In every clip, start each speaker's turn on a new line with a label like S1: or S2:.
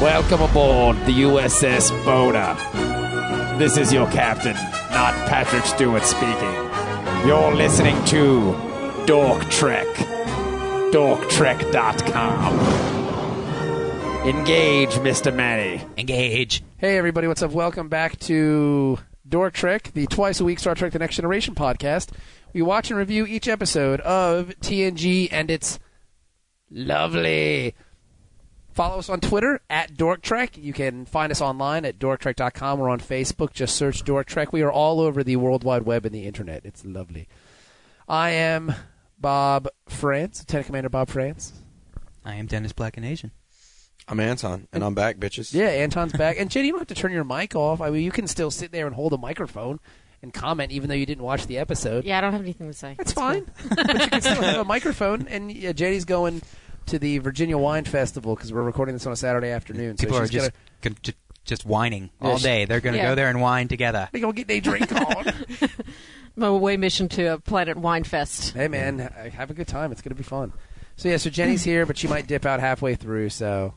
S1: Welcome aboard the USS Boda. This is your captain, not Patrick Stewart speaking. You're listening to Dork Trek. DorkTrek.com. Engage, Mr. Manny.
S2: Engage.
S3: Hey, everybody, what's up? Welcome back to Dork Trek, the twice a week Star Trek The Next Generation podcast. We watch and review each episode of TNG, and it's lovely. Follow us on Twitter at Dork Trek. You can find us online at dorktrek.com. We're on Facebook. Just search Dork Trek. We are all over the World Wide Web and the Internet. It's lovely. I am Bob France, Lieutenant Commander Bob France.
S2: I am Dennis Black and Asian.
S4: I'm Anton, and I'm back, bitches.
S3: Yeah, Anton's back. And Jenny, you don't have to turn your mic off. I mean, you can still sit there and hold a microphone and comment, even though you didn't watch the episode.
S5: Yeah, I don't have anything to say.
S3: That's fine. but you can still have a microphone. And uh, Jenny's going to the Virginia Wine Festival because we're recording this on a Saturday afternoon.
S2: People
S3: so
S2: are
S3: she's
S2: just,
S3: gonna,
S2: gonna, ju- just whining all
S3: she-
S2: day. They're going to
S5: Yeah.
S2: go there and whine together.
S3: they gonna get their drink on.
S5: My away mission to a Planet Wine Fest.
S3: hey man, ha- have a good time. It's gonna be fun. So yeah, so Jenny's here, but she might dip out halfway through. So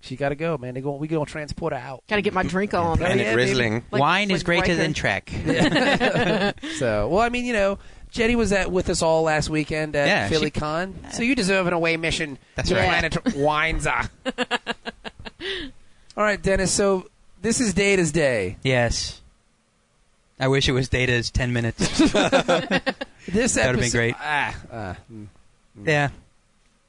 S3: she got to go, man. They go, we gonna transport her out.
S5: Got to get my drink on.
S4: And
S3: Yeah,
S4: it
S3: baby.
S4: Rizzling.
S5: Like-
S2: Wine
S5: like
S2: is greater
S5: Riker.
S2: than Trek.
S3: So well, I mean, you know. Jenny was at with us all last weekend at
S2: Yeah,
S3: Philly
S2: she-
S3: Con, so you deserve an away mission
S2: That's
S3: to
S2: right.
S3: planet Winesa. all right, Dennis. So this is Data's day.
S2: Yes. I wish it was Data's 10 minutes.
S3: This
S2: That would've
S3: episode,
S2: been great.
S3: Ah, ah.
S2: yeah.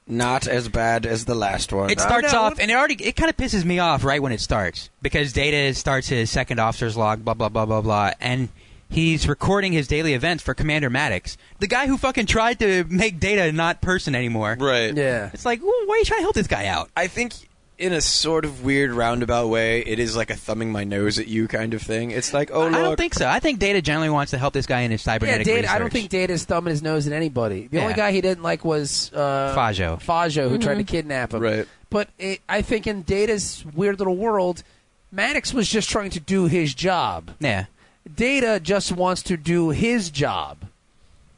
S4: Not as bad as the last one.
S2: It starts
S3: no.
S2: off, and it already it kind of pisses me off right when it starts because Data starts his second officer's log, blah blah blah blah blah, and he's recording his daily events for Commander Maddox, the guy who fucking tried to make Data not person anymore.
S4: right.
S3: yeah.
S2: It's like, "Ooh, why are you trying to help this guy out?
S4: I think in a sort of weird roundabout way, it is like a thumbing my nose at you kind of thing. It's like,
S2: I
S4: oh, look.
S2: don't think so. I think Data generally wants to help this guy in his
S3: Yeah,
S2: cybernetic
S3: Data.
S2: research.
S3: I don't think Data's thumbing his nose at anybody. The only
S2: Yeah.
S3: guy he didn't like was uh,
S2: Fajo.
S3: Fajo, who tried to kidnap him.
S4: Right.
S3: But it, I think in Data's weird little world, Maddox was just trying to do his job.
S2: Yeah.
S3: Data just wants to do his job.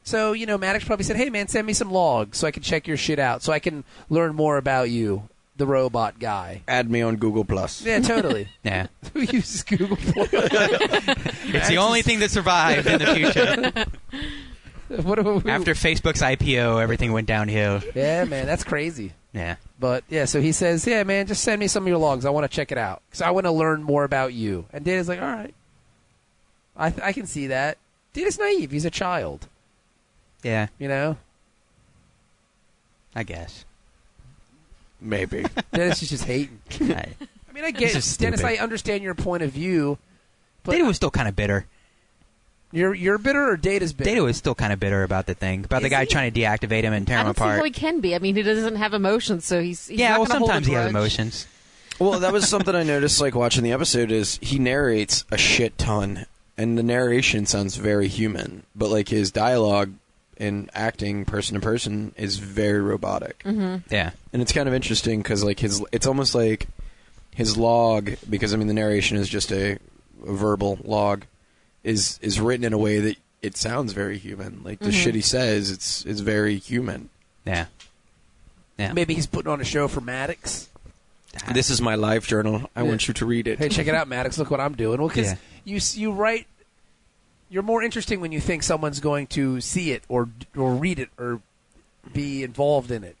S3: So you know, Maddox probably said, "Hey man, send me some logs so I can check your shit out, so I can learn more about you, the robot guy."
S4: Add me on Google Plus.
S3: Yeah, totally.
S2: Yeah.
S3: Who uses Google?
S2: It's the only thing that survived in the future.
S3: what are we,
S2: After Facebook's IPO, everything went downhill.
S3: Yeah, man, that's crazy.
S2: Yeah.
S3: But yeah, so he says, "Yeah, man, just send me some of your logs. I want to check it out because I want to learn more about you." And Data's like, "All right, I th- I can see that." Data's naive. He's a child,
S2: Yeah,
S3: you know.
S2: I guess.
S4: Maybe.
S3: Dennis is just hating.
S2: I-
S3: I mean, I get
S2: This is
S3: Dennis.
S2: stupid.
S3: I understand your point of view. But-
S2: Data was still kind of bitter.
S3: You're you're bitter or Data's bitter.
S2: Data was still kind of bitter about the thing, about the
S3: Is
S2: guy
S3: he?
S2: trying to deactivate him and tear
S5: I
S2: him
S5: don't see how
S2: apart.
S5: he can be. I mean, he doesn't have emotions, so he's, he's
S2: yeah,
S5: not
S2: well,
S5: gonna hold a
S2: sometimes he has
S5: grudge.
S2: emotions.
S4: well, that was something I noticed, like, watching the episode is he narrates a shit ton, and the narration sounds very human, but, like, his dialogue and acting person to person is very robotic.
S3: Mm-hmm. Mm.
S2: Yeah,
S4: and it's kind of interesting because like his it's almost like his log because I mean the narration is just a, a verbal log is is written in a way that it sounds very human like
S2: Mm-hmm.
S4: the shit he says it's it's very human
S2: yeah.
S3: Maybe he's putting on a show for Maddox.
S2: Ah,
S4: this is my life journal I want you to read it
S3: Hey, check it out, Maddox. Look what I'm doing. Well, because
S2: Yeah.
S3: you s- you write, you're more interesting when you think someone's going to see it or or read it or be involved in it.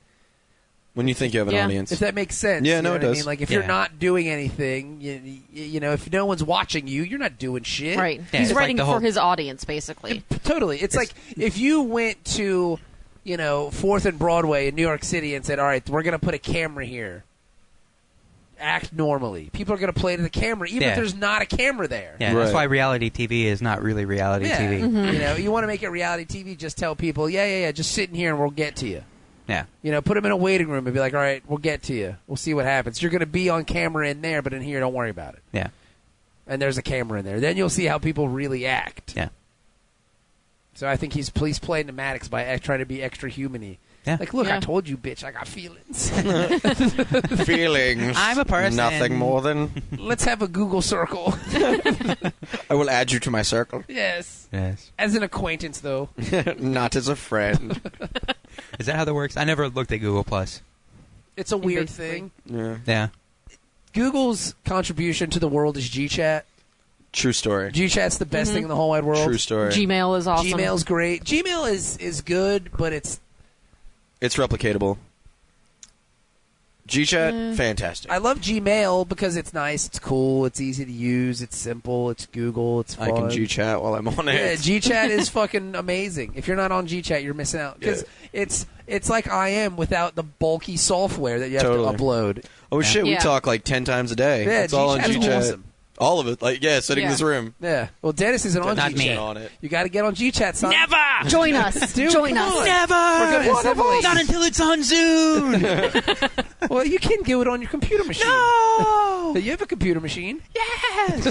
S4: when you think you have an
S5: Yeah.
S4: audience
S3: If that makes sense.
S4: Yeah,
S3: you
S4: no,
S3: know
S4: it
S3: what I
S4: does.
S3: mean? Like if
S2: Yeah.
S3: you're not doing anything, you, you know, if no one's watching you, you're not doing shit.
S5: Right.
S2: Yeah, it's
S5: he's
S2: like
S5: writing
S2: the whole-
S5: for his audience, basically.
S3: Totally. It's, like if you went to, you know, Fourth and Broadway in New York City and said, "All right, we're going to put a camera here." Act normally. People are going to play to the camera, even
S2: Yeah.
S3: if there's not a camera there.
S2: yeah That's
S4: Right.
S2: why reality TV is not really reality
S3: Yeah. Mm-hmm.
S2: TV.
S3: You know, you want to make it reality TV. Just tell people, yeah, yeah, yeah. Just sit in here and we'll get to you.
S2: Yeah,
S3: You know, put them in a waiting room and be like, all right, we'll get to you. We'll see what happens. You're going to be on camera in there, but in here, don't worry about it.
S2: yeah,
S3: And there's a camera in there. Then you'll see how people really act.
S2: yeah.
S3: So I think he's he's playing pneumatics by act, trying to be extra humany.
S2: Yeah.
S3: Like, look, I
S5: Yeah.
S3: told you, bitch, I got feelings.
S4: feelings
S2: I'm a person.
S4: nothing more than
S3: Let's have a Google circle.
S4: I will add you to my circle
S3: yes.
S2: Yes.
S3: As an acquaintance, though.
S4: not as a friend
S2: Is that how that works? I never looked at Google Plus.
S3: It's a weird
S5: Basically.
S3: thing.
S4: yeah
S2: Yeah.
S3: Google's contribution to the world is GChat.
S4: True story.
S3: GChat's the best thing in the whole wide world.
S4: True story.
S5: Gmail is Mm-hmm. awesome.
S3: Gmail's great. Gmail is is good, but it's
S4: it's replicatable. GChat, fantastic.
S3: I love Gmail because it's nice, it's cool, it's easy to use, it's simple, it's Google, it's fun.
S4: I can GChat while I'm on
S3: Yeah,
S4: it.
S3: GChat is fucking amazing. If you're not on GChat, you're missing out because it's it's like I am without the bulky software that you have
S4: Totally.
S3: to upload.
S4: oh shit, we
S5: Yeah.
S4: talk like ten times a day.
S3: Yeah,
S4: it's all on
S3: GChat's
S4: GChat.
S3: awesome.
S4: All of it. Like yeah, sitting in
S5: Yeah.
S4: this room.
S3: Yeah. Well, Dennis isn't on
S2: Not
S3: GChat.
S2: me.
S4: On it.
S3: You got to get on GChat. Son.
S2: Never.
S5: Ah, Join us.
S3: Dude,
S5: Join
S3: come
S5: us.
S3: on.
S2: Never.
S3: We're gonna assemble-
S2: Not until it's on Zoom.
S3: Well, you can do it on your computer machine.
S2: no.
S3: You have a computer machine.
S2: Yes.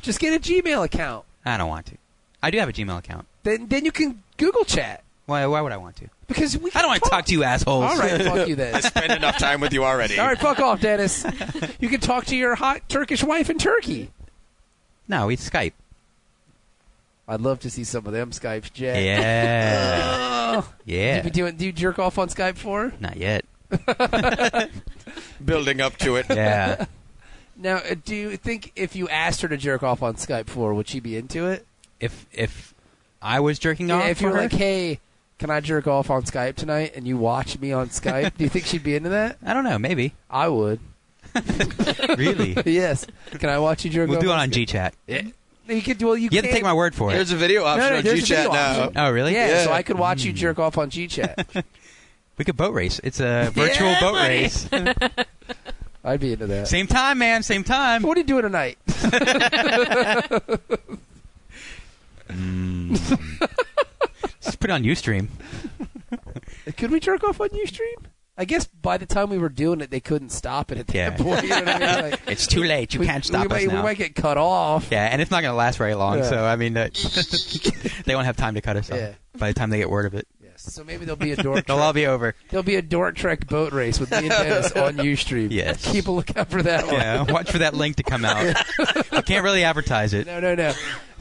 S3: Just get a Gmail account.
S2: I don't want to. I do have a Gmail account.
S3: Then then you can Google chat
S2: Why? Why would I want to?
S3: because we. Can
S2: I don't want to talk to you assholes.
S3: All right, fuck you then.
S4: Spend enough time with you already.
S3: All right, fuck off, Dennis. You can talk to your hot Turkish wife in Turkey.
S2: No, we Skype.
S3: I'd love to see some of them Skypes, Jack.
S2: Yeah.
S3: Oh.
S2: yeah.
S3: You be doing? Do you jerk off on Skype for?
S2: Not yet.
S4: Building up to it.
S2: Yeah.
S3: Now, uh, do you think if you asked her to jerk off on Skype for, would she be into it?
S2: if if I was jerking
S3: Yeah,
S2: off,
S3: if
S2: for
S3: you were
S2: her,
S3: like, "Hey, can I jerk off on Skype tonight?" and you watch me on Skype, do you think she'd be into that?
S2: I don't know, maybe.
S3: I would.
S2: Really,
S3: yes. Can I watch you jerk
S2: we'll
S3: off?
S2: do it
S3: on
S2: on GChat.
S3: Skype? You could. Well, you
S2: You have to
S3: can't-
S2: take my word for it.
S4: There's a video option
S3: No, no,
S4: on
S3: there's a
S4: GChat
S3: video
S4: now.
S3: option.
S2: Oh, really?
S3: Yeah,
S4: Yeah.
S3: so I could watch
S2: Hmm.
S3: you jerk off on GChat.
S2: We could boat race. It's a virtual boat race.
S3: I'd be into that.
S2: same time, man. Same time.
S3: What are you doing tonight?
S2: Just put it on UStream.
S3: Could we jerk off on Ustream? I guess by the time we were doing it, they couldn't stop it at that
S2: Yeah.
S3: point. You know what I mean? Like,
S2: It's too late. You
S3: we-
S2: can't stop
S3: we
S2: us
S3: might,
S2: now.
S3: We might get cut off.
S2: yeah, and it's not going to last very long.
S3: Yeah.
S2: So I mean, uh, they won't have time to cut us off
S3: Yeah.
S2: by the time they get word of it.
S3: Yes. So maybe there'll be a dork.
S2: It'll all be over.
S3: There'll be a Dork Trek boat race with me and Dennis on Ustream.
S2: Yes.
S3: Keep a lookout for that one.
S2: Yeah, watch for that link to come out. I can't really advertise it.
S3: No, no, no.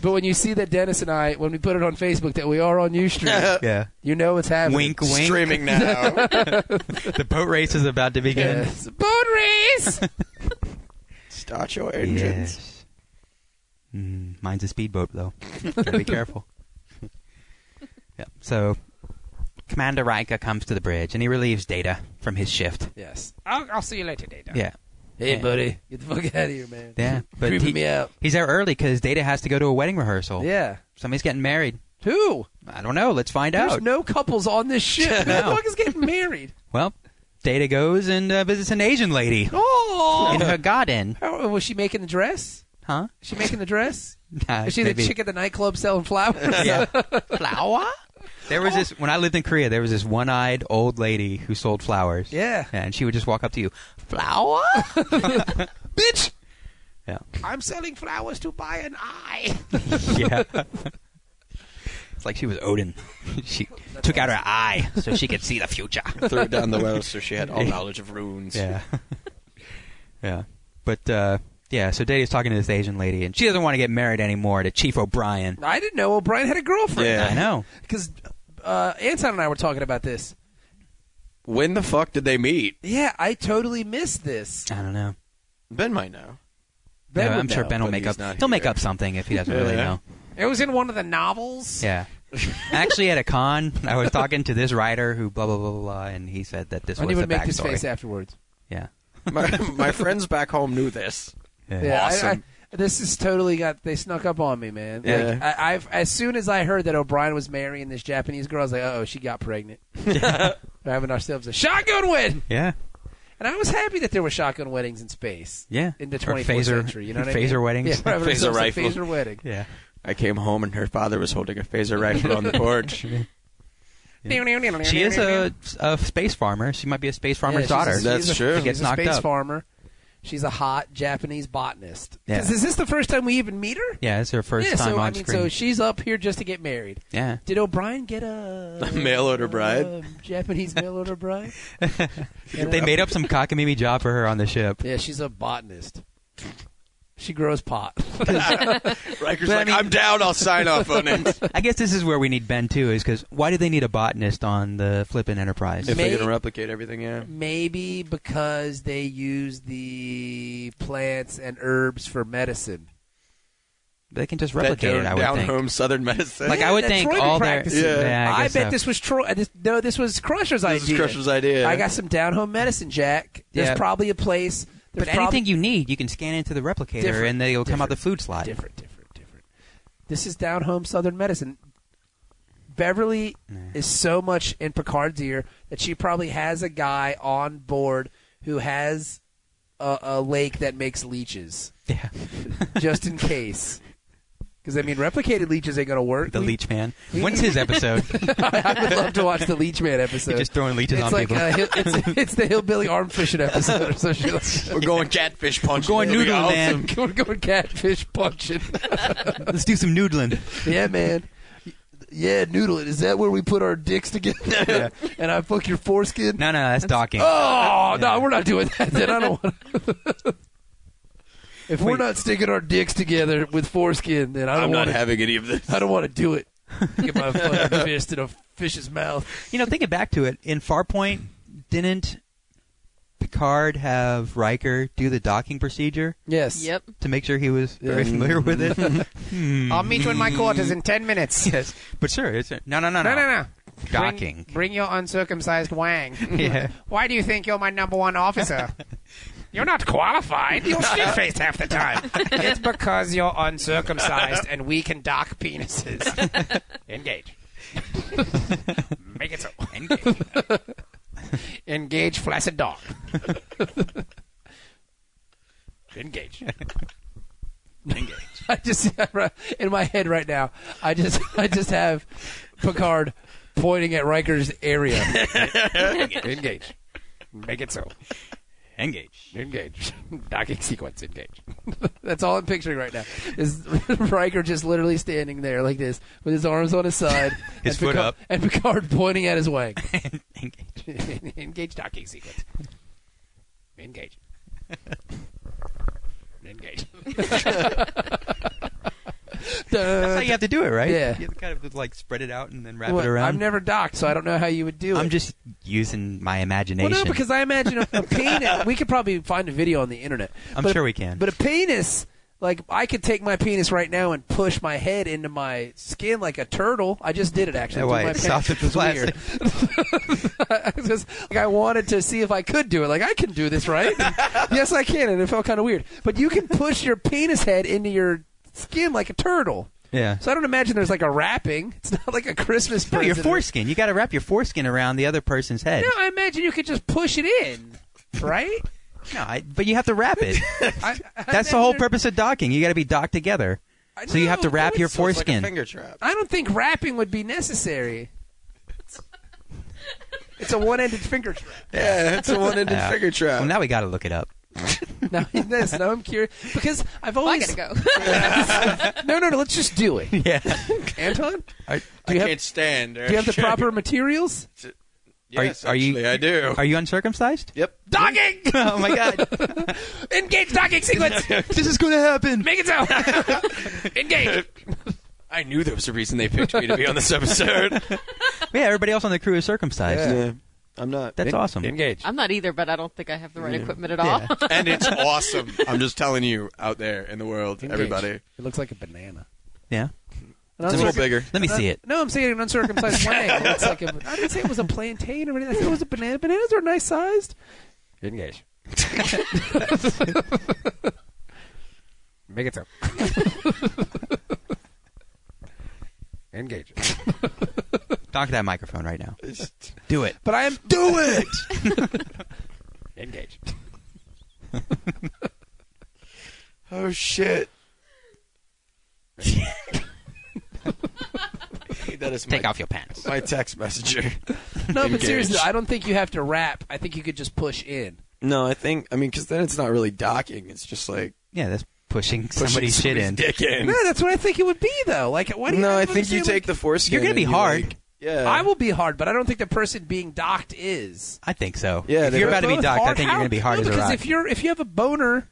S3: But when you see that Dennis and I, when we put it on Facebook that we are on Ustream,
S2: Yeah,
S3: you know what's happening.
S2: wink, wink.
S4: Streaming now.
S2: The boat race is about to begin.
S3: Yes. Boat race!
S4: Start your engines.
S2: Yes. Mm, mine's a speedboat, though. Gotta be careful. yeah. So, Commander Riker comes to the bridge and he relieves Data from his shift.
S3: yes. I'll, I'll see you later, Data.
S2: Yeah.
S3: Hey,
S2: Yeah.
S3: buddy. Get the fuck out of here, man.
S2: Yeah. But
S3: Creeping
S2: he-
S3: me out.
S2: he's there early because Data has to go to a wedding rehearsal.
S3: Yeah.
S2: Somebody's getting married.
S3: Who?
S2: I don't know. Let's find
S3: There's
S2: out.
S3: no couples on this ship. Who the
S2: No.
S3: fuck is getting married?
S2: well, Data goes and uh, visits an Asian lady in
S3: Oh!
S2: her garden.
S3: How, was she making a dress?
S2: Huh?
S3: Is she making a dress?
S2: Nah,
S3: Is she
S2: maybe.
S3: the chick at the nightclub selling flowers?
S2: yeah. Flower? There was this when I lived in Korea. There was this one-eyed old lady who sold flowers.
S3: Yeah.
S2: and she would just walk up to you, flower.
S3: Bitch!
S2: Yeah,
S3: I'm selling flowers to buy an eye.
S2: yeah. it's like she was Odin. she took out her eye so she could see the future.
S4: Threw it down the well so she had all knowledge of runes.
S2: yeah, yeah. But uh, yeah, so Daddy's talking to this Asian lady, and she doesn't want to get married anymore to Chief O'Brien.
S3: I didn't know O'Brien had a girlfriend.
S4: Yeah.
S2: I know.
S3: Because uh, Anton and I were talking about this.
S4: When the fuck did they meet?
S3: Yeah, I totally missed this.
S2: I don't know.
S4: Ben might know.
S3: Ben
S2: Yeah,
S3: would
S2: I'm sure
S3: know.
S2: Ben will
S4: but
S2: make
S4: he's
S2: up.
S4: not
S2: He'll make
S4: here.
S2: up something if he doesn't really
S4: Yeah.
S2: know.
S3: It was in one of the novels.
S2: Yeah. Actually, at a con, I was talking to this writer who blah blah blah blah, blah and he said that this
S3: And he
S2: was
S3: would
S2: the
S3: make
S2: backstory.
S3: this face afterwards.
S2: yeah.
S4: My, my friends back home knew this.
S2: Yeah.
S3: Yeah, I-
S4: Awesome.
S3: I, this is totally got. They snuck up on me, man. Like,
S4: Yeah.
S3: I, I've as soon as I heard that O'Brien was marrying this Japanese girl, I was like, oh, she got pregnant. We're having ourselves a shotgun wedding,
S2: yeah,
S3: and I was happy that there were shotgun weddings in space.
S2: Yeah.
S3: in the
S2: Or
S3: 24th
S2: phaser-
S3: century, you know what I mean?
S2: phaser weddings.
S3: Yeah, we're having
S4: Phaser
S3: ourselves a
S4: rifle.
S3: phaser wedding.
S2: yeah,
S4: I came home and her father was holding a phaser rifle on the porch.
S2: She is a, a space farmer. She might be a space
S3: Yeah,
S2: farmer's
S3: she's a-
S2: daughter.
S3: she's
S4: That's
S3: a-
S4: true.
S3: She's
S2: Gets
S3: a
S2: knocked
S3: space
S2: up.
S3: farmer. She's a hot Japanese botanist. 'Cause
S2: Yeah.
S3: Is this the first time we even meet her?
S2: yeah, it's her first
S3: yeah,
S2: time on
S3: so I mean,
S2: screen.
S3: so she's up here just to get married.
S2: yeah,
S3: Did O'Brien get a
S4: Mail order bride.
S3: um, Japanese mail order bride?
S2: they made up some cockamamie job for her on the ship.
S3: Yeah, she's a botanist. She grows pot.
S4: Riker's
S2: But I
S4: like,
S2: mean-
S4: I'm down. I'll sign off on it.
S2: I guess this is where we need Ben too, is because why do they need a botanist on the flippin' Enterprise?
S4: if
S3: May-
S4: they're gonna replicate everything, yeah.
S3: Maybe because they use the plants and herbs for medicine.
S2: they can just
S4: That
S2: replicate it. I would
S4: down
S2: think.
S4: home Southern medicine.
S2: Like I would
S3: Yeah,
S2: think
S3: Troy
S2: all
S3: be
S2: their.
S3: practicing.
S4: Yeah.
S2: I,
S3: I,
S2: guess
S3: bet
S2: so.
S3: this was Troy. uh, This, no, this was Crusher's
S4: this
S3: idea.
S4: is Crusher's idea.
S3: I got some down home medicine, Jack. There's
S2: Yeah.
S3: probably a place.
S2: But
S3: there's prob-
S2: anything you need, you can scan into the replicator,
S3: Different,
S2: and they'll come out
S3: different,
S2: the food slot.
S3: different, different, different. This is down home Southern medicine. Beverly is so much in Picard's ear that she probably has a guy on board who has a, a lake that makes leeches,
S2: Yeah,
S3: just in case. Because I mean, replicated leeches ain't gonna work.
S2: the
S3: We-
S2: Leech Man.
S3: we-
S2: When's his episode?
S3: I would love to watch the Leech Man episode.
S2: You're just throwing leeches
S3: it's
S2: on
S3: like
S2: people.
S3: uh, hill- it's, it's the hillbilly arm fishing episode or some shit. like that.
S4: We're going catfish punch.
S2: We're going
S4: It'll be
S2: noodle,
S4: awesome.
S2: man.
S3: We're going catfish punching.
S2: Let's do some noodling.
S3: yeah, man. Yeah, noodle it. Is that where we put our dicks together? yeah. And I fuck your foreskin.
S2: No, no, that's docking.
S3: Oh no, we're not doing that. Then I don't want. if we're not sticking our dicks together with foreskin, then I
S4: I'm
S3: don't
S4: not
S3: want to.
S4: having any of this.
S3: I don't want to do it. Get my fucking fist in a fish's mouth.
S2: You know, thinking back to it, in Farpoint, didn't Picard have Riker do the docking procedure
S3: Yes.
S5: Yep.
S2: to make sure he was very familiar with it? Hmm.
S3: I'll meet you in my quarters in ten minutes.
S2: yes, but sure, it's uh, no, no, no, no,
S3: No, no, no.
S2: Docking.
S3: Bring, bring your uncircumcised wang.
S2: Yeah.
S3: Why do you think you're my number one officer? you're not qualified. You're shit faced half the time. it's because you're uncircumcised and we can dock penises. Engage. Make it so.
S2: Engage.
S3: Engage flaccid dog. Engage. I just in my head right now. I just I just have Picard pointing at Riker's area. engage. Make it so.
S2: Engage.
S3: Engage. Docking sequence. Engage. That's all I'm picturing right now. Is Riker just literally standing there like this with his arms on his side,
S2: His
S3: and
S2: foot
S3: Picard,
S2: up.
S3: and Picard pointing at his wang.
S2: Engage.
S3: Engage docking sequence. Engage. Engage.
S2: That's how you have to do it, right?
S3: Uh, Yeah.
S2: You have to kind of like spread it out and then wrap
S3: Well,
S2: it around.
S3: I've never docked, so I don't know how you would do it.
S2: I'm just using my
S3: well,
S2: imagination.
S3: no, because I imagine a, a penis. We could probably find a video on the internet.
S2: I'm
S3: But-
S2: sure we can.
S3: But a penis, like I could take my penis right now and push my head into my skin like a turtle. I just did it actually.
S2: That way
S3: through my
S2: it's
S3: pants,
S2: soft and
S3: which was weird. I was just like I wanted to see if I could do it. Like I can do this, right? yes, I can, and it felt kind of weird. But you can push your penis head into your skin like a turtle.
S2: yeah.
S3: So I don't imagine there's like a wrapping. It's not like a Christmas.
S2: no, your
S3: present.
S2: foreskin. You got to wrap your foreskin around the other person's head.
S3: No, I imagine you could just push it in, right?
S2: No, I, but you have to wrap it.
S3: I, I
S2: That's the whole
S3: imagine-
S2: purpose of docking. You got to be docked together.
S3: I
S2: So you have
S3: know,
S2: to wrap
S3: but
S2: your
S3: it's-
S4: Sounds like a
S2: foreskin.
S4: finger trap.
S3: I don't think wrapping would be necessary. It's a one-ended finger trap.
S4: Yeah, it's a one-ended
S2: Yeah.
S4: finger trap.
S2: Well, now we got to look it up.
S3: Now this, now I'm curious because I've
S5: Well, I
S3: always
S5: gotta go.
S3: no, no, no. Let's just do it,
S2: Yeah.
S3: Anton.
S2: Are,
S3: Do you
S4: I
S3: have
S4: can't stand.
S3: do you have the proper materials?
S4: Yes,
S2: are you-
S4: actually, I do.
S2: are you uncircumcised?
S4: yep.
S3: Dogging,
S2: oh my god.
S3: engage dogging sequence.
S2: this is going to happen.
S3: Make it so. engage.
S4: I knew there was a reason they picked me to be on this episode.
S2: Yeah, everybody else on the crew is circumcised.
S4: yeah, I'm not.
S2: That's awesome.
S3: Engage.
S5: I'm not either, but I don't think I have the right equipment at all.
S2: Yeah.
S4: and it's awesome. I'm just telling you out there in the world,
S3: Engage.
S4: everybody.
S3: It looks like a banana.
S2: Yeah.
S3: An
S4: It's a
S3: uncircum-
S4: little bigger.
S2: Let me see it.
S3: No, I'm saying an uncircumcised wang. It looks like a, I didn't say it was a plantain or anything. I said it was a banana. Bananas are nice sized. Engage. Make it so. Engage.
S2: Dock that microphone right now.
S4: It's-
S2: Do it.
S3: But I am
S4: Do it.
S3: engaged.
S4: oh shit. that is my,
S2: Take off your pants.
S4: my text messenger.
S3: No, but
S4: Engage.
S3: seriously, I don't think you have to wrap. I think you could just push in.
S4: No, I think I mean because then it's not really docking. It's just like
S2: Yeah, that's pushing,
S4: pushing
S2: somebody's shit in.
S4: dick in.
S3: No, that's what I think it would be though. Like, what do you?
S4: No, I
S3: don't
S4: think you
S3: understand,
S4: take the foreskin.
S2: You're gonna be
S4: and you,
S2: hard.
S4: like- yeah,
S3: Like, I will be hard, but I don't think the person being docked is.
S2: I think so.
S4: Yeah,
S2: if
S4: they
S2: you're
S4: both-
S2: about to be
S3: Both
S2: docked, I
S3: hard-
S2: think you're
S3: how-
S2: going to be hard
S3: no,
S2: as a
S3: because
S2: rock.
S3: if you're if you have a boner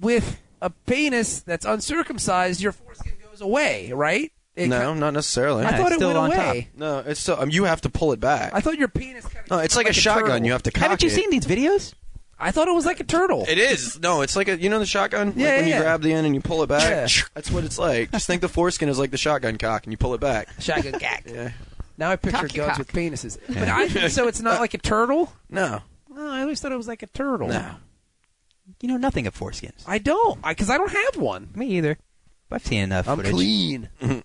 S3: with a penis that's uncircumcised, your foreskin goes away, right? It
S4: no,
S3: kin-
S4: not necessarily.
S3: I
S2: Yeah,
S3: thought
S2: it's
S3: it
S2: still
S3: went
S2: on
S3: away.
S4: no, it's still. Um, you have to pull it back.
S3: I thought your penis. Kind of
S4: no, it's like, a, shotgun.
S3: turtle.
S4: You have to cock
S2: Haven't you
S4: it.
S2: seen these videos?
S3: I thought it was like a turtle.
S4: It is. No, it's like a you know the shotgun. Like
S3: Yeah,
S4: when
S3: yeah.
S4: you grab the end and you pull it back.
S3: Yeah.
S4: That's what it's like. Just think the foreskin is like the shotgun cock and you pull it back.
S3: Shotgun gag.
S4: Yeah.
S3: Now I picture
S5: Cocky
S3: guns
S5: cock.
S3: with penises. But I, so it's not like a turtle.
S4: No.
S3: No, I always thought it was like a turtle.
S4: No.
S2: You know nothing of foreskins.
S3: I don't, because I, don't have one.
S2: Me either. I've seen enough footage.
S3: clean.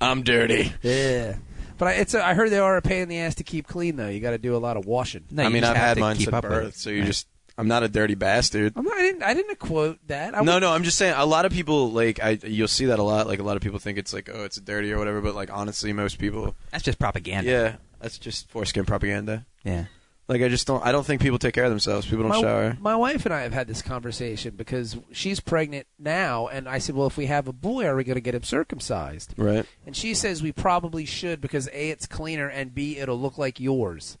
S4: I'm dirty.
S3: yeah, but I, it's a, I heard they are a pain in the ass to keep clean though. You got to do a lot of washing.
S2: No,
S4: I
S2: you
S4: mean,
S2: just
S4: I've
S2: have
S4: had
S2: to
S4: mine
S2: keep
S4: since
S2: up with
S4: birth,
S2: it.
S4: so you just. I'm not a dirty bastard.
S3: I'm not, I didn't. I didn't quote that. I
S4: No, no, I'm just saying. A lot of people like I. You'll see that a lot. Like a lot of people think it's like, oh, it's dirty or whatever. But like honestly, most people.
S2: That's just propaganda.
S4: Yeah, that's just foreskin propaganda.
S2: Yeah.
S4: Like I just don't. I don't think people take care of themselves. People don't
S3: my,
S4: shower.
S3: My wife and I have had this conversation because she's pregnant now, and I said, "Well, if we have a boy, are we going to get him circumcised?"
S4: Right.
S3: And she says we probably should because a it's cleaner and b it'll look like yours.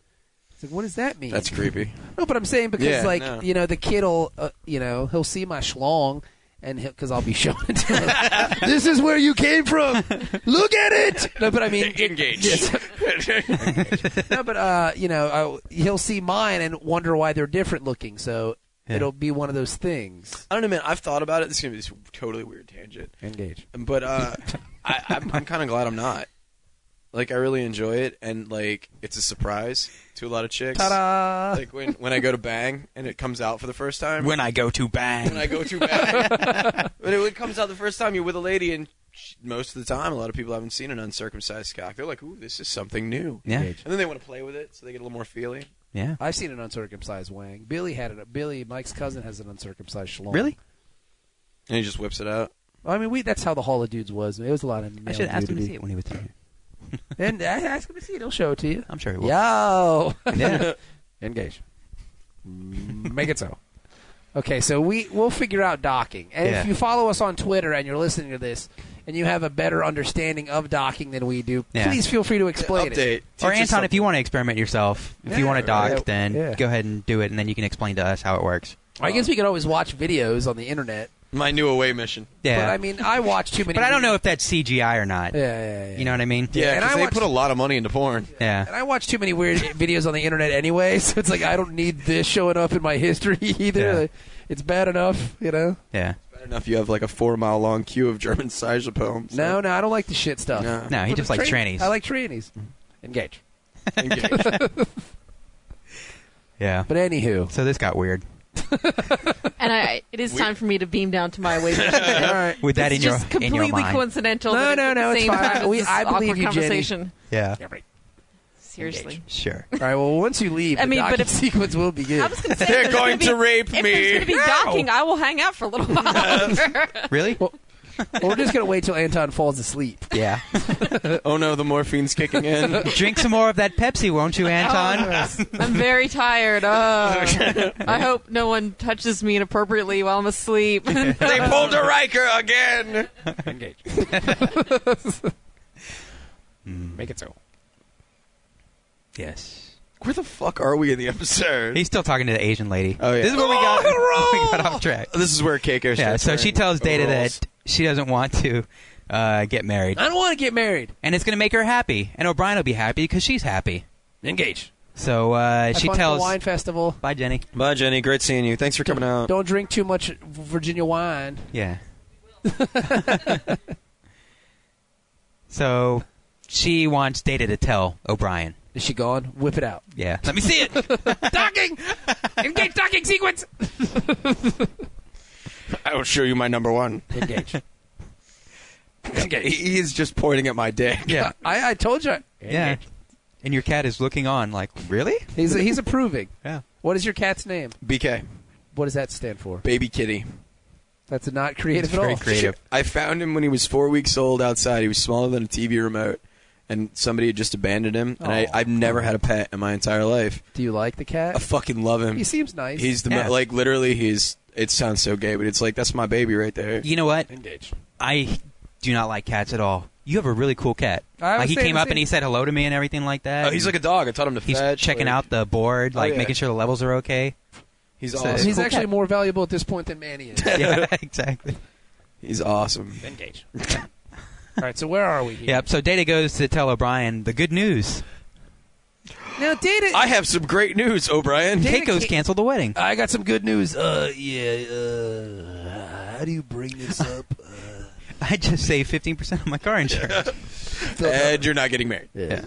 S3: It's like, what does that mean?
S4: That's creepy.
S3: No, but I'm saying because
S4: Yeah,
S3: like
S4: no.
S3: you know the kid'll uh, you know he'll see my schlong and because I'll be showing it to him. this is where you came from. Look at it. No, but I mean engage. no, but uh, you know I, he'll see mine and wonder why they're different looking. So it'll be one of those things.
S4: I don't know, man. I've thought about it. This is gonna be this totally weird tangent.
S3: Engage.
S4: but uh, I, I'm, I'm kind of glad I'm not. Like, I really enjoy it, and like, it's a surprise to a lot of chicks.
S3: Ta-da!
S4: Like when when I go to bang and it comes out for the first time.
S2: When I go to bang.
S4: when I go to bang, but it, when it comes out the first time, you're with a lady, and sh- most of the time, a lot of people haven't seen an uncircumcised cock. They're like, "Ooh, this is something new."
S2: yeah.
S4: And then they want to play with it, so they get a little more feeling.
S2: Yeah.
S3: I've seen an uncircumcised wang. Billy had it. Billy, Mike's cousin, has an uncircumcised schlong.
S2: Really?
S4: And he just whips it out.
S3: I mean, we that's how the Hall of Dudes was. It was a lot of.
S2: I
S3: male
S2: should ask him to
S3: nudity.
S2: see it when he was there.
S3: And I ask him to see it. He'll show it to you.
S2: I'm sure he will.
S3: Yo,
S2: Yeah.
S3: engage. Make it so. Okay, so we we'll figure out docking. And
S2: Yeah.
S3: if you follow us on Twitter and you're listening to this and you have a better understanding of docking than we do,
S2: Yeah.
S3: please feel free to explain it.
S4: Update.
S2: or
S4: Teach
S2: Anton,
S4: us
S2: if you want to experiment yourself, if you
S3: Yeah,
S2: want to dock,
S3: right.
S2: then
S3: Yeah.
S2: go ahead and do it, and then you can explain to us how it works.
S3: I guess we could always watch videos on the internet.
S4: something. my new away mission.
S2: Yeah.
S3: But I mean, I watch too many.
S2: But I don't know if that's CGI or not.
S3: Yeah, yeah, yeah.
S2: You know what I mean?
S4: Yeah,
S3: and
S4: 'cause
S3: I
S4: they
S3: watched-
S4: put a lot of money into porn.
S2: Yeah.
S3: And I watch too many weird videos on the internet anyway, so it's like I don't need this showing up in my history either.
S2: Yeah.
S3: Like, it's bad enough, you know.
S2: Yeah.
S4: Bad enough you have like a four mile long queue of German Seisha poems.
S3: No, no, I don't like the shit stuff.
S4: No.
S2: No, he
S3: But
S2: just
S3: the
S2: likes
S3: tran-
S2: trannies.
S3: I like trannies. Engage.
S4: Engage.
S2: yeah.
S3: But anywho,
S2: So this got weird.
S5: And I, it is time for me to beam down to my waiting.
S3: all right.
S2: With that in
S5: it's
S2: your
S5: just
S2: in your
S5: completely
S2: mind.
S5: coincidental.
S3: No,
S5: that
S3: no,
S5: at
S3: no,
S5: the
S3: it's
S5: same
S3: fine.
S5: time as
S3: We-
S5: this
S3: I believe
S5: awkward
S3: you, Jenny.
S5: conversation.
S2: yeah.
S5: Seriously.
S2: Sure.
S3: All right. Well, once you leave,
S5: I
S3: the
S5: mean, but
S3: docu-
S5: if-
S3: sequence will begin.
S5: I was gonna say,
S4: They're
S5: if there's
S4: going
S5: gonna be,
S4: to rape
S5: If there's
S4: me.
S5: going to be docking, I will hang out for a little while. longer.
S2: Really?
S3: Well- well, we're just gonna wait till Anton falls asleep.
S2: yeah.
S4: oh no, the morphine's kicking in.
S2: Drink some more of that Pepsi, won't you,
S3: Oh,
S2: Anton?
S5: I'm very tired. Oh. I hope no one touches me inappropriately while I'm asleep.
S4: they pulled a Riker again.
S3: Make it so.
S2: yes.
S4: Where the fuck are we in the episode?
S2: He's still talking to the Asian lady.
S4: Oh, yeah.
S2: This is where we got, we got off track.
S4: this is where Cake Air
S2: Yeah.
S4: starts
S2: So she
S4: wearing
S2: tells Data
S4: overalls.
S2: that she doesn't want to uh, get married,
S3: I don't want to get married.
S2: and it's going to make her happy, and O'Brien will be happy because she's happy.
S3: Engage.
S2: So uh,
S3: Have
S2: she
S3: fun at the
S2: tells.
S3: wine festival.
S2: Bye, Jenny.
S4: Bye, Jenny. Great seeing you. Thanks for coming out.
S3: Don't drink too much Virginia wine.
S2: Yeah. so she wants Data to tell O'Brien.
S3: Is she gone? Whip it out.
S2: Yeah. Let me see it.
S3: docking. Engage. Docking sequence.
S4: I will show you my number one.
S3: Engage.
S4: He he is just pointing at my dick.
S2: yeah.
S3: I, I told you. I-
S2: Yeah. And your cat is looking on like, really?
S3: He's he's approving.
S2: Yeah.
S3: What is your cat's name?
S4: BK,
S3: What does that stand for?
S4: baby kitty.
S3: That's not creative
S2: It's
S3: at
S2: very
S3: all.
S2: creative.
S4: I found him when he was four weeks old outside. He was smaller than a TV remote, and somebody had just abandoned him. And I,
S3: Aw.
S4: I've never had a pet in my entire life.
S3: Do you like the
S4: I
S3: cat?
S4: fucking love him.
S3: He seems nice.
S4: He's the mo-
S2: Yeah.
S4: like literally. He's it sounds so gay, but it's like that's my baby right there.
S2: You know what?
S3: engaged.
S2: I do not like cats at all. You have a really cool cat.
S3: I was
S2: like he
S3: saying
S2: came
S3: the
S2: up
S3: same.
S2: and he said hello to me and everything like that.
S4: Oh, he's like Oh, a dog. I taught him to
S2: he's
S4: fetch.
S2: checking
S4: like-
S2: out the board,
S4: Oh,
S2: like
S4: yeah.
S2: making sure the levels are okay.
S4: He's
S2: So-
S4: awesome.
S3: He's
S2: Cool
S3: actually
S2: cat.
S3: more valuable at this point than Manny is.
S2: yeah, exactly.
S4: He's awesome.
S3: Engage. All right, so where are we? Here?
S2: Yep. So Data goes to tell O'Brien the good news:
S3: Now, Data.
S4: I have some great news, O'Brien.
S3: Data
S2: Keiko's
S3: ca-
S2: canceled the wedding.
S3: I got some good news. Uh, yeah.
S6: How do you bring this up?
S2: I just saved fifteen percent of my car insurance.
S4: And you're not getting married.
S2: yeah.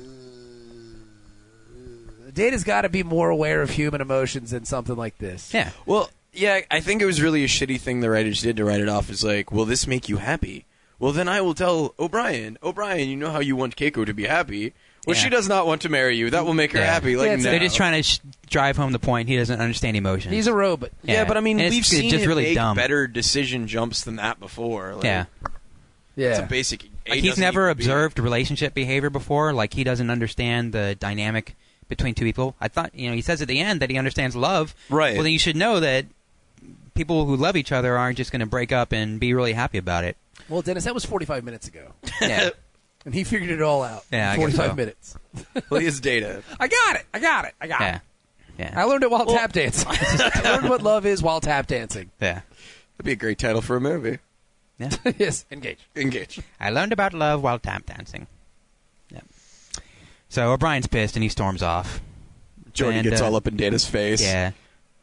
S3: Uh, Data's got to be more aware of human emotions than something like this.
S2: Yeah.
S4: Well, yeah, I think it was really a shitty thing the writers did to write it off. Is like, will this make you happy? Well, then I will tell O'Brien. O'Brien, you know how you want Keiko to be happy. Well,
S2: Yeah.
S4: she does not want to marry you. That will make her
S2: Yeah.
S4: happy. Like,
S3: Yeah, it's-
S4: no.
S2: They're just trying to sh- drive home the point. He doesn't understand emotion.
S3: He's a robot.
S4: Yeah, but I mean,
S2: And it's
S4: we've seen
S2: just
S4: him
S2: really
S4: make
S2: dumb.
S4: better decision jumps than that before. Like,
S2: yeah.
S4: it's
S3: Yeah.
S4: a basic. A
S2: Like he's
S4: doesn't
S2: never
S4: equal B.
S2: observed relationship behavior before. Like he doesn't understand the dynamic between two people. I thought you know he says at the end that he understands love.
S4: Right.
S2: Well, then you should know that people who love each other aren't just going to break up and be really happy about it.
S3: Well, Dennis, that was 45 minutes ago,
S2: Yeah.
S3: and he figured it all out.
S2: Yeah, I
S3: in
S2: guess
S3: 45
S2: so.
S3: minutes.
S4: Well, he is data.
S3: I got it. I got it. I got
S2: yeah.
S3: it. I
S2: Yeah.
S3: learned it while tap dancing. I learned what love is while tap dancing.
S2: Yeah.
S4: That'd be a great title for a movie.
S3: yes, engage.
S4: Engage.
S2: I learned about love while tap dancing. Yep. So O'Brien's pissed and he storms off.
S4: Jordy
S2: And,
S4: gets
S2: uh,
S4: all up in Data's face.
S2: Yeah.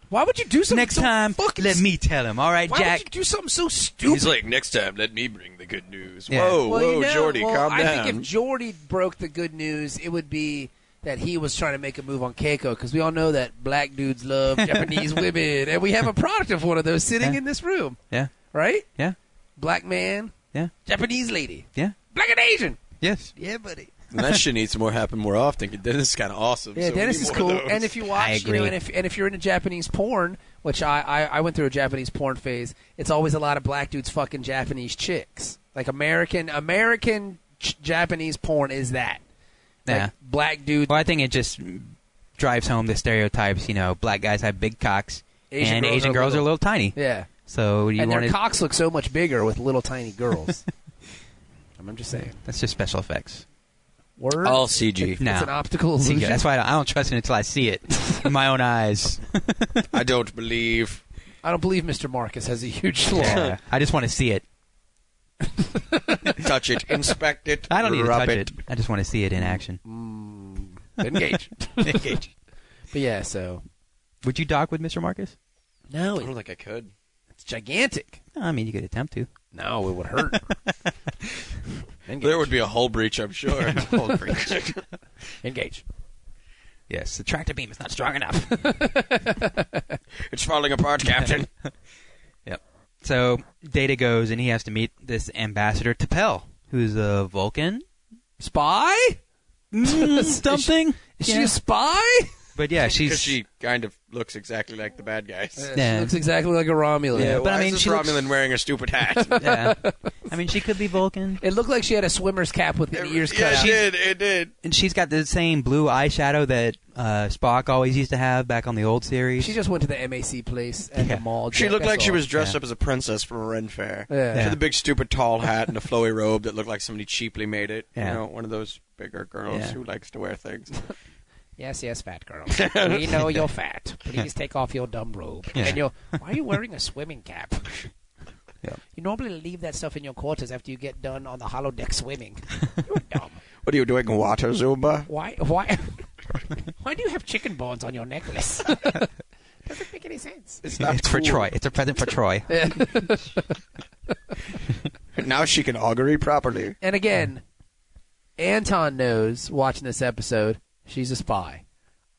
S3: Why would you do something
S2: Next
S3: so
S2: time,
S3: fucking
S2: let me tell him. All right,
S3: Why
S2: Jack.
S3: would you do something so stupid?
S4: He's like, next time, let me bring the good news.
S2: Yeah.
S4: Whoa,
S3: well,
S4: whoa,
S3: you know,
S4: Jordy,
S3: well,
S4: calm
S3: I
S4: down.
S3: think if Jordy broke the good news, it would be that he was trying to make a move on Keiko because we all know that black dudes love Japanese women, and we have a product of one of those sitting
S2: Yeah.
S3: in this room,
S2: yeah.
S3: right?
S2: Yeah.
S3: Black man,
S2: Yeah.
S3: Japanese lady,
S2: Yeah.
S3: black and Asian.
S2: Yes.
S3: Yeah, buddy.
S4: And that shit needs to more happen more often. 'cause Dennis is kind of awesome.
S3: Yeah,
S4: so we
S3: Dennis
S4: need
S3: is
S4: more
S3: cool.
S4: of those.
S3: And if you
S2: I
S3: watch, you know,
S2: agree.
S3: and if and if you're into Japanese porn, which I, I I went through a Japanese porn phase, it's always a lot of black dudes fucking Japanese chicks. Like American American ch- Japanese porn is that. Like,
S2: Yeah.
S3: black dudes,
S2: Well, I think it just drives home the stereotypes. You know, black guys have big cocks,
S3: Asian
S2: and
S3: girls
S2: Asian
S3: are
S2: girls
S3: little.
S2: are a little tiny.
S3: yeah.
S2: So you
S3: and
S2: want
S3: their
S2: to?
S3: cocks look so much bigger with little tiny girls. I'm just saying.
S2: that's just special effects.
S3: Word.
S4: all CG.
S2: Oh, No,
S3: It's an optical
S2: See,
S3: illusion.
S2: that's why I don't, I don't trust it until I see it in my own eyes.
S4: I don't believe.
S3: I don't believe Mr. Marcus has a huge flaw.
S2: Yeah. I just want to see it.
S4: Touch it. Inspect it.
S2: I don't need to
S4: rub
S2: touch it. I just want to see it in action.
S3: Engage. But yeah, so
S2: Would you dock with Mr. Marcus?
S3: no,
S4: I don't think I could.
S3: it's gigantic.
S2: No, I mean, you could attempt to.
S3: No, it would hurt.
S4: There would be a hull breach, I'm sure.
S3: Engage.
S2: Yes, the tractor beam is not strong enough.
S4: it's falling apart, Captain.
S2: Yep. So Data goes and he has to meet this ambassador T'Pel, who's a Vulcan
S3: Spy?
S2: Mm, something.
S3: Is she
S2: Yeah.
S3: a spy?
S2: But yeah, she's
S4: Because she kind of looks exactly like the bad guys.
S2: Yeah.
S3: She looks exactly like a Romulan.
S2: Yeah.
S4: Why
S2: but I mean,
S4: is this
S2: she looks-
S4: Romulan wearing a stupid hat?
S2: yeah. I mean, she could be Vulcan,
S3: It looked like she had a swimmer's cap with the ears cut
S4: yeah,
S3: out.
S4: it did. It did.
S2: and she's got the same blue eyeshadow that uh, Spock always used to have back on the old series.
S3: She just went to the MAC place and
S2: Yeah.
S3: the mall.
S4: She
S3: Jack,
S4: looked
S3: that's
S4: like she
S3: all.
S4: was dressed
S2: Yeah.
S4: up as a princess from a Ren fair.
S3: Yeah.
S4: She had a big, stupid, tall hat and a flowy robe that looked like somebody cheaply made it.
S2: Yeah.
S4: You know, one of those bigger girls
S2: Yeah.
S4: who likes to wear things.
S3: Yes, yes, fat girl. we know you're fat. Please take off your dumb robe.
S2: Yeah.
S3: And your why are you wearing a swimming cap?
S2: Yeah.
S3: You normally leave that stuff in your quarters after you get done on the hollow deck swimming. You're dumb.
S4: What are you doing, water Zumba?
S3: Why? Why? why do you have chicken bones on your necklace? Doesn't make any sense.
S4: It's
S2: it's for Troy. It's a present for Troy.
S4: Now she can augury properly.
S3: And again, Anton knows watching this episode she's a spy.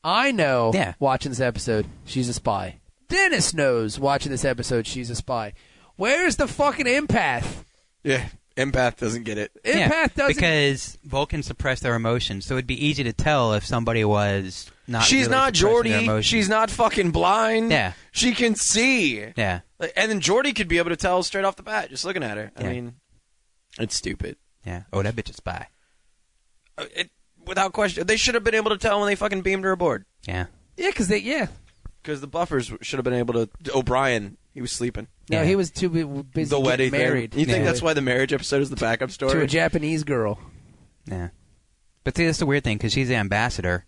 S3: I know
S2: Yeah.
S3: watching this episode she's a spy. Dennis knows watching this episode she's a spy. Where's the fucking empath?
S4: Yeah, empath doesn't get it.
S3: Empath
S2: Yeah,
S3: doesn't.
S2: because Vulcans suppress their emotions, so it'd be easy to tell if somebody was not.
S4: She's
S2: really
S4: not
S2: suppressing their
S4: Jordy.
S2: emotions.
S4: She's not fucking blind.
S2: Yeah.
S4: she can see.
S2: Yeah,
S4: Like, And then Jordy could be able to tell straight off the bat, just looking at her. I
S2: Yeah.
S4: mean, it's stupid.
S2: yeah. Oh, that bitch is spy.
S4: Uh, It, without question, they should have been able to tell when they fucking beamed her aboard.
S2: Yeah.
S3: yeah, because they yeah.
S4: Because the buffers should have been able to. O'Brien, he was sleeping.
S3: No,
S2: Yeah.
S3: he was too bu- busy
S4: the
S3: getting
S4: wedding thing.
S3: married.
S4: You think
S3: to-
S4: that's why the marriage episode is the backup story?
S3: to a Japanese girl?
S2: Yeah. But see, that's the weird thing because she's the ambassador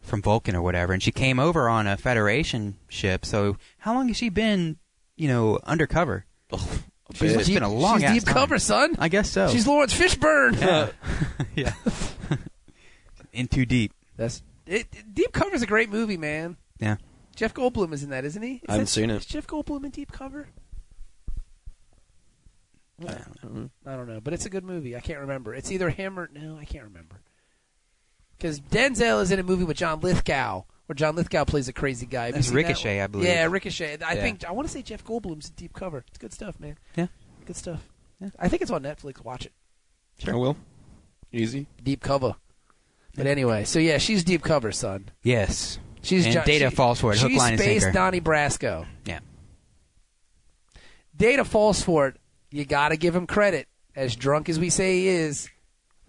S2: from Vulcan or whatever, and she came over on a Federation ship. So how long has she been, you know, undercover?
S4: Bit.
S2: it's been a long
S3: She's
S2: ass
S3: deep
S2: time.
S3: cover, son.
S2: I guess so.
S3: She's Lawrence Fishburne.
S2: yeah, yeah. in too deep.
S3: That's it, it- Deep Cover's a great movie, man.
S2: Yeah.
S3: Jeff Goldblum is in that, isn't he? Is
S4: I haven't
S3: that-
S4: seen it.
S3: Is Jeff Goldblum in Deep Cover? I don't know, but it's a good movie. I can't remember. It's either him or no, I can't remember. Because Denzel is in a movie with John Lithgow, where John Lithgow plays a crazy guy. Have you
S2: That's
S3: seen that
S2: Ricochet,
S3: one?
S2: I believe.
S3: Yeah, Ricochet. I
S2: Yeah.
S3: think I want to say Jeff Goldblum's in Deep Cover. It's good stuff, man.
S2: Yeah.
S3: good stuff.
S2: Yeah.
S3: I think it's on Netflix. Watch it.
S4: I will. Easy.
S3: Deep Cover. But anyway, so yeah, she's Deep Cover, son.
S2: Yes.
S3: She's
S2: And
S3: Jo-
S2: Data
S3: she-
S2: falls for it, hook,
S3: She's
S2: line, and
S3: Space
S2: sinker.
S3: Donnie Brasco.
S2: Yeah.
S3: Data falls for it. You got to give him credit. As drunk as we say he is,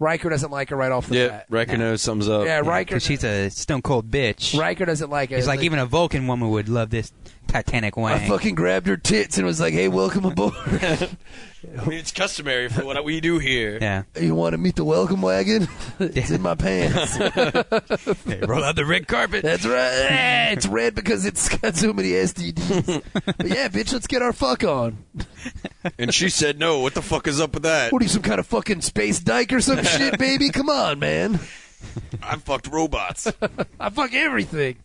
S3: Riker doesn't like her right off the
S4: Yeah,
S3: bat.
S4: Riker knows sums up.
S3: yeah, Riker.
S2: 'Cause she's a stone cold bitch.
S3: Riker doesn't like it.
S2: It's like even a Vulcan woman would love this Titanic
S3: I
S2: wang.
S3: fucking grabbed her tits and was like, "Hey, welcome aboard.
S4: It's customary for what we do here.
S2: Yeah.
S3: you want to meet the welcome wagon? it's in my pants.
S2: Hey, roll out the red carpet.
S3: That's right. Ah, It's red because it's got so many STDs. but yeah, bitch, let's get our fuck on.
S4: And she said, "No, what the fuck is up with that?
S3: What are you, some kind of fucking space dyke or some shit, baby? Come on, man.
S4: I fucked robots."
S3: I fuck everything."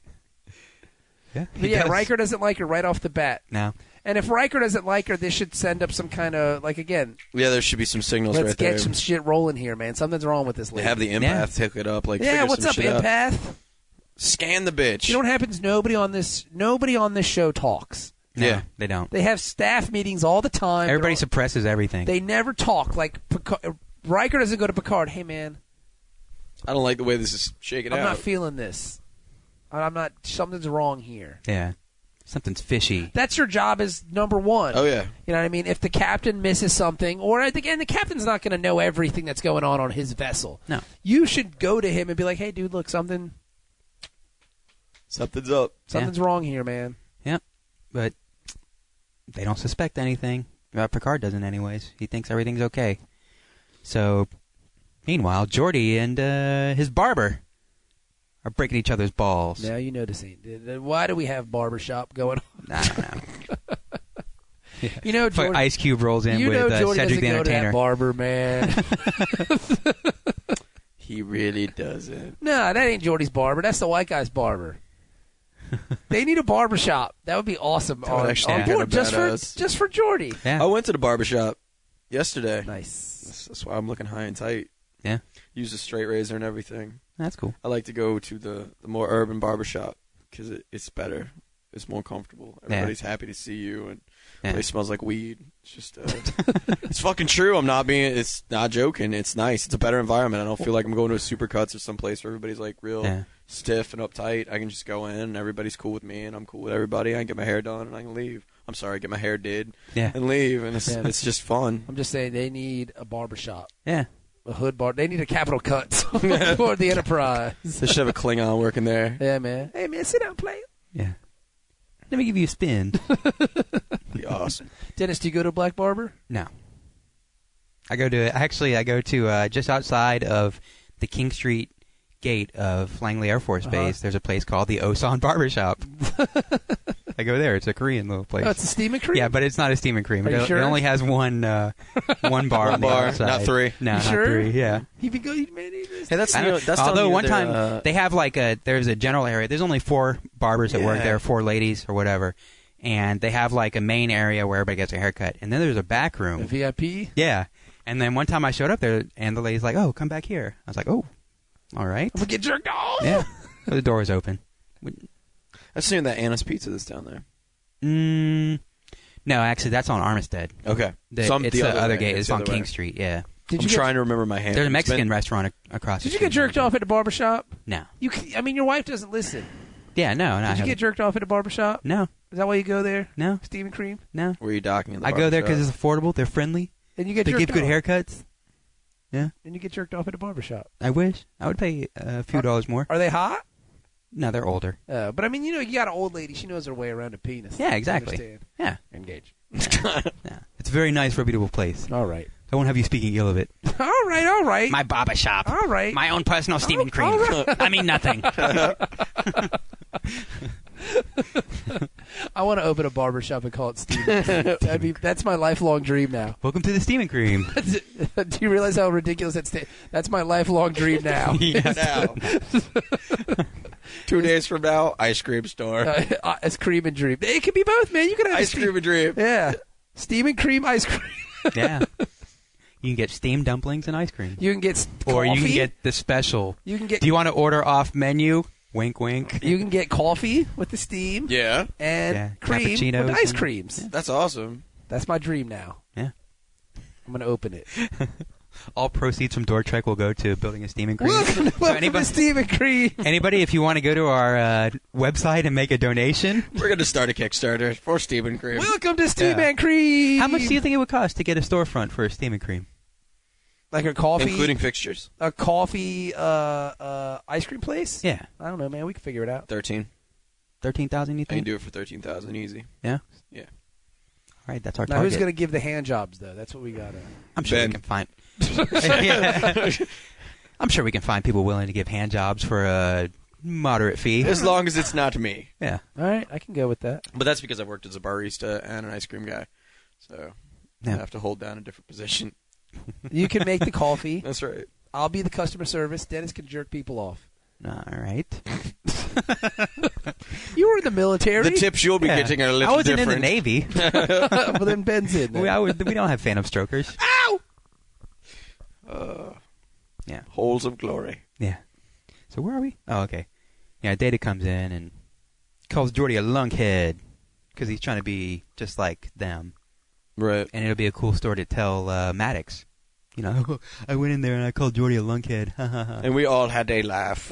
S2: Yeah,
S3: But yeah, Riker doesn't like her right off the bat.
S2: No.
S3: And if Riker doesn't like her, this should send up some kind of like again.
S4: yeah, there should be some signals
S3: Let's
S4: right
S3: get
S4: there.
S3: some shit rolling here, man. Something's wrong with this lady.
S4: Have the empath
S2: Yeah.
S4: hook it up. Like,
S3: yeah,
S4: figure
S3: what's
S4: some
S3: up,
S4: shit out.
S3: empath?
S4: Scan the bitch.
S3: You know what happens? Nobody on this nobody on this show talks.
S2: No,
S4: Yeah.
S2: They don't.
S3: They have staff meetings all the time. They're
S2: Everybody
S3: all-
S2: suppresses everything.
S3: they never talk. Like Picard, Riker doesn't go to Picard. Hey, man,
S4: I don't like the way this is shaking
S3: I'm
S4: out.
S3: not feeling this. I'm not. Something's wrong here.
S2: yeah. Something's fishy.
S3: That's your job as number one.
S4: oh yeah,
S3: You know what I mean? If the captain misses something, or I think, and the captain's not going to know everything that's going on on his vessel.
S2: No.
S3: you should go to him and be like, "Hey, dude, look, something,
S4: something's up.
S3: something's wrong here, man."
S2: Yep. But they don't suspect anything. Uh, Picard doesn't, anyways. He thinks everything's okay. So, meanwhile, Jordy and uh, his barber are breaking each other's balls.
S3: Now you know this ain't. th- Why do we have barbershop going on?
S2: I don't know.
S3: You know,
S2: Fuck,
S3: Jordan,
S2: Ice Cube rolls in
S3: you
S2: with
S3: know,
S2: uh,
S3: Jordan
S2: Cedric
S3: doesn't
S2: the
S3: go to
S2: Entertainer.
S3: that barber, man.
S4: He really doesn't.
S3: no, that ain't Jordy's barber. That's the white guy's barber. they need a barbershop. That would be awesome.
S4: would
S3: on,
S4: actually
S3: on
S4: be
S3: board
S4: kinda
S3: just for
S4: badass.
S3: just for Jordy.
S2: Yeah.
S4: I went to the barbershop yesterday.
S3: Nice.
S4: That's, that's why I'm looking high and tight.
S2: Yeah.
S4: Use a straight razor and everything.
S2: That's cool.
S4: I like to go to the, the more urban barbershop because it, it's better. It's more comfortable. Everybody's happy to see you, and
S2: Yeah.
S4: place smells like weed. It's just, uh, it's fucking true. I'm not being, it's not joking. It's nice. It's a better environment. I don't feel like I'm going to a supercuts or someplace where everybody's like real
S2: Yeah.
S4: stiff and uptight. I can just go in, and everybody's cool with me, and I'm cool with everybody. I can get my hair done, and I can leave. I'm sorry, get my hair did,
S2: Yeah.
S4: and leave, and it's
S3: Yeah.
S4: it's just fun.
S3: I'm just saying they need a barbershop.
S2: Yeah.
S3: a hood bar. They need a capital cut for the Enterprise.
S4: They should have a Klingon working there.
S3: Yeah, man. Hey, man, sit down, play.
S2: Yeah. Let me give you a spin.
S4: Be awesome.
S3: Dennis, do you go to Black Barber?
S2: No. I go to actually I go to uh, just outside of the King Street gate of Langley Air
S3: Uh-huh.
S2: Force Base. There's a place called the Osan Barbershop. I go there. It's a Korean little place.
S3: Oh, it's a steam and cream.
S2: yeah, but it's not a steam and cream.
S3: Are
S2: it,
S3: you
S2: it
S3: sure?
S2: only has one uh, one bar.
S4: One
S2: on the
S4: bar,
S2: outside.
S4: not three.
S2: No,
S3: You
S2: not
S3: sure?
S2: three. Yeah.
S3: he'd be good. Man, he'd be-
S4: Yeah, that's
S2: I don't-
S4: the, that's
S2: although
S4: the
S2: one
S4: other,
S2: time
S4: uh,
S2: they have like a there's a general area. There's only four barbers that work
S4: Yeah.
S2: there, four ladies or whatever, and they have like a main area where everybody gets a haircut, and then there's a back room.
S3: a VIP.
S2: Yeah. And then one time I showed up there, and the lady's like, "Oh, come back here." I was like, "Oh, all right."
S3: I'm gonna get jerked off.
S2: Yeah. But the door was open.
S4: I've seen that Anna's Pizza that's down there.
S2: Mm, no, actually, that's on Armistead.
S4: Okay,
S2: The,
S4: Some-
S2: it's the, other,
S4: way.
S2: gate. It's,
S4: the
S2: on
S4: other
S2: King
S4: way.
S2: Street. Yeah.
S3: Did
S4: I'm
S3: you get,
S4: trying to remember my hand.
S2: There's a
S4: It's
S2: Mexican
S4: been-
S2: restaurant ac- across. the
S3: Did you
S2: street.
S3: get jerked off at the barbershop?
S2: No.
S3: You, c- I mean, your wife doesn't listen.
S2: Yeah. No. No. I
S3: Did you
S2: haven't.
S3: get jerked off at the barbershop?
S2: no.
S3: Is that why you go there?
S2: No.
S3: Steam and cream.
S2: No.
S4: Were you docking? At the
S2: I go there
S4: barbershop?
S2: because it's affordable. They're friendly.
S3: And you get
S2: They
S3: jerked
S2: give good
S3: off.
S2: haircuts.
S3: And you get jerked off at the barbershop.
S2: I wish I would pay a few dollars more.
S3: Are they hot?
S2: No, they're older.
S3: Uh, but I mean, you know, you got an old lady. She knows her way around a penis.
S2: Yeah.
S3: I
S2: Exactly.
S3: understand.
S2: Yeah.
S3: Engage.
S2: Yeah. It's a very nice, reputable place.
S3: All right.
S2: I won't have you speaking ill of it.
S3: All right, all right.
S2: My barber shop.
S3: All right.
S2: My own personal steaming cream.
S3: all
S2: I mean nothing.
S3: I want to open a barber shop and call it Steve. That'd be, that's my lifelong dream now.
S2: Welcome to the steaming cream.
S3: Do you realize how ridiculous that's? That's my lifelong dream now.
S4: now. Two days from now, ice cream store.
S3: Uh, ice cream and dream. It could be both, man. You could have a
S4: ice
S3: ste-
S4: cream and dream.
S3: Yeah, steam and cream ice cream.
S2: yeah. You can get steamed dumplings and ice cream.
S3: You can get s-
S2: Or you
S3: coffee.
S2: can get the special.
S3: you can get
S2: Do you want to order off menu? Wink, wink.
S3: you can get coffee with the steam
S4: Yeah,
S3: and
S2: Yeah,
S3: cream with
S2: cappuccinos
S3: ice
S2: and-
S3: creams.
S4: that's awesome.
S3: That's my dream now.
S2: Yeah.
S3: I'm gonna open it.
S2: All proceeds from Door Trek will go to building a steaming cream.
S3: Welcome,
S2: So
S3: welcome to
S2: anybody,
S3: Steam and Cream.
S2: anybody, if you want to go to our uh, website and make a donation,
S4: We're gonna start a Kickstarter for Steven Cream.
S3: Welcome to Steam
S2: Yeah.
S3: and Cream.
S2: how much do you think it would cost to get a storefront for a steaming cream?
S3: like a coffee,
S4: including fixtures.
S3: a coffee uh, uh, ice cream place?
S2: Yeah,
S3: I don't know, man. We can figure it out.
S4: Thirteen.
S2: thirteen thousand. You
S4: I can
S2: think?
S4: do it for thirteen thousand easy.
S2: Yeah.
S4: Yeah.
S2: All right, that's our
S3: Now,
S2: target.
S3: who's gonna give the hand jobs though? That's what we gotta.
S2: I'm sure
S4: Ben.
S2: we can find. Yeah. I'm sure we can find people willing to give hand jobs for a moderate fee.
S4: As long as it's not me.
S2: Yeah.
S3: All right, I can go with that.
S4: But that's because I've worked as a barista and an ice cream guy, so I
S2: Yeah.
S4: have to hold down a different position.
S3: You can make the coffee.
S4: That's right.
S3: I'll be the customer service. Dennis can jerk people off.
S2: All right.
S3: You were in the military.
S4: The tips you'll be
S2: Yeah.
S4: getting are a
S2: I
S4: little
S2: wasn't
S4: different.
S2: in the Navy.
S3: well, then Ben's in.
S2: we,
S3: there.
S2: I was- we don't have phantom strokers.
S4: Holes of glory.
S2: Yeah. So where are we? Oh, okay. Yeah, Data comes in and calls Jordy a lunkhead because he's trying to be just like them,
S4: Right.
S2: and it'll be a cool story to tell uh, Maddox. You know, I went in there and I called Jordy a lunkhead. Ha, ha, ha.
S4: And we all had a laugh.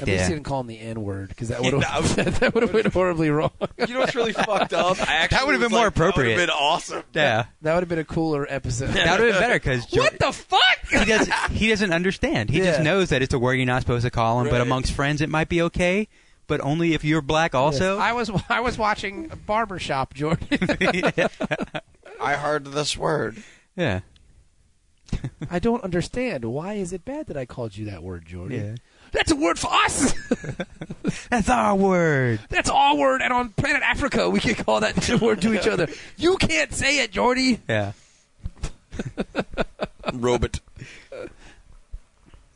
S3: At least
S2: Yeah.
S3: you didn't call him the N word because that would have that would have been horribly wrong.
S4: You know what's really fucked up? I actually
S2: That would've
S4: was
S2: been more
S4: like, that would've
S2: appropriate.
S4: been awesome.
S2: yeah,
S3: That would have been a cooler episode.
S2: that would have been better because
S3: what the fuck?
S2: he doesn't he doesn't understand. He just
S3: Yeah.
S2: knows that it's a word you're not supposed to call him, but
S4: Right.
S2: amongst friends it might be okay, but only if you're black also.
S3: I was I was watching Barbershop, Jordan.
S4: I heard this word.
S2: yeah.
S3: I don't understand. Why is it bad that I called you that word, Jordan?
S2: Yeah.
S3: That's a word for us.
S2: That's our word.
S3: That's our word, and on planet Africa, we can call that word to each other. You can't say it, Jordy.
S2: Yeah.
S4: Robot.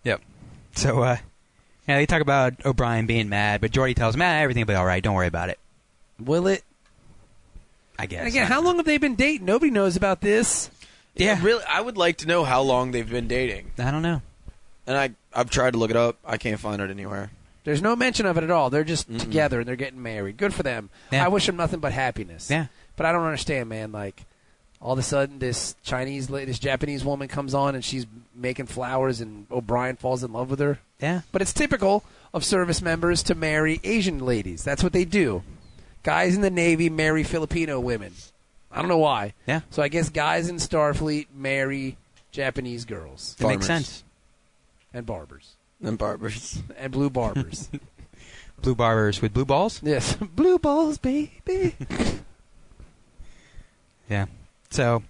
S2: Yep. So uh yeah, they talk about O'Brien being mad, but Jordy tells him, ah, everything will be all right. Don't worry about it.
S3: Will it?
S2: I guess.
S3: And again, how long have they been dating? Nobody knows about this.
S2: Yeah.
S4: Really, I would like to know how long they've been dating.
S2: I don't know.
S4: And I, I've tried to look it up. I can't find it anywhere.
S3: There's no mention of it at all. They're just together and they're getting married. Good for them.
S2: Yeah.
S3: I wish them nothing but happiness.
S2: Yeah.
S3: But I don't understand, man. Like, all of a sudden, this Chinese, la- this Japanese woman comes on and she's making flowers, and O'Brien falls in love with her.
S2: Yeah.
S3: But it's typical of service members to marry Asian ladies. That's what they do. Guys in the Navy marry Filipino women. I don't know why.
S2: Yeah.
S3: So I guess guys in Starfleet marry Japanese girls
S2: It
S4: Farmers.
S2: makes sense.
S3: and barbers
S4: And barbers.
S3: and blue barbers.
S2: Blue barbers with blue balls?
S3: yes, blue balls, baby.
S2: Yeah. So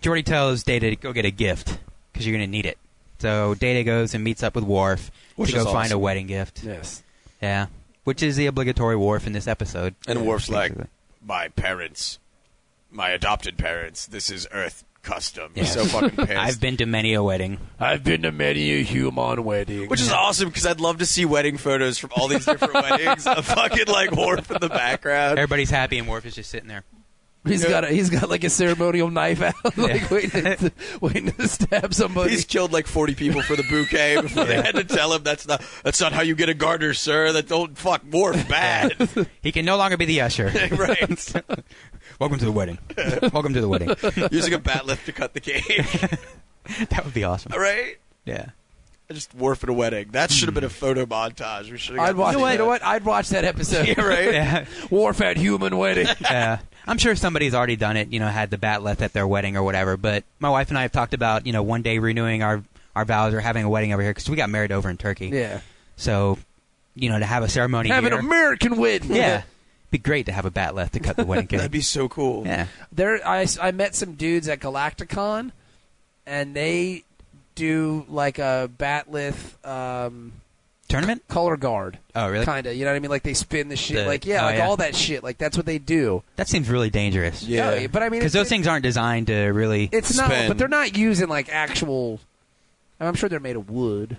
S2: Jordy tells Data to go get a gift because you're going to need it. So Data goes and meets up with Worf
S4: Which
S2: to
S4: is
S2: go find a
S4: awesome.
S2: wedding gift.
S3: yes.
S2: Yeah. Which is the obligatory Worf in this episode.
S4: And Worf's like,
S2: Basically.
S6: my parents, my adopted parents. This is Earth custom.
S2: Yeah.
S4: So fucking pissed.
S2: I've been to many a wedding.
S3: I've been to many a human wedding.
S4: Which is awesome because I'd love to see wedding photos from all these different weddings. A fucking like wharf in the background.
S2: Everybody's happy and Worf is just sitting there.
S3: He's got a, he's got like a ceremonial knife out, like
S2: Yeah.
S3: waiting, to, waiting to stab somebody.
S4: He's killed like forty people for the bouquet before they had to tell him that's not that's not how you get a garter, sir. That don't fuck wharf bad.
S2: He can no longer be the usher.
S4: right.
S2: Welcome to the wedding. Welcome to the wedding.
S4: Using a bat lift to cut the cake.
S2: that would be awesome.
S4: right?
S2: Yeah.
S4: I just wharf at a wedding. That should have been a photo montage. We should have
S3: Hmm. I'd
S4: gotten
S3: watch.
S4: to
S3: You know,
S4: see
S3: what? I'd watch that episode.
S4: that. Yeah, right.
S2: Yeah.
S3: Wharf at human wedding.
S2: Yeah. I'm sure somebody's already done it, you know, had the bat left at their wedding or whatever. But my wife and I have talked about, you know, one day renewing our, our vows or having a wedding over here because we got married over in Turkey.
S3: yeah,
S2: So, you know, to have a ceremony
S3: have an
S2: here.
S3: American wedding.
S2: yeah. Be great to have a bat left to cut the wedding cake.
S4: That'd be so cool.
S2: yeah.
S3: there. I, I met some dudes at Galacticon and they do like a batlith um,
S2: Tournament?
S3: color guard.
S2: Oh, really?
S3: Kind of, you know what I mean? Like they spin the shit,
S2: The-
S3: like yeah,
S2: oh,
S3: like
S2: yeah.
S3: all that shit. Like that's what they do.
S2: That seems really dangerous.
S4: Yeah.
S3: No, but I mean,
S2: Because
S3: it-
S2: those things aren't designed to really.
S3: It's not,
S4: Spin.
S3: but they're not using like actual. I'm sure they're made of wood,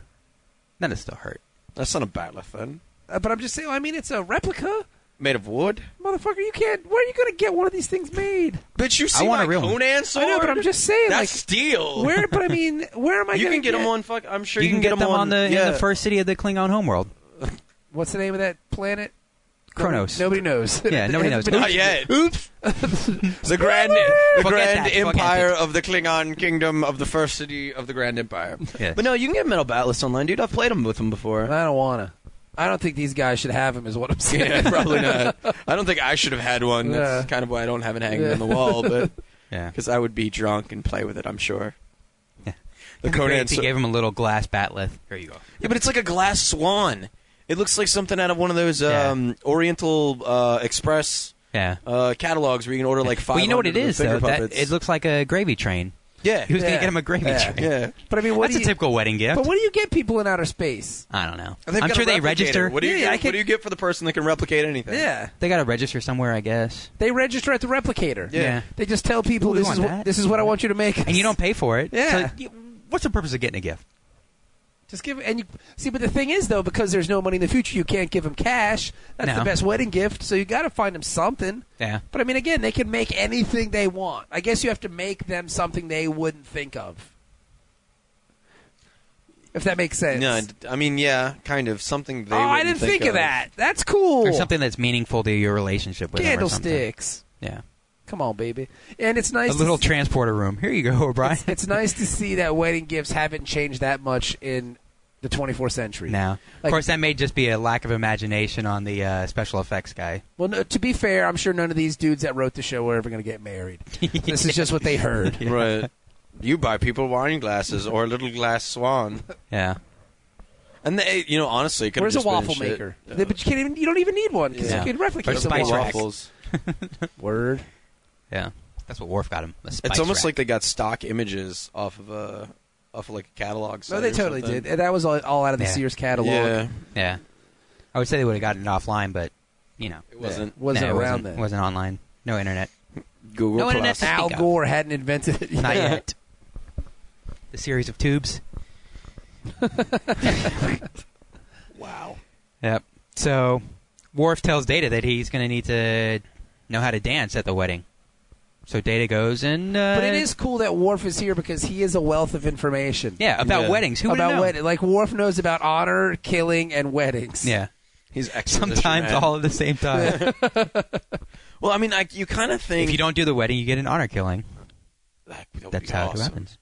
S2: That'll still hurt.
S4: That's not a batleth then.
S3: uh, but I'm just saying. I mean, it's a replica,
S4: Made of wood.
S3: motherfucker. You can't. Where are you gonna get one of these things made?
S6: Bitch, you see
S2: want
S6: my
S2: a real one.
S6: Conan sword?
S3: I know, but I'm just saying,
S6: That's
S2: Oh.
S3: like,
S6: steel.
S3: where? But I mean, where am I?
S4: You
S3: gonna
S4: can get them on fuck. I'm sure
S2: You,
S4: you,
S2: can, get, them, on, the
S4: yeah.
S2: in the first city of the Klingon homeworld.
S3: What's the name of that planet?
S2: Chronos.
S3: Nobody knows.
S2: Yeah, nobody knows.
S6: Not yet. Oops. the grand, the
S2: Forget
S6: grand
S2: that, forget
S6: empire
S2: it.
S6: of the Klingon kingdom of the first city of the Grand Empire.
S2: Yeah.
S4: But no, you can get metal batleths online, dude. I've played them with them before.
S3: I don't wanna. I don't think these guys should have him. Is what I'm saying.
S4: yeah, probably not. I don't think I should have had one. That's
S3: Yeah.
S4: kind of why I don't have it hanging
S3: Yeah.
S4: on the wall, but
S2: Yeah.
S4: because I would be drunk and play with it. I'm sure.
S6: The
S2: It'd be great
S6: Conan
S2: if He
S6: sword.
S2: gave him a little glass batleth. Here you go.
S4: Yeah, but it's like a glass swan. It looks like something out of one of those
S2: Yeah.
S4: um, Oriental uh, Express
S2: Yeah.
S4: uh, catalogs where you can order like five.
S2: Well, you know what it is though. That,
S4: puppets.
S2: it looks like a gravy train.
S4: yeah,
S2: Who's gonna
S3: Yeah.
S2: get him a gravy
S3: Yeah.
S2: train?
S4: yeah.
S3: But I mean, what
S2: That's
S3: do
S2: a
S3: you,
S2: typical wedding gift.
S3: But what do you get people in outer space?
S2: I don't know.
S4: They've
S2: I'm
S4: got
S2: sure
S4: a
S2: they
S4: replicator.
S2: register.
S4: What do you
S3: Yeah,
S4: get?
S3: I could-
S4: What do you get for the person that can replicate anything?
S3: Yeah,
S2: They got to register somewhere, I guess.
S3: they register at the replicator.
S4: Yeah.
S2: Yeah.
S3: They just tell people
S2: Ooh, we
S3: this is
S2: want
S3: what,
S2: that.
S3: this is what I want you to make.
S2: And you don't pay for it.
S3: Yeah.
S2: So, y- what's the purpose of getting a gift?
S3: just give and you see. But the thing is, though, because there's no money in the future, you can't give them cash. That's
S2: No.
S3: the best wedding gift. So you got to find them something.
S2: Yeah.
S3: But I mean, again, they can make anything they want. I guess you have to make them something they wouldn't think of. If that makes sense.
S4: No, d- I mean, yeah, kind of something. They
S3: oh, I
S4: wouldn't
S3: didn't
S4: think,
S3: think, of. that. That's cool.
S2: Or something that's meaningful to your relationship with them or something.
S3: Candlesticks.
S2: Yeah.
S3: Come on, baby. And it's nice.
S2: A little
S3: to see,
S2: transporter room. Here you go, O'Brien.
S3: it's, it's nice to see that wedding gifts haven't changed that much in the 24th century.
S2: now, of
S3: Like-
S2: course, that may just be a lack of imagination on the uh, special effects guy.
S3: Well, no, to be fair, I'm sure none of these dudes that wrote the show were ever going to get married. this is just what they heard.
S4: Right. You buy people wine glasses or a little glass swan,
S2: Yeah.
S4: and they, you know, honestly, it could
S3: Where's a
S4: have just been
S3: waffle
S4: shit.
S3: maker? They- But you can't even. You don't even need one because
S2: Yeah.
S3: you can
S2: Or
S3: replicate the
S2: spice
S3: waffle.
S2: rack.
S4: waffles.
S3: Word.
S2: Yeah. That's what Worf got him. a
S4: It's
S2: spice
S4: almost
S2: rack.
S4: like they got stock images off of a off of like a catalog.
S3: No,
S4: site
S3: they
S4: or
S3: totally
S4: something.
S3: did. And that was all, all out of the
S2: Yeah.
S3: Sears catalog.
S4: Yeah,
S2: Yeah. I would say they would have gotten it offline, but, you know.
S4: it wasn't
S3: Wasn't
S2: Nah, it
S3: around
S2: wasn't,
S3: then.
S2: wasn't online. No internet.
S4: Google
S2: No internet
S4: Plus.
S2: to
S3: Al
S2: speak of.
S3: Gore hadn't invented it.
S2: Not yet. The series of tubes.
S4: Wow.
S2: Yep. So, Worf tells Data that he's going to need to know how to dance at the wedding. So Data goes and. Uh,
S3: But it is cool that Worf is here because he is a wealth of information.
S2: Yeah, about
S4: Yeah.
S2: weddings. Who would've
S3: about
S2: known?
S3: wedding, like Worf knows about honor, killing, and weddings.
S2: Yeah.
S4: He's exposition
S2: Sometimes
S4: man.
S2: all at the same time.
S4: Well, I mean, like you kind of think
S2: if you don't do the wedding, you get an honor killing.
S4: Like, that would
S2: That's
S4: be
S2: how
S4: awesome.
S2: it happens.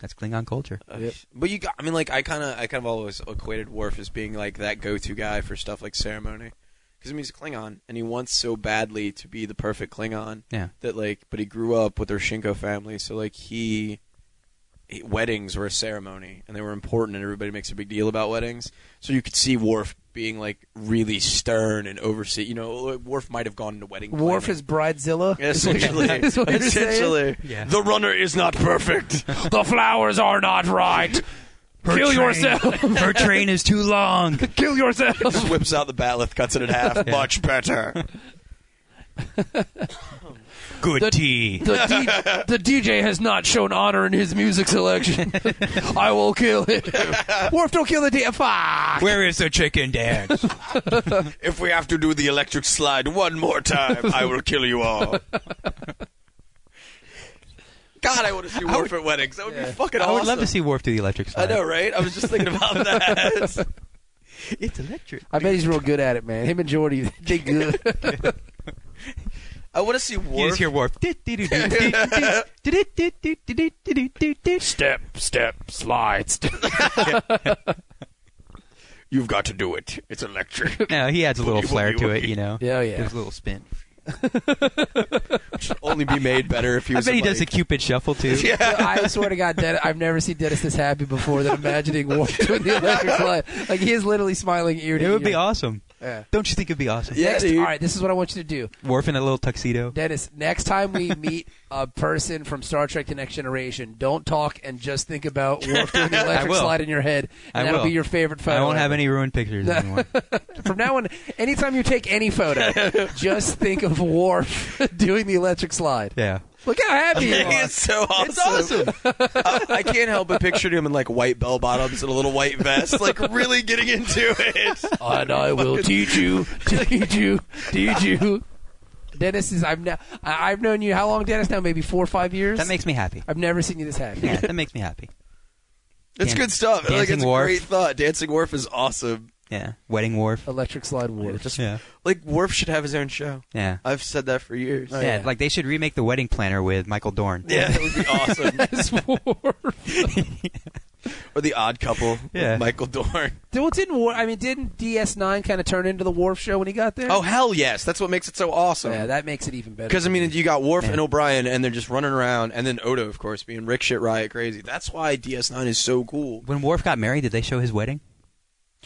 S2: That's Klingon culture.
S3: Yep.
S4: But you, got, I mean, like I kind of, I kind of always equated Worf as being like that go-to guy for stuff like ceremony, because I mean he's a Klingon and he wants so badly to be the perfect Klingon
S2: Yeah.
S4: that like, but he grew up with their Shinko family, so like he, he- weddings were a ceremony and they were important, and everybody makes a big deal about weddings. So you could see Worf being like really stern and oversee. You know, like, Worf might have gone into wedding.
S3: Worf
S4: planning.
S3: is bridezilla. is what-
S4: Essentially,
S3: is what you're saying?
S4: essentially,
S2: Yeah.
S4: the runner is not perfect.
S3: the flowers are not right. Kill yourself.
S2: Her train is too long.
S3: Kill yourself.
S4: just whips out the batleth, cuts it in half.
S6: Much better.
S2: Good tea.
S3: The, D- the DJ has not shown honor in his music selection. I will kill him. Worf, don't kill the DJ. Fuck.
S2: Where is the chicken dance?
S6: If we have to do the electric slide one more time, I will kill you all. God, I want to see Worf at weddings. That would be fucking
S2: I
S6: awesome.
S2: would love to see Worf do the electric
S6: I
S2: slide.
S6: know, right? I was just thinking about that.
S2: It's electric.
S3: I bet he's real good at it, man. Him and Jordy, they good.
S4: I want to see
S2: You just
S4: Worf.
S2: hear Worf.
S6: step, step, slide, step. You've got to do it. It's electric.
S2: No, he adds a little flair to it, you know.
S3: Yeah, oh, yeah.
S2: Gives a little spin.
S4: only be made better if he
S2: I
S4: was.
S2: bet he
S4: like,
S2: does the Cupid shuffle too.
S3: I swear to God, Den- I've never seen Dennis this happy before than imagining Worf doing the electric slide. Like he is literally smiling ear to
S2: It would be
S3: ear.
S2: awesome.
S3: Yeah.
S2: Don't you think it'd be awesome?
S4: Yeah,
S3: Next,
S4: dude.
S3: all right, this is what I want you to do.
S2: Worf in a little tuxedo.
S3: Dennis, next time we meet a person from Star Trek The Next Generation, don't talk and just think about Worf doing the electric
S2: will.
S3: slide in your head. And
S2: I
S3: that'll
S2: will.
S3: be your favorite photo.
S2: I won't have
S3: ever.
S2: any ruined pictures anymore.
S3: From now on, anytime you take any photo, just think of Worf doing the electric slide.
S2: yeah.
S3: Look how happy you are.
S6: it's so awesome.
S4: awesome. I, I can't help but picture him in like white bell bottoms and a little white vest, like really getting into it.
S3: and I will teach you, teach you, teach you. Dennis is I've now I- I've known you how long, Dennis? Now maybe four or five years.
S2: That makes me happy.
S3: I've never seen you this happy.
S2: Yeah, that makes me happy.
S4: It's
S2: Dan-
S4: good stuff.
S2: Dancing
S4: like, it's
S2: Wharf.
S4: a great thought. Dancing Wharf is awesome.
S2: Yeah. Wedding Wharf.
S3: Electric slide Worf.
S4: Just
S2: Yeah.
S4: like Wharf should have his own show.
S2: Yeah.
S4: I've said that for years.
S2: Oh, yeah. Like they should remake the wedding planner with Michael Dorn.
S4: Yeah, that would be awesome.
S3: That's Worf.
S4: or the Odd Couple. with
S2: Yeah.
S4: Michael Dorn.
S3: Dude, well, didn't Worf, I mean didn't DS9 kind of turn into the Worf show when he got there?
S4: Oh hell yes! That's what makes it so awesome.
S3: yeah, that makes it even better.
S4: Because I mean, you got Worf and O'Brien, and they're just running around, and then Odo, of course, being Rick shit riot crazy. That's why DS9 is so cool.
S2: When Worf got married, did they show his wedding?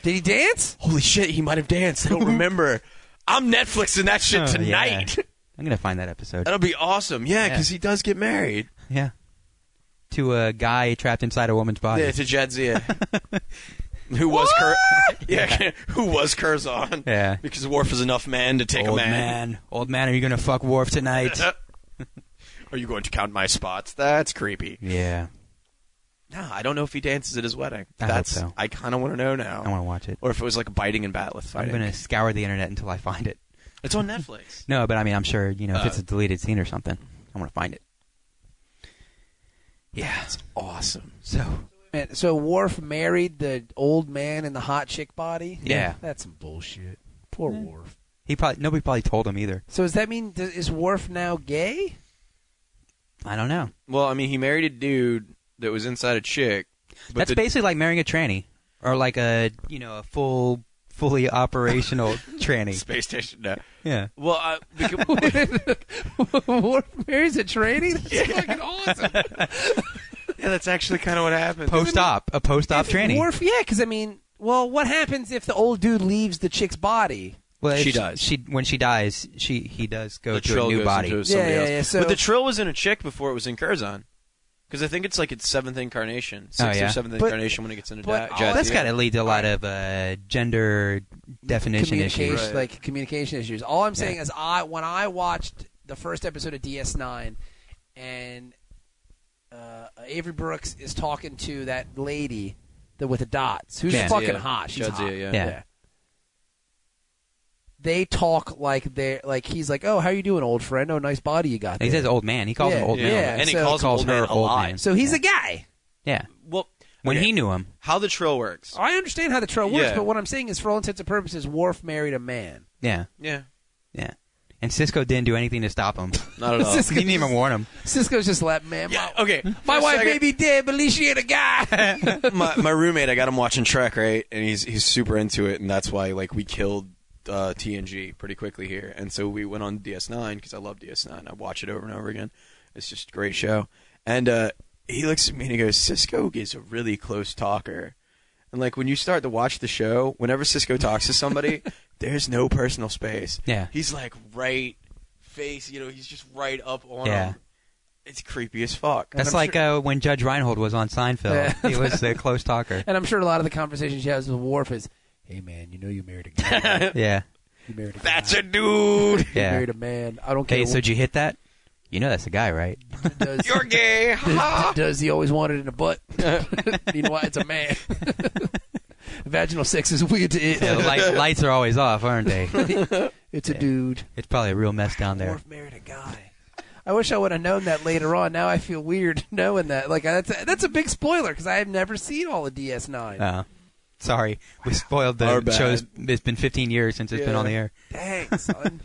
S3: did he dance?
S4: Holy shit, he might have danced. I don't remember. I'm Netflixing that shit
S2: Oh,
S4: tonight.
S2: yeah. I'm gonna find that episode.
S4: That'll be awesome. Yeah,
S3: Yeah.
S4: because he does get married.
S2: Yeah. To a guy trapped inside a woman's body.
S4: Yeah, to Jadzia. who was Kur- yeah, who was Curzon?
S2: Yeah.
S4: because Worf is enough man to take
S2: Old
S4: a man.
S2: Old man, are you gonna fuck Worf tonight?
S4: Are you going to count my spots? That's creepy.
S2: yeah.
S4: No, I don't know if he dances at his wedding.
S2: I hope
S4: That's
S2: so.
S4: I kind of want to know now.
S2: I want to watch it.
S4: or if it was like biting and battle with
S2: I'm
S4: fighting.
S2: gonna scour the internet until I find it.
S4: It's on Netflix.
S2: No, but I mean, I'm sure you know if
S4: Uh,
S2: it's a deleted scene or something, I'm gonna find it. Yeah.
S4: awesome.
S2: So
S3: Man, so Worf married the old man in the hot chick body.
S2: Yeah.
S3: that's some bullshit. Poor Worf.
S2: he probably nobody probably told him either.
S3: So does that mean does, is Worf now gay?
S2: I don't know.
S4: Well, I mean, he married a dude that was inside a chick. But
S2: That's
S4: the-
S2: basically like marrying a tranny or like a you know a full fully operational tranny.
S6: Space station. No.
S2: Yeah.
S4: Well, I, because,
S3: Worf marries a tranny. That's fucking awesome.
S4: yeah, that's actually kind of what happened.
S2: Post op, a post op
S3: If
S2: tranny.
S3: Worf, yeah, because I mean, well, what happens if the old dude leaves the chick's body?
S2: Well, if
S4: She does.
S2: She when she dies, she he does go
S4: the
S2: to
S4: trill
S2: a new
S4: goes
S2: body.
S4: into somebody
S3: Yeah, yeah,
S4: else.
S3: yeah, so-
S4: But the trill was in a chick before it was in Curzon. Because I think it's like its seventh incarnation, sixth
S2: yeah.
S4: or seventh
S3: But-
S4: incarnation when it gets into
S3: but
S4: Jadzia.
S3: all-
S2: That's got to lead to a lot of uh, gender definition
S3: communication,
S2: issues.
S4: Right.
S3: like communication issues. All I'm saying is, I when I watched the first episode of DS9, and uh, Avery Brooks is talking to that lady that with the dots, who's
S2: Yeah.
S3: fucking
S4: Yeah.
S3: hot. She's
S4: Jadzia,
S3: hot.
S4: yeah.
S2: Yeah.
S3: They talk like they're like he's like, oh, how you doing, old friend? Oh, nice body you got.
S2: He
S3: there."
S2: says old man. He calls
S3: Yeah.
S2: him old
S4: yeah.
S2: man.
S3: Yeah,
S4: and he
S3: so-
S4: calls,
S2: Calls
S4: old
S2: her
S4: man
S2: old
S4: a lie.
S2: man.
S3: so he's a guy.
S2: Yeah.
S4: Well,
S2: When
S4: okay,
S2: he knew him.
S4: how the trill works.
S3: I understand how the trail works,
S4: Yeah.
S3: but what I'm saying is, for all intents and purposes, Worf married a man.
S2: Yeah.
S4: Yeah,
S2: Yeah. And Cisco didn't do anything to stop him.
S4: not at all.
S2: he didn't even warn him.
S3: Cisco's just like, man,
S4: yeah,
S3: my,
S4: okay.
S3: my
S4: For a
S3: wife
S4: second-
S3: may be dead, but at least she ain't a guy.
S4: my, my roommate, I got him watching Trek, right? And he's he's super into it, and that's why like we killed uh, TNG pretty quickly here, and so we went on DS9 because I love DS9. I watch it over and over again. It's just a great show. And uh, he looks at me and he goes, "Cisco is a really close talker." And like when you start to watch the show, whenever Cisco talks to somebody, there's no personal space.
S2: Yeah.
S4: he's like right face, you know, he's just right up on
S2: Yeah.
S4: him. It's creepy as fuck.
S2: That's
S3: I'm
S2: like uh, when Judge Reinhold was on Seinfeld. He was a close talker.
S3: and I'm sure a lot of the conversations she has with Worf is, hey, man, you know you married a guy. right?
S2: Yeah.
S3: You married a guy.
S6: That's a dude.
S3: You
S2: Yeah.
S3: married a man. I don't care.
S2: Hey, so did you hit that? You know that's the guy, right?
S3: what does,
S6: You're gay.
S3: does, does he always want it in the butt? you know why? It's a man. Vaginal sex is weird to it.
S2: Yeah, the light, lights are always off, aren't they?
S3: it's a dude.
S2: It's probably a real mess down there.
S3: Worf married a guy. I wish I would have known that later on. Now I feel weird knowing that. Like that's a, that's a big spoiler because I have never seen all of DS9.
S2: Uh, sorry, we spoiled the
S4: Our bad.
S2: show. It's been 15 years since it's been
S4: Yeah.
S2: on the air.
S3: Dang, son.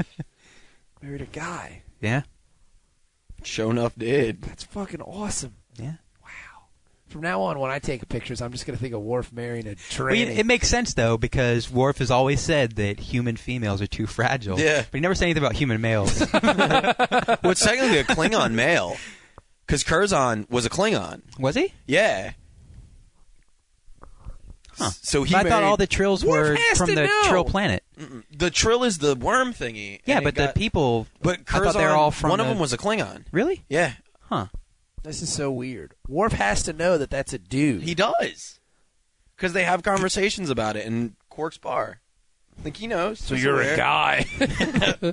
S3: married a guy.
S2: Yeah,
S4: Show enough did.
S3: That's fucking awesome.
S2: yeah.
S3: Wow. From now on, when I take pictures, I'm just gonna think of Worf marrying a
S2: Well,
S3: tranny.
S2: it, it makes sense though because Worf has always said that human females are too fragile.
S4: Yeah.
S2: but he never said anything about human males.
S4: Well, it's technically a Klingon male, because Curzon was a Klingon.
S2: Was he?
S4: Yeah.
S6: So he
S2: But I thought
S6: married-
S2: all the trills
S3: Worf
S2: were
S3: has
S2: from
S3: to
S2: the
S3: know.
S2: Trill planet.
S6: the trill is the worm thingy.
S2: Yeah,
S6: and
S2: but
S6: it got-
S2: the people.
S6: But
S2: I thought they were
S6: Curzon-
S2: all from
S6: one of
S2: the-
S6: them was a Klingon.
S2: Really?
S6: Yeah,
S2: Huh.
S3: This is so weird. Worf has to know that that's a dude.
S6: he does.
S4: because they have conversations about it in Quark's bar. I think he knows.
S3: so you're a guy.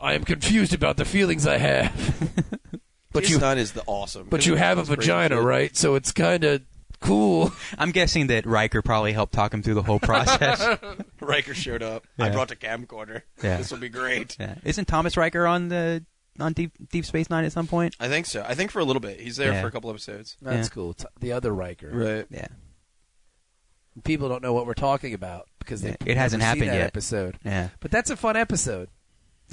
S3: I am confused about the feelings I have.
S4: But
S6: But
S4: you
S6: you is the awesome.
S3: But you have a vagina, right? So it's kind of cool.
S2: I'm guessing that Riker probably helped talk him through the whole process.
S6: Riker showed up. I
S2: Yeah.
S6: brought the camcorder.
S2: Yeah.
S6: This will be great.
S2: yeah. Isn't Thomas Riker on the on Deep Deep Space Nine at some point?
S6: I think so. I think for a little bit. He's there
S2: Yeah.
S6: for a couple episodes.
S3: That's
S2: Yeah.
S3: cool. It's the other Riker.
S4: right.
S2: Yeah.
S3: People don't know what we're talking about because they
S2: Yeah, it hasn't
S3: never see
S2: happened
S3: that
S2: yet.
S3: Episode,
S2: Yeah.
S3: but that's a fun episode.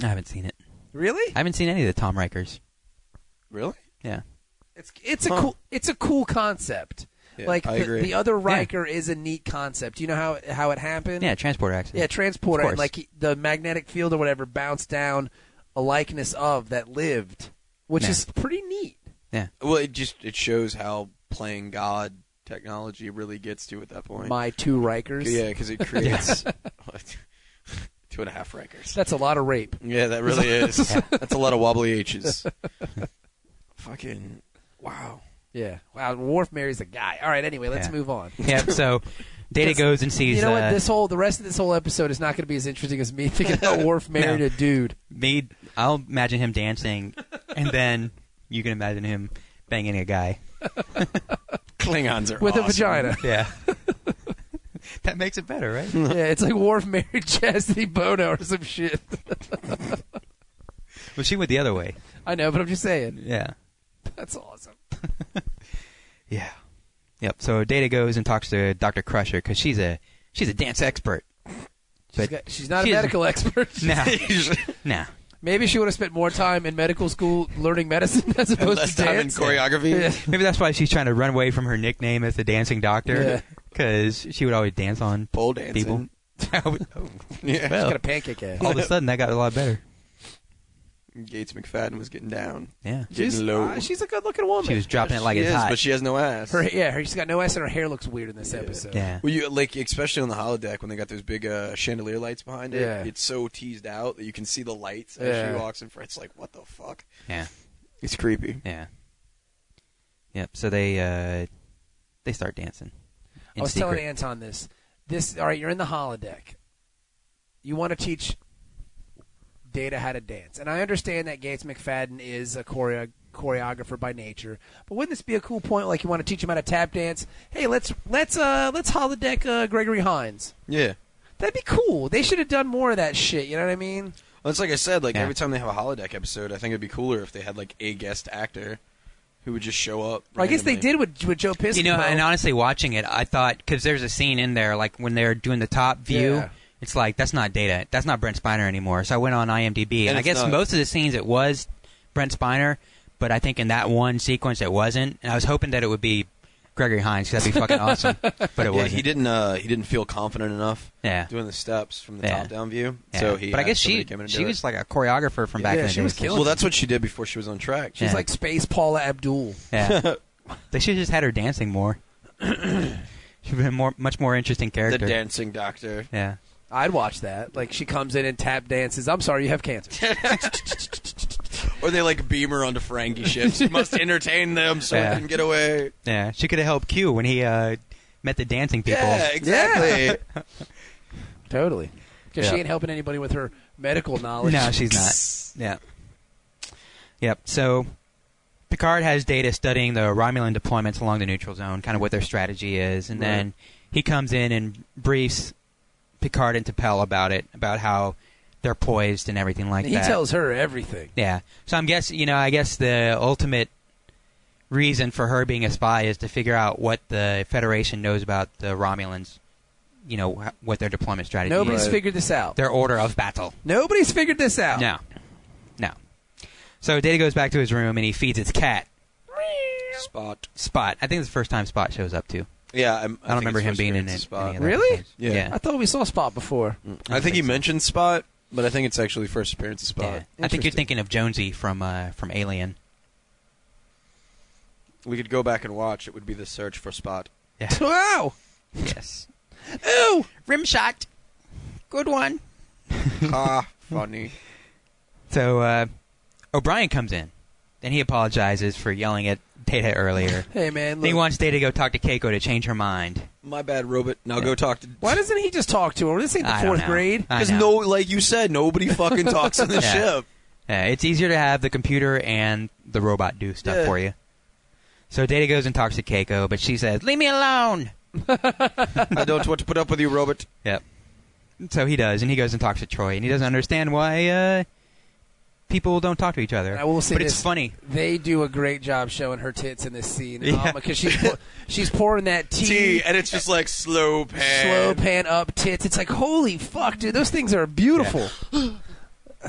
S2: I haven't seen it.
S3: Really?
S2: I haven't seen any of the Tom Rikers.
S4: Really?
S2: Yeah.
S3: It's it's a
S4: Huh.
S3: cool it's a cool concept.
S4: Yeah,
S3: like
S4: I
S3: the,
S4: agree.
S3: the other Riker is a neat concept. You know how how it happened?
S2: Yeah. Transporter accident.
S3: Yeah, transporter
S2: Of
S3: and
S2: course.
S3: like he- the magnetic field or whatever bounced down a likeness of that lived, which
S2: Yeah.
S3: is pretty neat.
S4: Well, it just it shows how playing God technology really gets to at that point.
S3: My two Rikers.
S4: yeah, because it creates what, two and a half rankers.
S3: That's a lot of rape.
S4: Yeah, that really is. That's a lot of wobbly H's. Fucking wow.
S3: Yeah. Wow, Worf marries a guy. All right, anyway, let's
S2: Yeah.
S3: move on.
S2: Yeah. So Data
S3: That's-
S2: goes and sees
S3: you know
S2: uh,
S3: what? This whole the rest of this whole episode is not going to be as interesting as me thinking about Worf married
S2: No.
S3: a dude.
S2: me. I'll imagine him dancing, and then you can imagine him banging a guy.
S4: Klingons are
S3: With a
S4: awesome.
S3: vagina.
S2: Yeah. that makes it better, right?
S3: yeah, it's like Worf married Chastity Bono or some shit.
S2: Well, she went the other way.
S3: I know, but I'm just saying.
S2: Yeah.
S3: That's awesome.
S2: Yeah. Yep. So Data goes and talks to Dr. Crusher because she's a she's a dance expert.
S3: She's,
S2: But-
S3: got, she's not
S2: she
S3: a
S2: is-
S3: medical expert.
S2: Nah. nah.
S3: Maybe she would have spent more time in medical school learning medicine as opposed
S4: Less
S3: to
S4: time in
S3: dance.
S4: choreography.
S3: Yeah.
S2: Maybe that's why she's trying to run away from her nickname as the dancing
S3: Yeah.
S2: doctor because she would always dance on
S4: Pole dancing.
S2: people.
S4: Yeah.
S3: She's got a pancake ass.
S2: All of a sudden, that got a lot better.
S4: Gates McFadden was getting down.
S2: Yeah.
S4: Getting low.
S3: uh, she's a good-looking woman.
S2: She was dropping it like
S4: she
S2: it's
S4: is,
S2: hot.
S4: but she has no ass.
S3: her, yeah, her, she's got no ass and her hair looks weird in this episode.
S2: yeah.
S4: Well, you like especially on the holodeck when they got those big uh, chandelier lights behind it.
S3: Yeah.
S4: It's so teased out that you can see the lights as
S3: Yeah.
S4: she walks in front. It's like what the fuck.
S2: Yeah.
S4: It's creepy.
S2: Yeah. Yep. So they uh, they start dancing. in
S3: I was telling
S2: secret.
S3: Anton this. This all right, you're in the holodeck. You want to teach Data how to dance, and I understand that Gates McFadden is a choreo- choreographer by nature. But wouldn't this be a cool point? Like you want to teach him how to tap dance? Hey, let's let's uh let's holodeck uh, Gregory Hines.
S4: Yeah.
S3: That'd be cool. They should have done more of that shit. You know what I mean?
S4: Well, it's like I said. Like
S2: Yeah.
S4: every time they have a holodeck episode, I think it'd be cooler if they had like a guest actor who would just show up.
S3: Well, I guess they
S4: randomly.
S3: did with with Joe Piscopo.
S2: You know, and honestly, watching it, I thought because there's a scene in there like when they're doing the top view.
S3: Yeah.
S2: It's like that's not data. That's not Brent Spiner anymore. So I went on IMDb, and,
S4: And
S2: I
S4: it's
S2: guess
S4: not.
S2: most of the scenes it was Brent Spiner, but I think in that one sequence it wasn't. And I was hoping that it would be Gregory Hines. 'cause that'd be fucking awesome. But it
S4: Yeah,
S2: wasn't.
S4: he didn't. Uh, he didn't feel confident enough
S2: Yeah.
S4: doing the steps from the
S2: Yeah.
S4: top down view.
S2: Yeah.
S4: So he.
S2: but I
S4: had
S2: guess she
S4: somebody come in and
S2: she
S4: do
S2: was
S4: it.
S2: like a choreographer from back
S3: Yeah,
S2: in the
S3: she
S2: day.
S3: was
S2: so-
S3: killing
S4: Well, that's what she did before she was on track. She
S3: She's
S2: Yeah.
S3: like space Paula Abdul.
S2: Yeah. they should have just had her dancing more. She'd been more, much more interesting
S4: was
S2: character.
S4: the dancing doctor.
S2: Yeah.
S3: I'd watch that. Like she comes in and tap dances. I'm sorry, you have cancer.
S4: Or they like beam her onto Ferengi ships. Must entertain them so
S2: Yeah.
S4: they can get away.
S2: Yeah. She could have helped Q when he uh, met the dancing people.
S4: Yeah, exactly.
S3: Totally. Because she
S2: Yeah.
S3: ain't helping anybody with her medical knowledge.
S2: No, she's not. Yeah. Yep. So Picard has data studying the Romulan deployments along the neutral zone, kind of what their strategy is, and then he comes in and briefs Picard and T'Pel about it, about how they're poised and everything like
S3: he
S2: that.
S3: tells her everything.
S2: Yeah. So I'm guess you know, I guess the ultimate reason for her being a spy is to figure out what the Federation knows about the Romulans, you know, wh- what their deployment strategy
S3: Nobody's
S2: is.
S3: figured this out.
S2: their order of battle.
S3: Nobody's figured this out.
S2: No. No. So Data goes back to his room and he feeds its cat,
S4: Spot.
S2: Spot. I think it's the first time Spot shows up too.
S4: Yeah, I'm,
S2: I, don't
S4: think
S2: remember
S4: it's
S2: him
S4: supposed
S2: being
S4: to
S2: in
S4: be
S2: it.
S4: Spot.
S2: any other
S3: Really?
S2: episodes.
S4: Yeah.
S2: yeah.
S3: I thought we saw Spot before.
S2: Mm.
S4: I think he mentioned Spot, but I think it's actually first appearance of
S2: Yeah.
S4: Spot.
S2: I think you're thinking of Jonesy from uh, from Alien.
S4: we could go back and watch. It would be the search for Spot.
S2: Yeah.
S3: Wow.
S2: Yes. Ooh, rim shot. Good one.
S4: ah, funny.
S2: So uh, O'Brien comes in, and he apologizes for yelling at Data earlier.
S3: Hey man,
S2: Then he
S3: look,
S2: wants Data to go talk to Keiko to change her mind.
S4: My bad, Robot. Now go talk to.
S3: why doesn't he just talk to him? This ain't the
S2: I don't
S3: fourth
S2: know.
S3: grade.
S2: I
S4: Because
S2: know.
S4: no, like you said, nobody fucking talks on the
S2: Yeah.
S4: ship.
S2: Yeah, Uh, it's easier to have the computer and the robot do stuff
S4: Yeah.
S2: for you. So Data goes and talks to Keiko, but she says, "Leave me alone."
S4: I don't want to put up with you, Robot.
S2: Yep. So he does, and he goes and talks to Troy, and he doesn't understand why uh, people don't talk to each other.
S3: I will say
S2: but it's
S3: this.
S2: funny.
S3: They do a great job showing her tits in this scene because
S2: Yeah.
S3: she's pour- she's pouring that
S6: Tea, and it's just like slow pan.
S3: slow pan up tits. It's like holy fuck, dude. Those things are beautiful. They're-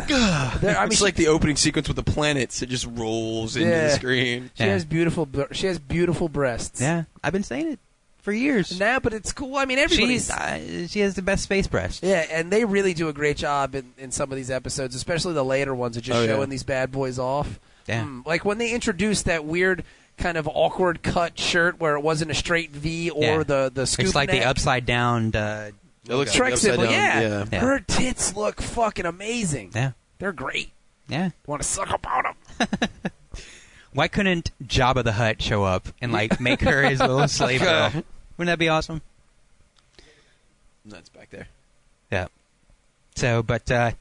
S3: I mean,
S4: it's
S3: she,
S4: like the opening sequence with the planets. It just rolls into
S3: Yeah.
S4: the screen.
S3: she
S2: Yeah.
S3: has beautiful. br- She has beautiful breasts.
S2: Yeah, I've been saying it for years.
S3: Now, but it's cool. I mean, everybody's.
S2: She's uh, she has the best space breast.
S3: Yeah, and they really do a great job in, in some of these episodes, especially the later ones of just
S4: Oh, yeah.
S3: showing these bad boys off.
S2: Yeah.
S3: Mm, like when they introduced that weird kind of awkward cut shirt where it wasn't a straight V or
S2: Yeah.
S3: the the scoop.
S2: It's like the upside down. Uh,
S4: It looks
S3: Trek symbol. Yeah.
S2: Yeah.
S3: her tits look fucking amazing.
S2: yeah,
S3: They're great.
S2: yeah.
S3: Want to suck about them?
S2: Why couldn't Jabba the Hutt show up and like make her his little slave girl? Wouldn't that be awesome?
S4: That's back there.
S2: Yeah. So, but uh,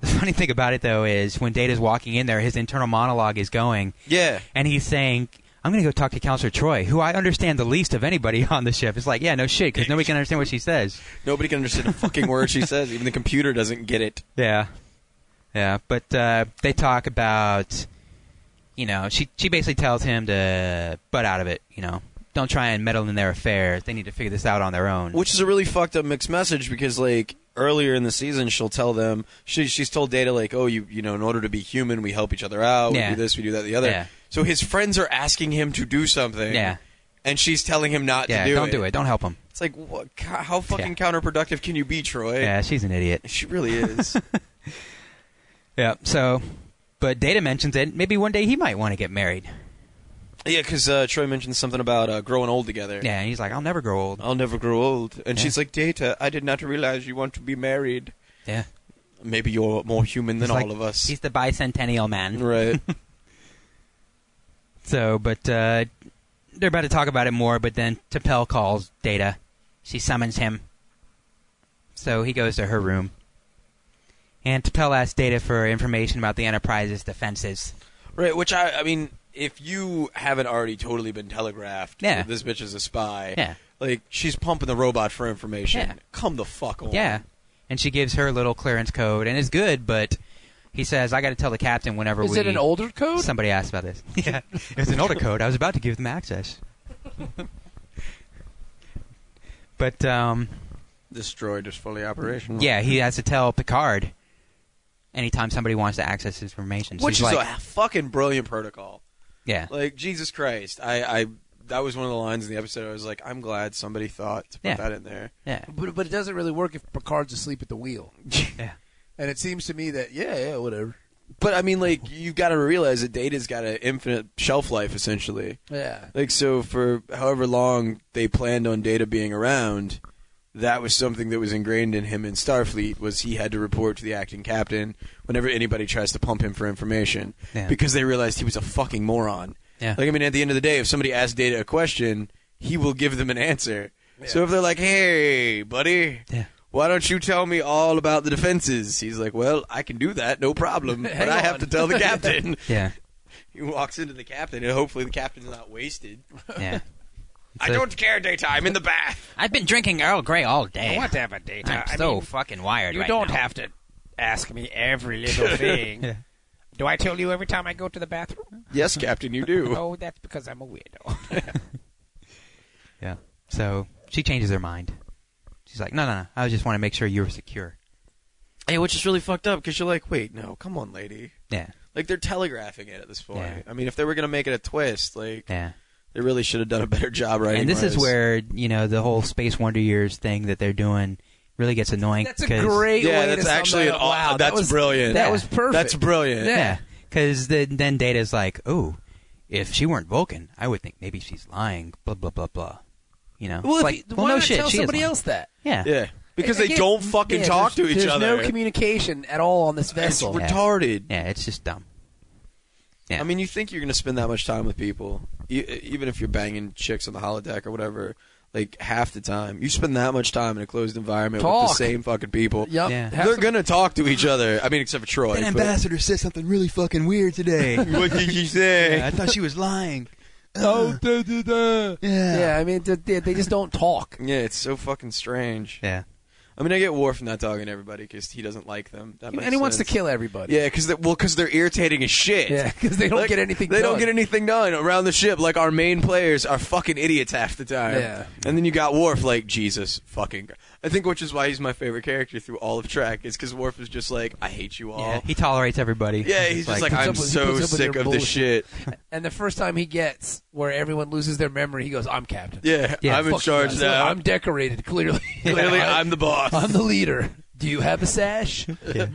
S2: the funny thing about it though is when Data's walking in there, his internal monologue is going,
S4: Yeah.
S2: and he's saying, "I'm going to go talk to Counselor Troy, who I understand the least of anybody on the ship." It's like, yeah, no shit, because nobody can understand what she says.
S4: Nobody can understand a fucking word she says. Even the computer doesn't get it.
S2: Yeah, yeah. But uh, they talk about, you know, she she basically tells him to butt out of it. You know, don't try and meddle in their affairs. They need to figure this out on their own.
S4: Which is a really fucked up mixed message because like earlier in the season she'll tell them she she's told Data like, Oh, you you know, in order to be human we help each other out,
S2: Yeah.
S4: we do this, we do that, the other.
S2: Yeah.
S4: So his friends are asking him to do something.
S2: Yeah.
S4: And she's telling him not
S2: yeah,
S4: to do
S2: not
S4: it.
S2: do it. Don't help him.
S4: It's like what, how fucking counterproductive can you be, Troy?
S2: Yeah, she's an idiot.
S4: She really is.
S2: Yeah. So, but Data mentions it. Maybe one day he might want to get married.
S4: yeah, because uh, Troy mentioned something about uh, growing old together.
S2: Yeah. And he's like, I'll never grow old.
S4: I'll never grow old. And
S2: Yeah.
S4: she's like, Data, I did not realize you want to be married.
S2: Yeah.
S4: Maybe you're more human than
S2: He's like-
S4: all of us.
S2: He's the bicentennial man.
S4: Right.
S2: So, but uh, they're about to talk about it more. But then Tapel calls Data. She summons him. So he goes to her room. And Tapel asks Data for information about the Enterprise's defenses.
S4: right, which I, I mean, if you haven't already totally been telegraphed,
S2: Yeah.
S4: that this bitch is a spy.
S2: Yeah.
S4: Like, she's pumping the robot for information.
S2: Yeah.
S4: Come the fuck on.
S2: Yeah. And she gives her little clearance code, and it's good, but he says, I got to tell the captain whenever
S3: Is
S2: we.
S3: it an older code?
S2: Somebody asked about this. Yeah, it was an older code. I was about to give them access. but um,
S4: This droid is fully operational.
S2: yeah, he has to tell Picard anytime somebody wants to access his information. So
S4: Which is
S2: he's like,
S4: a fucking brilliant protocol.
S2: yeah,
S4: Like, Jesus Christ. I, I, that was one of the lines in the episode. I was like, I'm glad somebody thought to put
S2: Yeah.
S4: that in there.
S2: yeah,
S3: But, but it doesn't really work if Picard's asleep at the wheel.
S2: yeah,
S3: And it seems to me that yeah, yeah, whatever.
S4: But I mean, like, you got to realize that data's got an infinite shelf life, essentially.
S3: Yeah.
S4: Like, so for however long they planned on data being around, that was something that was ingrained in him in Starfleet was he had to report to the acting captain whenever anybody tries to pump him for information
S2: Yeah.
S4: because they realized he was a fucking moron.
S2: Yeah.
S4: Like, I mean, at the end of the day, if somebody asks data a question, he will give them an answer. So if they're like, "Hey, buddy."
S2: Yeah.
S4: Why don't you tell me all about the defenses? He's like, Well, I can do that, no problem. But I have to tell the captain.
S2: yeah,
S4: He walks into the captain, and hopefully the captain's not wasted.
S2: yeah.
S6: I
S2: So-
S6: don't care, Data. I'm in the bath.
S2: I've been drinking Earl Grey all day.
S3: Whatever, Data.
S2: Eh. I'm
S3: I
S2: so
S3: mean,
S2: fucking wired.
S3: you
S2: right
S3: don't
S2: now.
S3: have to ask me every little thing.
S2: Yeah.
S3: Do I tell you every time I go to the bathroom?
S4: Yes, captain, you do.
S3: Oh, that's because I'm a weirdo.
S2: Yeah. So she changes her mind. She's like, no, no, no. I just want to make sure you were secure.
S4: hey, which is really fucked up because you're like, Wait, no, come on, lady.
S2: Yeah,
S4: Like they're telegraphing it at this point.
S2: Yeah.
S4: I mean, if they were gonna make it a twist, like
S2: yeah.
S4: they really should have done a better job writing.
S2: and this is
S4: wise.
S2: where you know the whole space wonder years thing that they're doing really gets annoying.
S3: That's a
S2: 'cause-
S3: great
S4: yeah,
S3: way
S4: that's
S3: to sum
S4: actually
S3: that
S4: an
S3: up.
S4: aw-
S3: wow,
S4: that's
S3: that was,
S4: brilliant.
S3: That
S2: Yeah.
S3: was perfect.
S4: That's brilliant.
S2: yeah, because then Data's like, oh, if she weren't Vulcan, I would think maybe she's lying. Blah blah blah blah. You know,
S3: Well, if
S2: like,
S3: you,
S2: well,
S3: why
S2: no
S3: not
S2: shit.
S3: tell
S2: she is
S3: somebody
S2: lying.
S3: else that?
S2: Yeah.
S4: Yeah, because
S3: I
S4: they
S3: can't-
S4: don't fucking
S3: yeah,
S4: talk to
S3: there's-
S4: each
S3: there's
S4: other.
S3: no communication at all on this
S4: it's
S3: vessel.
S2: Yeah.
S4: retarded.
S2: Yeah, it's just dumb. Yeah.
S4: I mean, you think you're going to spend that much time with people, e- even if you're banging chicks on the holodeck or whatever. Like half the time, you spend that much time in a closed environment with
S3: Talk.
S4: the same fucking people.
S3: Yep.
S2: Yeah.
S3: Have
S4: They're
S3: some-
S4: gonna talk to each other. I mean, except for Troy. but-
S2: said something really fucking weird today.
S4: what did you say?
S2: I thought she was lying.
S3: Yeah, I mean, they, they just don't talk.
S4: Yeah, it's so fucking strange.
S2: Yeah.
S4: I mean, I get Worf not talking to everybody because he doesn't like them. That
S3: And
S4: makes
S3: he wants to
S4: sense.
S3: kill everybody.
S4: Yeah, because well, because they're irritating as shit.
S3: Yeah, 'cause they don't
S4: Like,
S3: get anything
S4: They don't
S3: done.
S4: get anything done around the ship. Like our main players are fucking idiots half the time.
S3: Yeah.
S4: And then you got Worf, like Jesus fucking. Christ. I think which is why he's my favorite character through all of Trek is because Worf is just like, I hate you all.
S2: Yeah, he tolerates everybody.
S4: Yeah, he's just like,
S3: puts
S4: I'm
S3: up with- he
S4: so
S3: puts up with
S4: sick
S3: their
S4: of this shit.
S3: And the first time he gets where everyone loses their memory, he goes, "I'm captain.
S4: Yeah,
S2: Yeah,
S4: I'm in
S3: Fuck you
S4: charge
S3: guys.
S4: now.
S3: I'm decorated. Clearly,
S4: Clearly, I'm the boss.
S3: I'm the leader. Do you have a sash?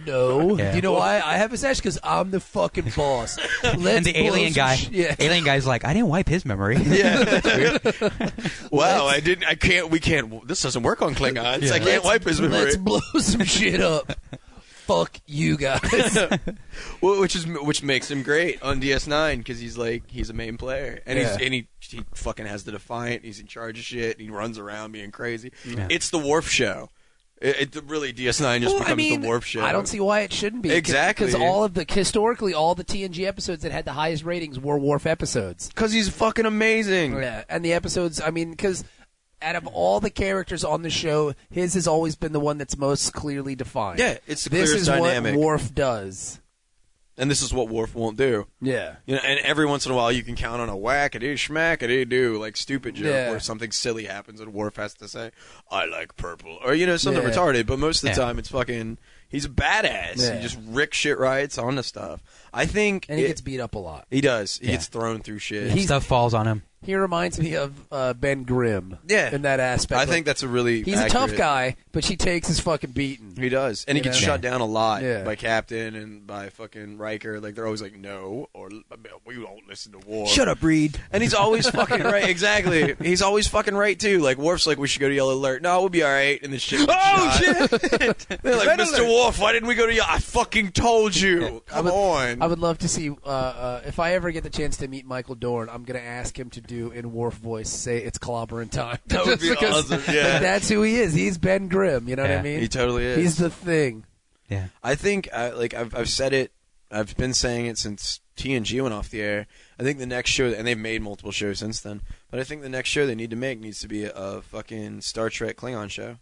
S3: No.
S2: Yeah.
S3: Do you know why I have a sash? Because I'm the fucking boss. Let's
S2: and the
S3: blow
S2: alien
S3: some
S2: guy,
S3: sh- yeah.
S2: alien guy's like, I didn't wipe his memory.
S4: wow, I didn't. I can't. We can't. This doesn't work on Klingons. I can't
S3: Let's-
S4: wipe his memory.
S3: Let's blow some shit up. Fuck you guys.
S4: Well, which is which makes him great on DS9 because he's like he's a main player and he's
S3: Yeah.
S4: and he he fucking has the defiant. He's in charge of shit. He runs around being crazy. It's the Wharf show. It, it really DS9 just
S3: Well,
S4: becomes
S3: I mean,
S4: the Wharf show.
S3: I don't see why it shouldn't be.
S4: Exactly.
S3: Because all of the historically, all the TNG episodes that had the highest ratings were Worf episodes.
S4: because he's fucking amazing.
S3: Yeah, and the episodes. I mean, because out of all the characters on the show, his has always been the one that's most clearly defined.
S4: Yeah, it's the
S3: this
S4: clearest
S3: is
S4: dynamic.
S3: what Worf does.
S4: And this is what Wharf won't do.
S3: Yeah.
S4: You know, and every once in a while you can count on a whackity schmackity do like stupid joke
S3: Yeah.
S4: where something silly happens and Worf has to say, "I like purple," or you know something
S3: Yeah.
S4: retarded. But most of the
S2: Yeah.
S4: time it's fucking. He's a badass.
S3: Yeah.
S4: He just rick shit riots on the stuff. I think
S3: And he
S4: it-
S3: gets beat up a lot.
S4: He does. He
S2: Yeah.
S4: gets thrown through shit.
S3: He's-
S2: Stuff falls on him.
S3: He reminds me of uh, Ben Grimm.
S4: Yeah.
S3: In that aspect,
S4: I
S3: Like,
S4: think that's a really.
S3: he's a tough
S4: accurate-
S3: guy, but she takes his fucking beating.
S4: He does, and he
S3: You
S4: gets
S3: know?
S4: shut down a lot
S3: Yeah.
S4: by Captain and by fucking Riker. Like they're always like, "No," or "We won't listen to war."
S2: up, Reed.
S4: And he's always fucking right. Exactly. He's always fucking right too. Like Worf's like, we should go to Yellow Alert. No, we'll be all right. And the shit. Oh shit! They're like, Mr. Worf, why didn't we go to Yellow? I fucking told you. Come on.
S3: I would love to see uh, uh, if I ever get the chance to meet Michael Dorn. I'm going to ask him to do in Worf voice, say it's clobbering time.
S4: That would
S3: Just
S4: be
S3: because,
S4: awesome, yeah.
S3: like, that's who he is. He's Ben Grimm. You know what I
S2: Yeah,
S3: mean?
S4: he totally is.
S3: He's the thing.
S2: Yeah.
S4: I think I, like I've I've said it. I've been saying it since TNG went off the air. I think the next show, and they've made multiple shows since then, but I think the next show they need to make needs to be a, a fucking Star Trek Klingon show.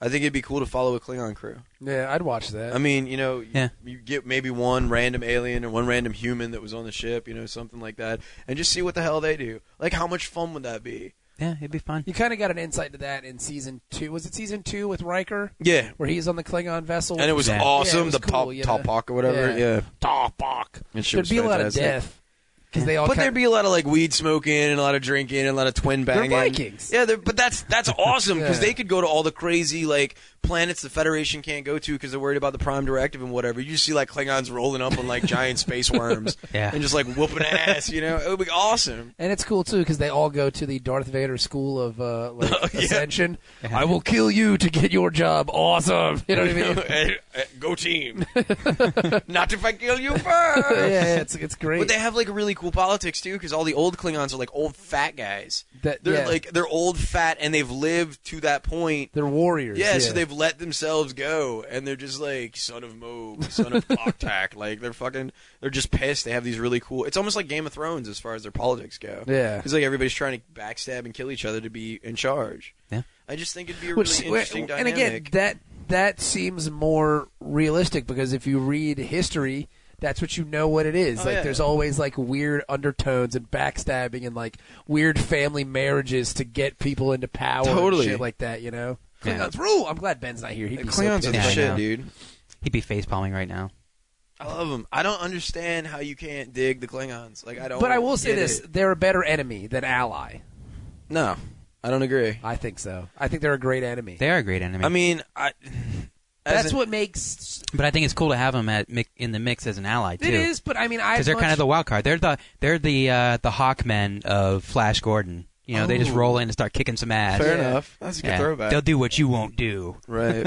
S4: I think it'd be cool to follow a Klingon crew.
S3: Yeah, I'd watch that.
S4: I mean, you know, you-
S2: Yeah.
S4: you get maybe one random alien or one random human that was on the ship, you know, something like that, and just see what the hell they do. Like, how much fun would that be?
S2: Yeah, it'd be fun.
S3: you kind of got an insight to that in season two. Was it season two with Riker,
S4: Yeah.
S3: where he's on the Klingon vessel?
S4: And it was
S2: Yeah.
S4: awesome.
S3: Yeah, it was
S4: the
S3: cool,
S4: pop,
S3: you know?
S4: Talpak or whatever.
S3: Yeah.
S4: Yeah.
S3: Tarpak.
S4: That shit
S3: There'd
S4: was
S3: be a lot of
S4: fantastic.
S3: death because they all.
S4: But
S3: kinda-
S4: there'd be a lot of like weed smoking and a lot of drinking and a lot of twin banging.
S3: Vikings.
S4: Yeah, they're, but that's that's awesome because
S3: Yeah.
S4: they could go to all the crazy like planets the Federation can't go to because they're worried about the Prime Directive and whatever. You just see like Klingons rolling up on like giant space worms
S2: Yeah.
S4: and just like whooping ass. You know, it would be awesome.
S3: And it's cool too because they all go to the Darth Vader school of uh, like ascension. I will kill you to get your job. Awesome. You know what I mean? yeah,
S4: Eh, eh, go team! Not if I kill you first.
S3: yeah, it's it's great.
S4: But they have like really cool politics too, because all the old Klingons are like old fat guys.
S3: That-
S4: they're
S3: yeah.
S4: like they're old fat, and they've lived to that point
S3: They're warriors.
S4: Yeah, so they've let themselves go, and they're just like son of Moog, son of Octak. Like they're fucking, they're just pissed. They have these really cool. It's almost like Game of Thrones as far as their politics go.
S3: Yeah.
S4: it's like everybody's trying to backstab and kill each other to be in charge.
S2: Yeah.
S4: I just think it'd be a
S3: Which-
S4: really interesting
S3: and
S4: dynamic.
S3: again, that that seems more realistic because if you read history, that's what you know what it is.
S4: Oh,
S3: like
S4: yeah.
S3: there's always like weird undertones and backstabbing and like weird family marriages to get people into power
S4: Totally.
S3: and shit like that, you know.
S2: Yeah.
S3: Klingons rule. I'm glad Ben's not here. He'd
S4: The
S3: be so
S4: Klingons
S3: pissed.
S4: are the
S2: Yeah, I
S4: shit,
S2: know.
S4: dude.
S2: He'd be face palming right now.
S4: I love them. I don't understand how you can't dig the Klingons. Like I don't.
S2: Oh,
S3: But I will say
S4: get
S3: this:
S4: it.
S3: they're a better enemy than ally.
S4: No, I don't agree.
S3: I think so. I think they're a great enemy.
S2: They are a great enemy.
S4: I mean, I. as
S3: That's
S4: an-
S3: what makes
S2: but I think it's cool to have them at mi- in the mix as an ally too.
S3: it is. But I mean, I
S2: because they're kind of the wild card. They're the they're the uh, the Hawkmen of Flash Gordon. You know, they just roll in and start kicking some ass.
S4: Fair enough. That's a good
S2: Yeah.
S4: throwback.
S2: They'll do what you won't do.
S4: right.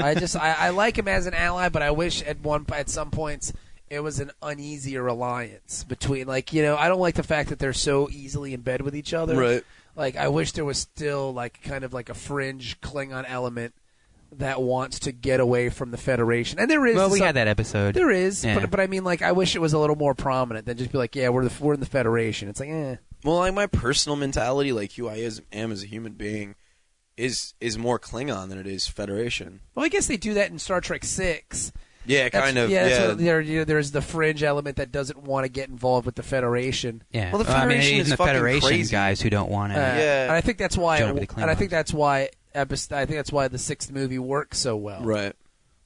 S3: I just I, I like him as an ally, but I wish at one at some points it was an uneasier alliance between like you know I don't like the fact that they're so easily in bed with each other.
S4: Right.
S3: Like I wish there was still like kind of like a fringe Klingon element that wants to get away from the Federation, and there is.
S2: Well,
S3: to
S2: we
S3: some-
S2: had that episode.
S3: There is,
S2: Yeah.
S3: but but I mean like I wish it was a little more prominent than just be like yeah we're the we're in the Federation. It's like eh.
S4: Well, like my personal mentality, like who I is, am as a human being, is is more Klingon than it is Federation.
S3: Well, I guess they do that in Star Trek Six.
S4: Yeah,
S3: That's-
S4: kind of.
S3: Yeah,
S4: Yeah.
S3: that's what- there, you know, there's the fringe element that doesn't want to get involved with the Federation.
S2: Yeah.
S4: Well, the
S2: I mean,
S4: Federation
S2: even
S4: is
S2: the
S4: fucking
S2: Federation
S4: crazy.
S2: guys who don't want
S3: Uh,
S2: to.
S4: Yeah.
S3: and I think that's why.
S2: Join with the
S3: and I think
S2: Klingons.
S3: that's why. Epis, I think that's why the sixth movie works so well.
S4: Right.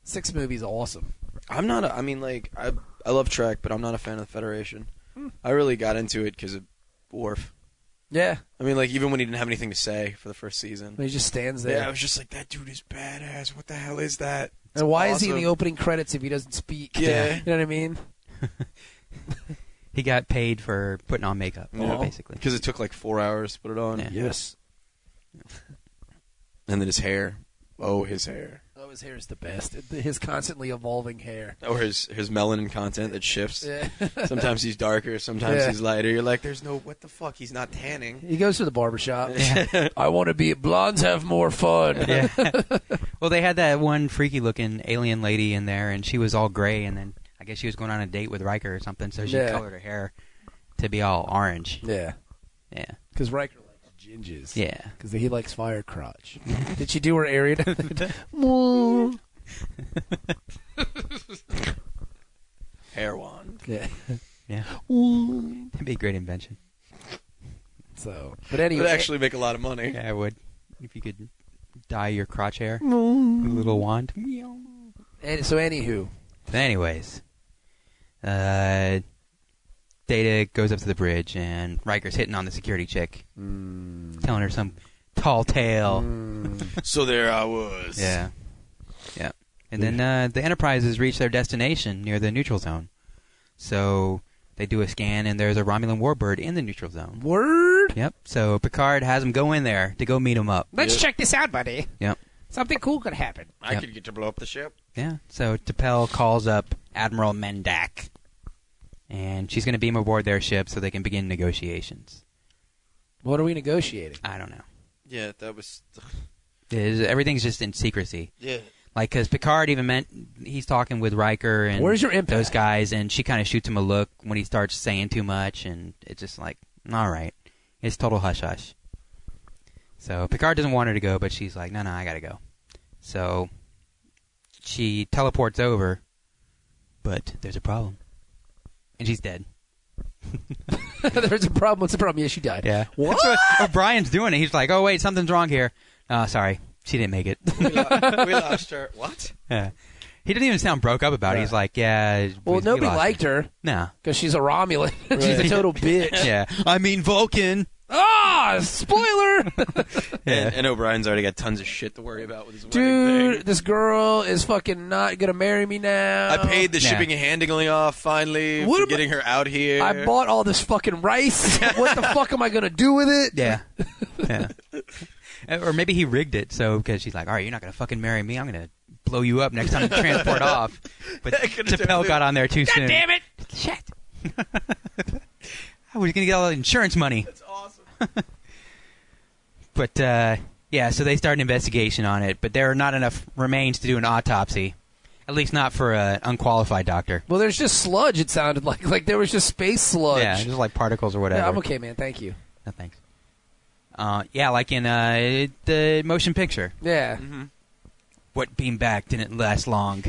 S3: Sixth movie's awesome.
S4: I'm not. A, I mean, like I I love Trek, but I'm not a fan of the Federation.
S3: Hmm.
S4: I really got into it because of Worf.
S3: Yeah,
S4: I mean, like even when he didn't have anything to say for the first season.
S3: he just stands there.
S4: Yeah, I was just like, that dude is badass. What the hell is that?
S3: and why is he in the
S4: Awesome.
S3: opening credits if he doesn't speak?
S4: Yeah.
S3: you know what I mean.
S2: He got paid for putting on makeup, basically.
S4: Because it took like four hours to put it on.
S2: Yeah.
S3: Yes.
S4: And then his hair. Oh, his hair.
S3: Oh, his hair is the best. His constantly evolving hair.
S4: Or his his melanin content that shifts.
S3: Yeah.
S4: Sometimes he's darker, sometimes
S3: Yeah.
S4: he's lighter. You're like, there's no what the fuck. He's not tanning.
S3: He goes to the barbershop. I want to be blondes have more fun.
S2: Well, they had that one freaky looking alien lady in there, and she was all gray, and then I guess she was going on a date with Riker or something, so she
S3: Yeah.
S2: colored her hair to be all orange.
S3: Yeah,
S2: Yeah.
S3: because Riker likes ginges.
S2: Yeah.
S3: Because he likes fire crotch. Did she do her area? Moo.
S4: Hair wand.
S3: yeah.
S2: Yeah.
S3: Moo.
S2: That'd be a great invention.
S3: So, but
S4: It
S3: anyway,
S4: would actually make a lot of money.
S2: Yeah, I would. If you could dye your crotch hair with a little wand.
S3: and, so anywho,
S2: But anyways, uh, Data goes up to the bridge, and Riker's hitting on the security chick, telling her some tall tale.
S6: so there I was.
S2: Yeah, yeah. And then uh, the Enterprises reach their destination near the neutral zone. So they do a scan, and there's a Romulan warbird in the neutral zone.
S3: word.
S2: Yep. So Picard has him go in there to go meet him up.
S3: Let's check this out, buddy.
S2: Yep.
S3: Something cool could happen.
S6: I
S2: Yep.
S6: could get to blow up the ship.
S2: Yeah. So T'Pel calls up Admiral Mendak, and she's going to beam aboard their ship so they can begin negotiations.
S3: What are we negotiating?
S2: I don't know.
S4: Yeah, that was.
S2: It is- everything's just in secrecy.
S4: Yeah.
S2: Like, because Picard even meant he's talking with Riker and
S3: Where's your impact?
S2: those guys, and she kind of shoots him a look when he starts saying too much, and it's just like, all right, it's total hush hush. So Picard doesn't want her to go, but she's like, no, no, I gotta go. So she teleports over, but there's a problem, and she's dead.
S3: There's a problem. What's the problem? Yeah, she died.
S2: Yeah. What? O'Brien's doing it. He's like, oh wait, something's wrong here. Oh, sorry, she didn't make it.
S4: We, lo- we lost her. What?
S2: Yeah. He didn't even sound broke up about it. He's like, yeah. we-
S3: Well,
S2: we
S3: nobody
S2: lost
S3: liked
S2: it.
S3: her
S2: No.
S3: because she's a Romulan. she's a total bitch.
S2: Yeah. I mean Vulcan.
S3: Ah, spoiler.
S4: And, and O'Brien's already got tons of shit to worry about with his wedding
S3: Dude,
S4: thing.
S3: this girl is fucking not gonna marry me now.
S4: I paid the
S2: Yeah.
S4: shipping and handling off finally
S3: uh, What
S4: for
S3: about-
S4: getting her out here.
S3: I bought all this fucking rice. what the fuck am I gonna do with it?
S2: Yeah. yeah. Or maybe he rigged it so because she's like, all right, you're not gonna fucking marry me. I'm gonna blow you up next time you transport off. But Chappelle got on there too soon.
S3: Damn it!
S2: Shit. I was gonna get all the insurance money. That's awesome. but uh, yeah, so they start an investigation on it, but there are not enough remains to do an autopsy. At least not for an unqualified doctor.
S3: Well, there's just sludge. It sounded like like there was just space sludge.
S2: Yeah, just like particles or whatever.
S3: Yeah, I'm okay, man. Thank you.
S2: No thanks. Uh, yeah, like in uh, the motion picture.
S3: Yeah,
S2: What beam back didn't last long.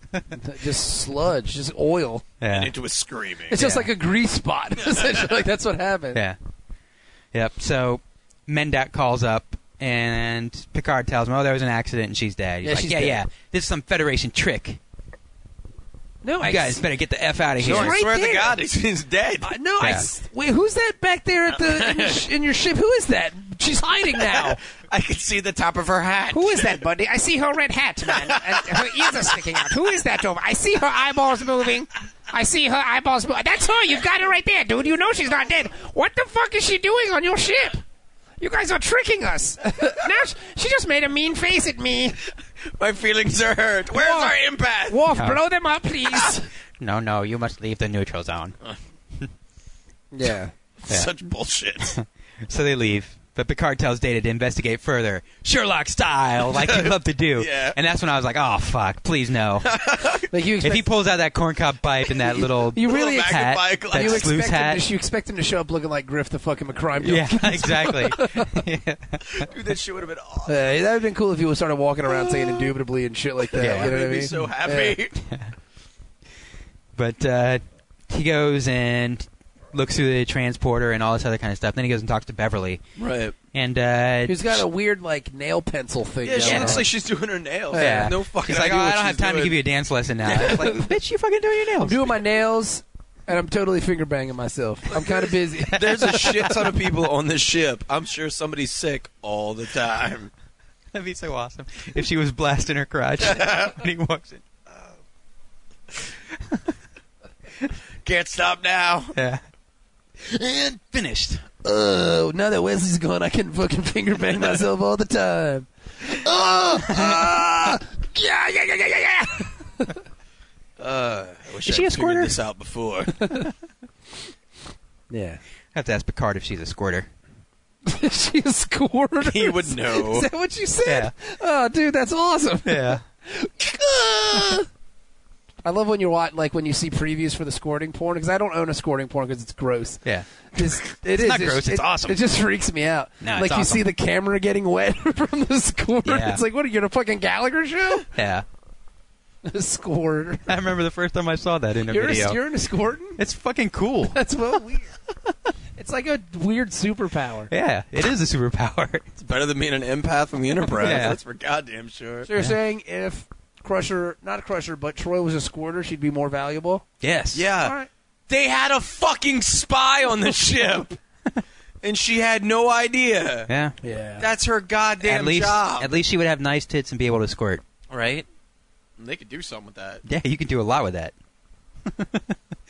S3: just sludge, just oil.
S2: Yeah.
S6: Into a screaming.
S3: It's just
S2: Yeah.
S3: like a grease spot. Essentially, like that's what happened.
S2: Yeah. Yep. So Mendak calls up and Picard tells him, "Oh, there was an accident and she's dead." He's
S3: Yeah,
S2: like,
S3: she's
S2: "Yeah,
S3: dead."
S2: yeah. This is some Federation trick.
S3: No,
S2: You
S3: I
S2: guys better get the f out of
S3: She's
S2: here."
S3: right
S4: swear
S3: there.
S4: to God, he's, he's dead.
S3: I- no, I
S2: Yeah.
S3: s wait. Who's that back there at the in your, sh- in your ship? Who is that? She's hiding now.
S6: I could see the top of her hat.
S3: Who is that, buddy? I see her red hat, man. And her ears are sticking out. Who is that over? I see her eyeballs moving. I see her eyeballs moving. That's her. You've got her right there, dude. You know she's not dead. What the fuck is she doing on your ship? You guys are tricking us. now sh- she just made a mean face at me.
S6: My feelings are hurt. Where's
S3: Whoa.
S6: our impact?
S3: Wolf,
S2: Yeah.
S3: blow them up, please.
S2: No, no, you must leave the neutral zone.
S3: Uh. yeah.
S2: Yeah.
S6: Such bullshit.
S2: So they leave. But Picard tells Data to investigate further, Sherlock style, like he'd love to do.
S6: Yeah.
S2: And that's when I was like, oh, fuck, please no.
S3: Like you
S2: if
S3: expect,
S2: he pulls out that corncob pipe and that little
S3: You really
S6: Little
S2: hat,
S6: magnifying
S2: that
S6: glass.
S3: you
S2: sleuth
S3: expect him
S2: hat.
S3: to, sh- you expect him to show up looking like Griff the fucking McCrime.
S2: yeah, exactly.
S6: Dude, that shit would have been awesome.
S3: Uh, that would have been cool if he was started walking around saying indubitably and shit like that.
S2: Yeah.
S3: you know what
S6: Made
S3: I
S6: me
S3: mean?
S6: so happy.
S2: But uh, he goes and looks through the transporter and all this other kind of stuff. Then he goes and talks to Beverly.
S4: Right.
S2: And uh,
S3: He's got a weird like nail pencil thing.
S6: Yeah, she
S3: going
S6: looks
S3: on.
S6: like she's doing her nails.
S2: yeah.
S6: No fucking
S2: He's like,
S6: idea
S2: oh, I
S6: what
S2: don't have
S6: she's
S2: time
S6: doing.
S2: to give you a dance lesson now. It's like, bitch, you fucking doing your
S3: I'm
S2: nails.
S3: doing my nails, and I'm totally finger banging myself. I'm kind of busy.
S4: There's a shit ton of people on this ship.
S6: I'm sure somebody's sick all the time.
S2: That'd be so awesome if she was blasting her crotch when he walks in.
S6: Can't stop now.
S2: Yeah. And finished.
S3: Oh, now that Wesley's gone, I can fucking finger bang myself all the time.
S6: Yeah, yeah, yeah, yeah, yeah, yeah. uh, I wish
S2: Is
S6: I
S2: she a
S6: had
S2: squirter?
S6: figured this out before.
S3: Yeah,
S2: I have to ask Picard if she's a squirter.
S3: she scored.
S6: he would
S3: Is
S6: know.
S3: that what you said? Oh, dude, that's awesome.
S2: Yeah.
S3: I love when you watch, like, when you see previews for the squirting porn because I don't own a squirting porn because it's gross.
S2: Yeah.
S3: Just, it's
S2: not gross, it's awesome.
S3: It just freaks me out.
S2: No, it's
S3: like you
S2: awesome.
S3: see the camera getting wet from the squirt.
S2: Yeah.
S3: It's like, what are you in a fucking Gallagher show?
S2: Yeah.
S3: a squirt.
S2: I remember the first time I saw that in a
S3: You're, a,
S2: video.
S3: you're in a squirting.
S2: it's fucking cool.
S3: That's what we. it's like a weird superpower.
S2: yeah, it is a superpower.
S4: It's better than being an empath on the Enterprise.
S2: Yeah.
S4: That's for goddamn sure.
S3: So you're saying if Crusher, not Crusher, but Troy was a squirter, she'd be more valuable.
S2: yes.
S4: Yeah.
S3: All right.
S4: They had a fucking spy on the ship, and she had no idea.
S2: Yeah.
S3: Yeah.
S4: That's her goddamn
S2: at least,
S4: job,
S2: at least she would have nice tits and be able to squirt.
S4: right?
S6: They could do something with that.
S2: Yeah, you can do a lot with that.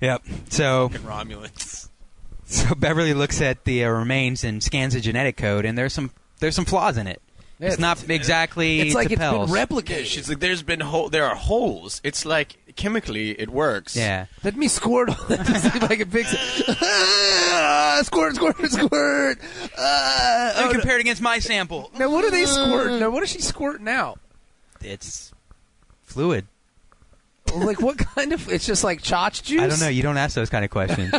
S2: yep. So,
S6: Fucking Romulans.
S2: so Beverly looks at the uh, remains and scans the genetic code, and there's some there's some flaws in it.
S3: Yeah,
S2: it's, not exactly
S3: it's like
S2: T'Pel's.
S3: it's been replicated.
S6: She's like, there's been hole. There are holes. It's like chemically, it works.
S2: Yeah.
S3: Let me squirt on that to see if I can fix it. Ah, squirt, squirt, squirt. Ah, oh,
S2: And compared against my sample,
S3: no. Now what are they squirting? Now what is she squirting out?
S2: it's fluid.
S3: Like what kind of? It's just like chotch juice.
S2: I don't know. You don't ask those kind of questions.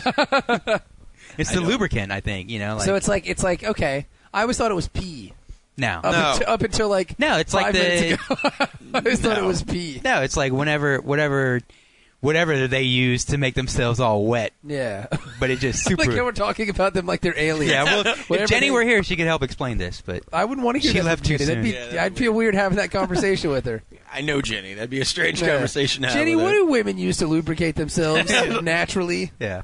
S2: it's the lubricant, I think. You know, like
S3: so it's like it's like okay. I always thought it was pee.
S2: now.
S3: Up,
S6: No.
S3: until, up until like
S2: No, it's like
S3: five minutes
S2: the-
S3: ago. I always thought it
S6: No.
S3: was pee.
S2: No, it's like whenever, whatever, whatever they use to make themselves all wet,
S3: Yeah.
S2: but it just super.
S3: like how we're talking about them like they're aliens.
S2: yeah, well, if
S3: Whatever
S2: Jenny
S3: they-
S2: were here, she could help explain this. But
S3: I wouldn't want to hear
S2: She
S3: that
S2: left too
S3: from Jenny. That'd be-
S2: soon.
S6: Yeah, that'd
S3: I'd
S6: be
S3: feel weird having that conversation with her.
S6: I know Jenny. That'd be a strange
S3: Yeah.
S6: conversation. to have
S3: Jenny,
S6: with
S3: what
S6: her.
S3: do women use to lubricate themselves naturally?
S2: yeah,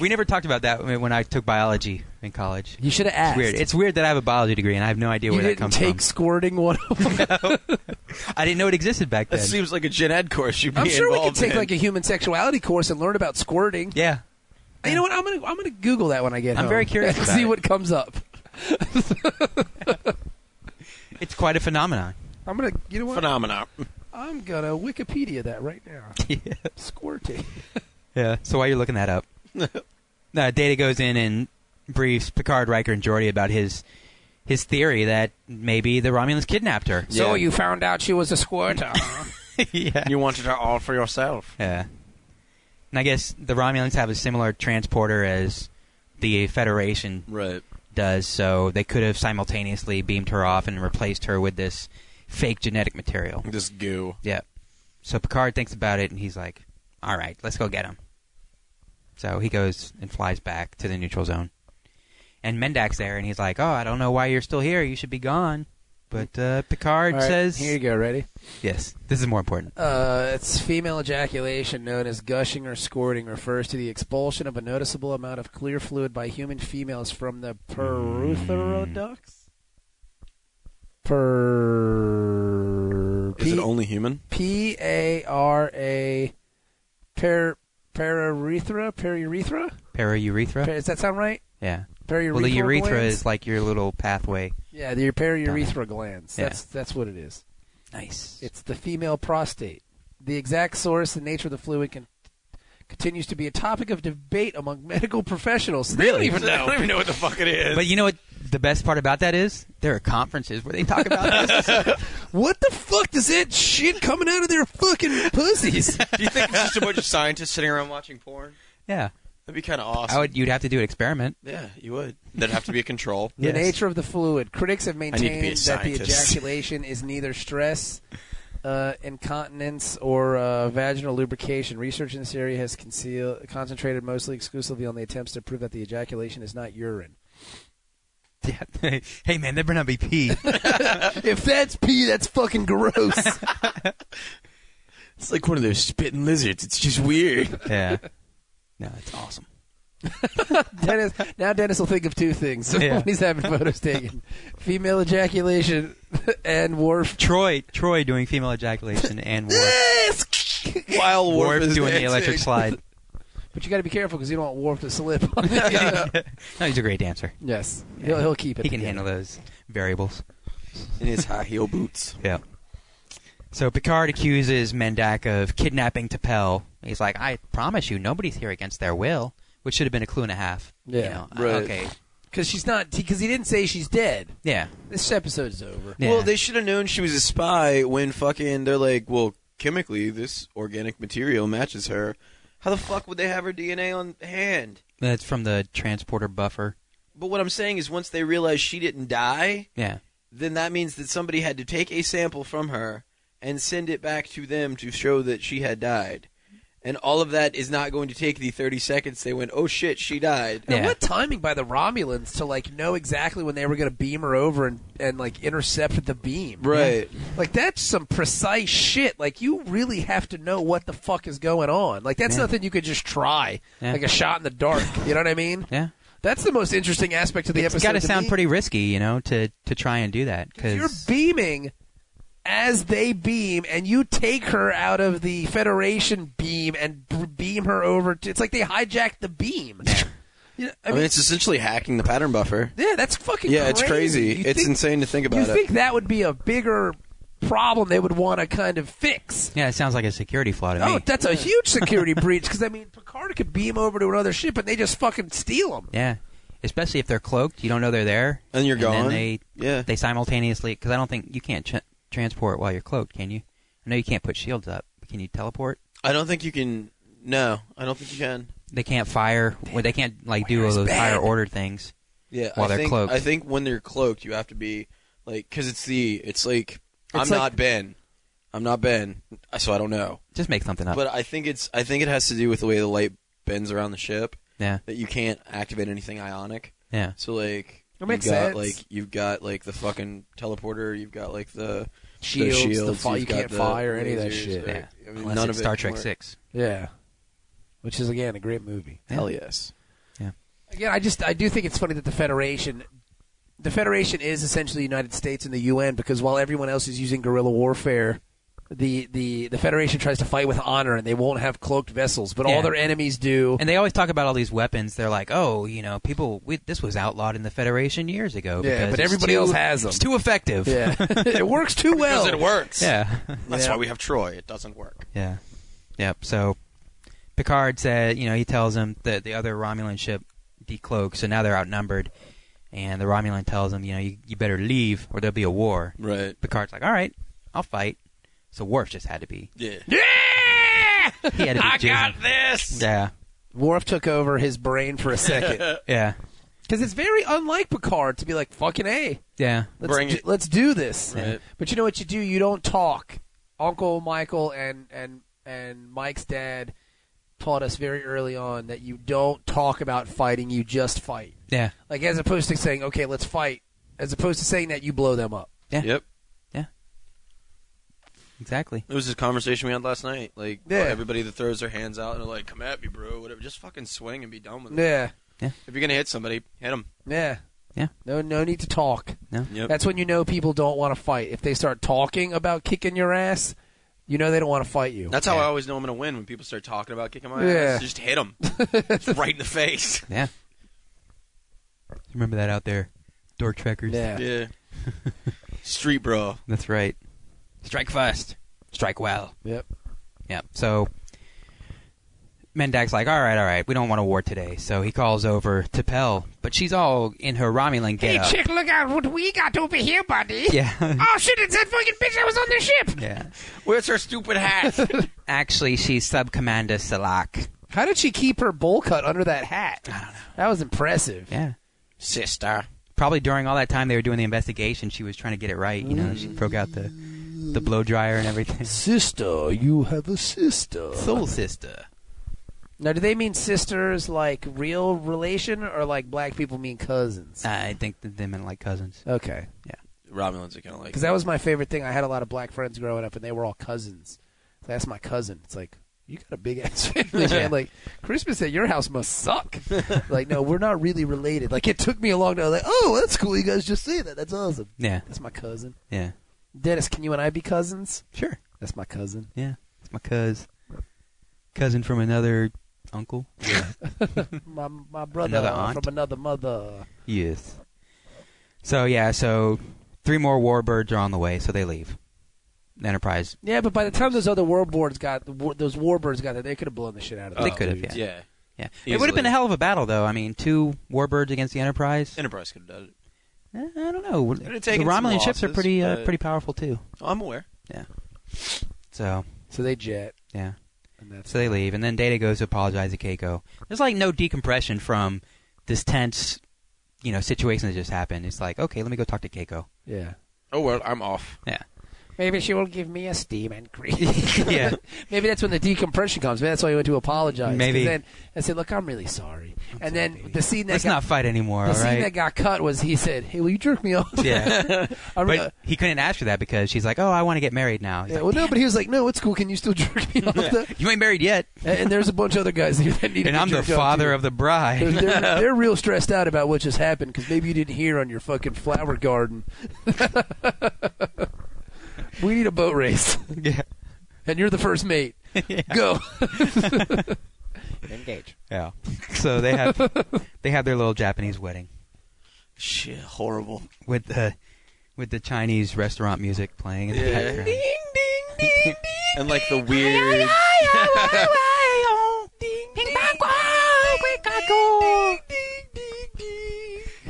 S2: we never talked about that when when I took biology in college.
S3: You should have asked.
S2: It's weird. It's weird that I have a biology degree and I have no idea
S3: you
S2: where that
S3: didn't
S2: comes
S3: take squirting one of them.
S2: from. I didn't know it existed back
S6: That
S2: then.
S6: seems like a gen ed course you'd be
S3: I'm sure we could
S6: involved
S3: take
S6: in.
S3: like a human sexuality course and learn about squirting.
S2: yeah,
S3: You know what? I'm gonna I'm gonna Google that when I get
S2: I'm
S3: home.
S2: very curious about
S3: see
S2: it.
S3: what comes up.
S2: it's quite a phenomenon.
S3: I'm gonna you know what?
S6: phenomena.
S3: I'm gonna Wikipedia that right now.
S2: yeah.
S3: Squirting.
S2: yeah. So while you're looking that up, no, Data goes in and briefs Picard, Riker, and Geordi about his his theory that maybe the Romulans kidnapped her.
S3: So you found out she was a squirter.
S2: yeah.
S6: You wanted it all for yourself.
S2: Yeah. And I guess the Romulans have a similar transporter as the Federation
S4: Right.
S2: does, so they could have simultaneously beamed her off and replaced her with this fake genetic material.
S4: This goo.
S2: Yeah. So Picard thinks about it and he's like, all right, let's go get him. So he goes and flies back to the neutral zone. And Mendak's there and he's like, oh, I don't know why you're still here. You should be gone. But uh, Picard
S3: All right,
S2: says,
S3: Here you go, ready?
S2: yes, this is more important.
S3: Uh, it's female ejaculation known as gushing or squirting refers to the expulsion of a noticeable amount of clear fluid by human females from the peruthero ducts. Per
S4: Is it only human?
S3: P A R A per perurethra perurethra
S2: Paraurethra?
S3: Does that sound right?
S2: yeah.
S3: Periurethral
S2: Well, the urethra
S3: glands?
S2: is like your little pathway.
S3: yeah, the periurethral glands.
S2: Yeah.
S3: That's that's what it is.
S2: Nice.
S3: It's the female prostate. The exact source and nature of the fluid can, continues to be a topic of debate among medical professionals. They
S2: Really?
S3: don't even
S6: I
S3: know.
S6: don't even know what the fuck it is.
S2: but you know what? The best part about that is there are conferences where they talk about this.
S3: What the fuck does that shit coming out of their fucking pussies?
S6: Do you think it's just a bunch of scientists sitting around watching porn?
S2: yeah,
S6: That'd be kind of awesome.
S2: I would. You'd have to do an experiment.
S6: yeah, you would. There'd have to be a control.
S3: The
S2: Yes.
S3: nature of the fluid. Critics have
S6: to be a
S3: maintained that the
S6: scientist.
S3: ejaculation is neither stress, uh, incontinence, or uh, vaginal lubrication. Research in this area has conceal- concentrated mostly exclusively on the attempts to prove that the ejaculation is not urine.
S2: Yeah. hey man, they're been on BP.
S3: if that's pee, that's fucking gross.
S6: It's like one of those spitting lizards. It's just weird.
S2: yeah. No, it's awesome.
S3: Dennis, now Dennis will think of two things
S2: Yeah.
S3: when he's having photos taken: female ejaculation and wharf.
S2: Troy, Troy doing female ejaculation and warp,
S6: While
S2: warp
S6: is
S2: doing the
S6: dancing.
S2: electric slide.
S3: But you got to be careful because you don't want wharf to slip.
S2: no, he's a great dancer.
S3: yes, he'll, he'll keep it.
S2: He can handle those variables.
S4: in his high heel boots.
S2: Yeah. So Picard accuses Mendak of kidnapping T'Pel. He's like, I promise you, nobody's here against their will, which should have been a clue and a half. You
S3: Yeah,
S2: know,
S4: right.
S2: Okay.
S3: because she's not. Because he didn't say she's dead.
S2: Yeah.
S3: This episode is over.
S2: yeah.
S4: Well, they should have known she was a spy when fucking they're like, well, chemically this organic material matches her. How the fuck would they have her DNA on hand?
S2: That's from the transporter buffer.
S4: But what I'm saying is, once they realized she didn't die,
S2: Yeah.
S4: then that means that somebody had to take a sample from her and send it back to them to show that she had died. And all of that is not going to take the 30 seconds they went, oh shit, she died.
S3: Now,
S2: Yeah.
S3: What timing by the Romulans to like know exactly when they were going to beam her over and, and like intercept the beam?
S4: Right.
S3: Like that's some precise shit. Like you really have to know what the fuck is going on. Like that's
S2: Yeah.
S3: nothing you could just try.
S2: Yeah.
S3: Like a shot in the dark. You know what I mean?
S2: Yeah.
S3: That's the most interesting aspect of the
S2: It's
S3: episode.
S2: got to
S3: to
S2: sound
S3: me.
S2: pretty risky, you know, to, to try and do that.
S3: If You're
S2: Cause,
S3: beaming as they beam, and you take her out of the Federation beam and b- beam her over. To, it's like they hijacked the beam. You know, I
S4: I
S3: mean,
S4: mean, it's essentially hacking the pattern buffer.
S3: yeah, that's fucking.
S4: Yeah, it's crazy.
S3: You
S4: It's
S3: think-
S4: insane to think
S3: You
S4: about it.
S3: think that would be a bigger problem they would want to kind of fix?
S2: yeah, it sounds like a security flaw to
S3: Oh,
S2: me.
S3: that's a huge security breach because I mean, Picard could beam over to another ship and they just fucking steal him.
S2: yeah. Especially if they're cloaked, you don't know they're there.
S4: And you're
S2: then
S4: gone.
S2: they,
S4: Yeah.
S2: they simultaneously, because I don't think you can't tra- transport while you're cloaked, can you? I know you can't put shields up. but Can you teleport?
S4: I don't think you can. No, I don't think you can.
S2: they can't fire well, they can't like do all those fire order things
S4: Yeah,
S2: While
S4: I
S2: they're
S4: think,
S2: cloaked.
S4: I think when they're cloaked, you have to be like because it's the it's like I'm
S3: like-
S4: not Ben, I'm not Ben, so I don't know.
S2: just make
S3: Uh.
S2: something up
S4: But I think it's I think it has to do with the way the light bends around the ship
S2: yeah
S4: that you can't activate anything ionic.
S2: yeah
S4: So like
S3: That makes
S4: you've got
S3: sense.
S4: like you've got like the fucking teleporter, you've got like the
S3: Shields,
S4: the,
S3: the
S4: shields
S3: fi-
S4: you've
S3: you
S4: got
S3: can't
S4: the
S3: fire, any of that
S4: lasers,
S3: shit.
S4: like,
S2: yeah
S4: I mean,
S2: unless
S4: none
S2: it's
S4: of it
S2: Star
S4: can
S2: Trek
S4: work.
S2: six
S3: Yeah, which is again a great movie.
S4: Hell yes.
S3: Again, I just I do think it's funny that the Federation, the Federation is essentially the United States and the UN because while everyone else is using guerrilla warfare. The, the the Federation tries to fight with honor, and they won't have cloaked vessels. But
S2: Yeah.
S3: all their enemies do.
S2: and they always talk about all these weapons they're like oh you know people we, this was outlawed in the Federation years ago
S3: Yeah,
S2: because
S3: but
S2: it's
S3: everybody
S2: too-
S3: else has 'em.
S2: it's too effective
S3: yeah, it works too well.
S6: Because it works.
S2: yeah
S6: That's
S3: Yeah.
S6: why we have Troy. It doesn't work.
S2: yeah yep so Picard said you know he tells him that the other Romulan ship decloaked so now they're outnumbered and the Romulan tells him you know you, you better leave or there'll be a war
S4: Right.
S2: Picard's like, all right, I'll fight. So Worf just had to be.
S4: Yeah.
S2: He had to be I got
S6: this.
S2: Yeah,
S3: Worf took over his brain for a second
S2: yeah,
S3: because it's very unlike Picard to be like fucking a.
S2: yeah,
S3: Let's
S4: Bring
S3: do,
S4: it.
S3: let's do this.
S2: Right.
S3: But you know what you do? You don't talk. Uncle Michael and and and Mike's dad taught us very early on that you don't talk about fighting. You just fight.
S2: yeah,
S3: Like as opposed to saying, "Okay, let's fight," as opposed to saying that you blow them up.
S2: yeah.
S4: Yep.
S2: Exactly.
S4: It was this conversation we had last night. Like
S3: Yeah.
S4: everybody that throws their hands out and are like, "Come at me, bro," whatever. Just fucking swing and be done with it.
S3: Yeah,
S4: If you're gonna hit somebody, hit them.
S3: yeah,
S2: Yeah.
S3: No, no need to talk.
S4: Yep.
S3: That's when you know people don't want to fight. If they start talking about kicking your ass, you know they don't want to fight you.
S4: That's how I always know I'm going to win when people start talking about kicking my
S3: Yeah.
S4: ass. Just hit them right in the face.
S2: Yeah. Remember that out there, door trekkers.
S3: yeah.
S4: Yeah. Street bro.
S2: That's right. Strike first. Strike well.
S3: Yep.
S2: Yeah. So Mendak's like, all right, all right, we don't want a war today. So he calls over T'Pel, but she's all in her Romulan getup.
S3: look out what we got over here, buddy.
S2: Yeah.
S3: Oh shit, it's that fucking bitch that was on the ship.
S2: yeah.
S4: Where's her stupid hat?
S2: Actually, she's Sub Commander Salak.
S3: How did she keep her bowl cut under that hat? I don't know. That was impressive.
S2: Yeah.
S4: Sister.
S2: Probably during all that time they were doing the investigation, she was trying to get it right. You know, she broke out the the blow dryer and everything.
S3: Sister, you have a sister.
S2: Soul sister.
S3: Now, do they mean sisters like real relation, or like black people mean cousins?
S2: I think that they meant like cousins.
S3: Okay,
S4: Romulans are kind of like.
S3: because that was my favorite thing. I had a lot of black friends growing up, and they were all cousins. So that's my cousin. It's like you got a big ass family, man. Like Christmas at your house must suck. like, no, we're not really related. Like, it took me a long time. Like, oh, that's cool. You guys just say that. That's awesome.
S2: Yeah.
S3: That's my cousin,
S2: Yeah.
S3: Dennis. Can you and I be cousins?
S2: Sure.
S3: That's my cousin.
S2: Yeah. It's my cuz. Cousin from another uncle.
S3: My my brother uh,
S2: Another aunt?
S3: from another mother.
S2: Yes. So yeah, so three more warbirds are on the way, so they leave. Enterprise.
S3: Yeah, but by the time those other warboards got those warbirds got there, they could have blown the shit out of
S2: They
S3: them.
S4: Oh,
S2: could have, yeah.
S4: Yeah.
S2: Yeah. It would have been
S4: Easily.
S2: a hell of a battle though. I mean, two warbirds against the Enterprise.
S4: Enterprise could have done it.
S2: Eh, I don't know. The
S4: have taken
S2: Romulan
S4: some
S2: ships are
S4: losses,
S2: pretty uh,
S4: but-
S2: pretty powerful too.
S4: Oh, I'm aware.
S2: So,
S3: So they jet,
S2: yeah.
S3: and that's
S2: So they leave and then Data goes to apologize to Keiko. There's like no decompression from this tense, you know, situation that just happened. It's like, okay, let me go talk to Keiko.
S3: yeah.
S4: Oh, well, I'm off.
S2: Yeah.
S3: Maybe she will give me a steam and
S2: yeah.
S3: Maybe that's when the decompression comes. Maybe that's why you went to apologize. 'Cause
S2: Maybe.
S3: then I said, "Look, I'm really sorry." and then the scene that
S2: Let's
S3: got,
S2: not fight anymore,
S3: the
S2: all
S3: scene that
S2: right?
S3: got cut was he said, "Hey, will you jerk me off?"
S2: yeah.
S3: I re-
S2: But he couldn't ask her that because she's like, "Oh, I want to get married now." He's
S3: yeah,
S2: like,
S3: well, no, but he was like, "No, it's cool. Can you still jerk me off?" though?"
S2: you ain't married yet,
S3: And, and there's a bunch of other guys here that need.
S2: and I'm the father of the
S3: They're,
S2: bride.
S3: they're, they're real stressed out about what just happened because maybe you didn't hear on your fucking flower garden. we need a boat race,
S2: yeah.
S3: and you're the first mate. Go. Engage.
S2: yeah. So they have they have their little Japanese wedding
S4: Shit, horrible.
S2: with the with the Chinese restaurant music playing in the
S4: Yeah.
S2: background.
S4: And like the weird.
S5: oh,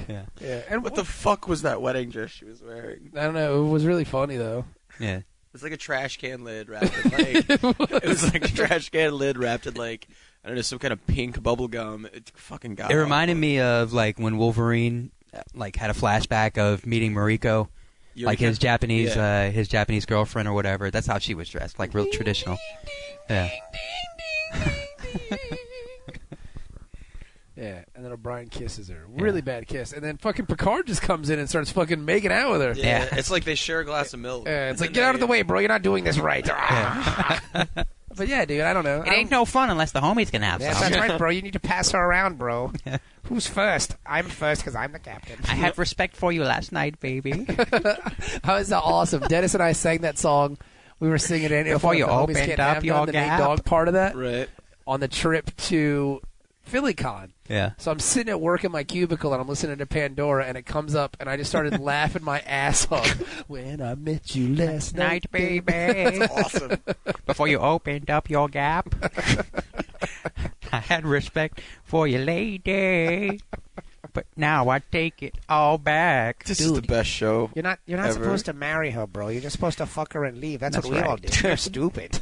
S2: Yeah.
S3: Yeah, and
S4: What the fuck was that wedding dress she was wearing?
S3: I don't know. It was really funny though.
S2: Yeah.
S4: It was like a trash can lid wrapped in like. it, was. like a trash can lid wrapped in like. I don't know, some kind of pink bubble gum. It fucking got
S2: It reminded me of like when Wolverine uh, like had a flashback of meeting Mariko. like his Japanese uh, his Japanese girlfriend or whatever. That's how she was dressed, like real traditional. Yeah,
S3: Yeah, and then O'Brien kisses her. Really bad kiss. And then fucking Picard just comes in and starts fucking making out with her.
S4: Yeah.
S2: Yeah.
S4: It's like they share a glass of milk.
S3: Yeah, it's like
S4: And
S3: get out of
S4: they-
S3: the way, bro. You're not doing this right. but yeah, dude, I don't know.
S2: it ain't no fun unless the homies can have
S3: Yeah,
S2: some.
S3: that's right, bro. You need to pass her around, bro. Who's first? I'm first because I'm the captain.
S2: I had respect for you last night, baby.
S3: That was Oh, awesome. Dennis and I sang that song. We were singing it.
S2: Before you
S3: all
S2: opened up your
S3: the Nate
S2: gap.
S3: dog part of that
S4: Right.
S3: on the trip to PhillyCon.
S2: yeah,
S3: So I'm sitting at work in my cubicle and I'm listening to Pandora and it comes up and I just started laughing my ass off when I met you last night.
S2: night, baby.
S4: Awesome.
S2: Before you opened up your gap, I had respect for you, lady. But now I take it all back.
S4: this is the best show.
S3: You're not you're not
S4: Ever.
S3: supposed to marry her, bro. You're just supposed to fuck her and leave. That's,
S2: That's
S3: what we
S2: right.
S3: all did. You're stupid.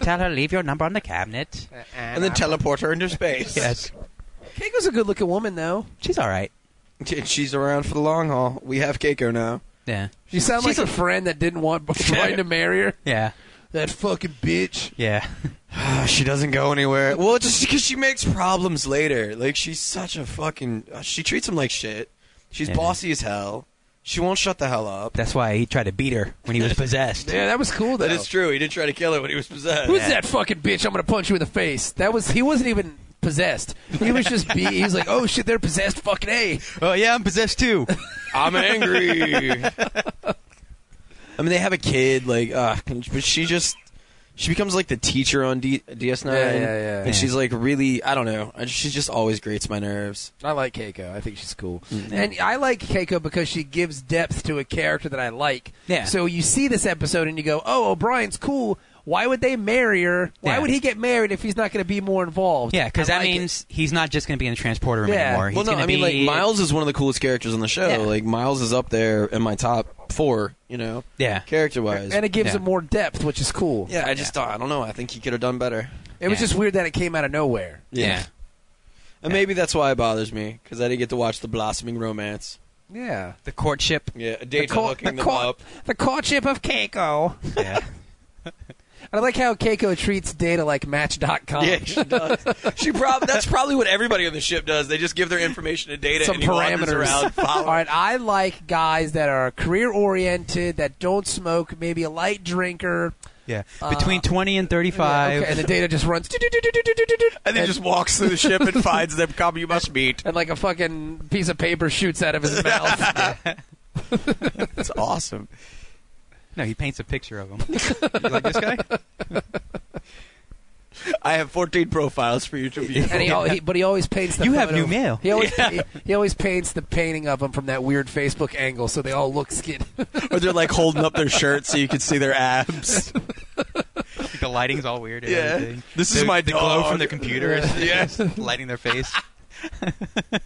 S2: Tell her leave your number on the cabinet.
S3: and,
S4: And then teleport her into space.
S2: Yes,
S3: Keiko's a good looking woman though.
S2: she's all right.
S4: And She's around for the long haul. We have Keiko now.
S2: Yeah,
S3: She sounds like
S2: She's
S3: a friend that didn't want Brian to marry her.
S2: yeah,
S3: That fucking bitch.
S2: yeah.
S4: she doesn't go anywhere. Well, it's just because she makes problems later. Like she's such a fucking. Uh, she treats him like shit. She's
S2: Yeah.
S4: bossy as hell. She won't shut the hell up.
S2: That's why he tried to beat her when he was possessed.
S3: Yeah, that was cool though.
S4: That is true. He did try to kill her when he was possessed.
S3: Who's that fucking bitch? I'm gonna punch you in the face. That was he wasn't even possessed. He was just be he was like, Oh shit, they're possessed, fucking A.
S2: Oh yeah, I'm possessed too.
S4: I'm angry. I mean, they have a kid. Like, uh, but she just. She becomes like the teacher on D- DS9.
S3: Yeah, yeah, yeah.
S4: And
S3: Yeah.
S4: she's like really, I don't know. I- She just always grates my nerves.
S3: I like Keiko. I think she's cool. Mm-hmm. And I like Keiko because she gives depth to a character that I like.
S2: Yeah.
S3: So you see this episode and you go, oh, O'Brien's cool. Why would they marry her? Why
S2: Yeah.
S3: would he get married if he's not going to be more involved?
S2: Yeah, because
S3: I
S2: that
S3: like it.
S2: means he's not just going to be in the transporter room
S3: Yeah.
S2: anymore. He's
S4: well, no,
S2: gonna
S4: I mean,
S2: be-
S4: like, Miles is one of the coolest characters on the show.
S3: Yeah.
S4: Like, Miles is up there in my top four, you know,
S2: Yeah.
S4: character wise.
S3: And it gives
S2: Yeah.
S3: him more depth, which is cool.
S4: yeah, I just thought, I don't know. I think he could have done better.
S3: It was
S2: Yeah.
S3: just weird that it came out of nowhere.
S2: Yeah.
S4: And maybe that's why it bothers me, because I didn't get to watch the blossoming romance.
S3: Yeah.
S2: The courtship.
S4: Yeah, a date
S3: court-
S4: hooking
S3: the
S4: them
S3: court-
S4: up.
S3: the courtship of Keiko.
S2: Yeah.
S3: I like how Keiko treats data like Match.com.
S4: Yeah, she does. she prob- that's probably what everybody on the ship does. They just give their information to data
S3: Some
S4: and he wanders
S3: parameters.
S4: around.
S3: All
S4: following-
S3: right, I like guys that are career oriented, that don't smoke, maybe a light drinker.
S2: Yeah.
S3: Uh,
S2: Between 20 and 35.
S3: Okay, and the data just runs.
S6: And then just walks through the ship and finds them couple you must meet.
S3: And like a fucking piece of paper shoots out of his mouth.
S6: That's awesome.
S2: No, he paints a picture of him. You like this guy?
S6: I have 14 profiles for you to view.
S3: and he, al- he, but he always paints. The
S2: You have
S3: photo-
S2: new mail.
S3: He always he, he always paints the painting of him from that weird Facebook angle, so they all look skin.
S6: or they're like holding up their shirt so you can see their abs.
S2: Like, the lighting's all weird. And
S6: Yeah.
S2: everything.
S6: This is
S2: The-
S6: my
S2: the glow
S6: dog.
S2: from the computer. is
S6: Yes.
S2: just lighting their face.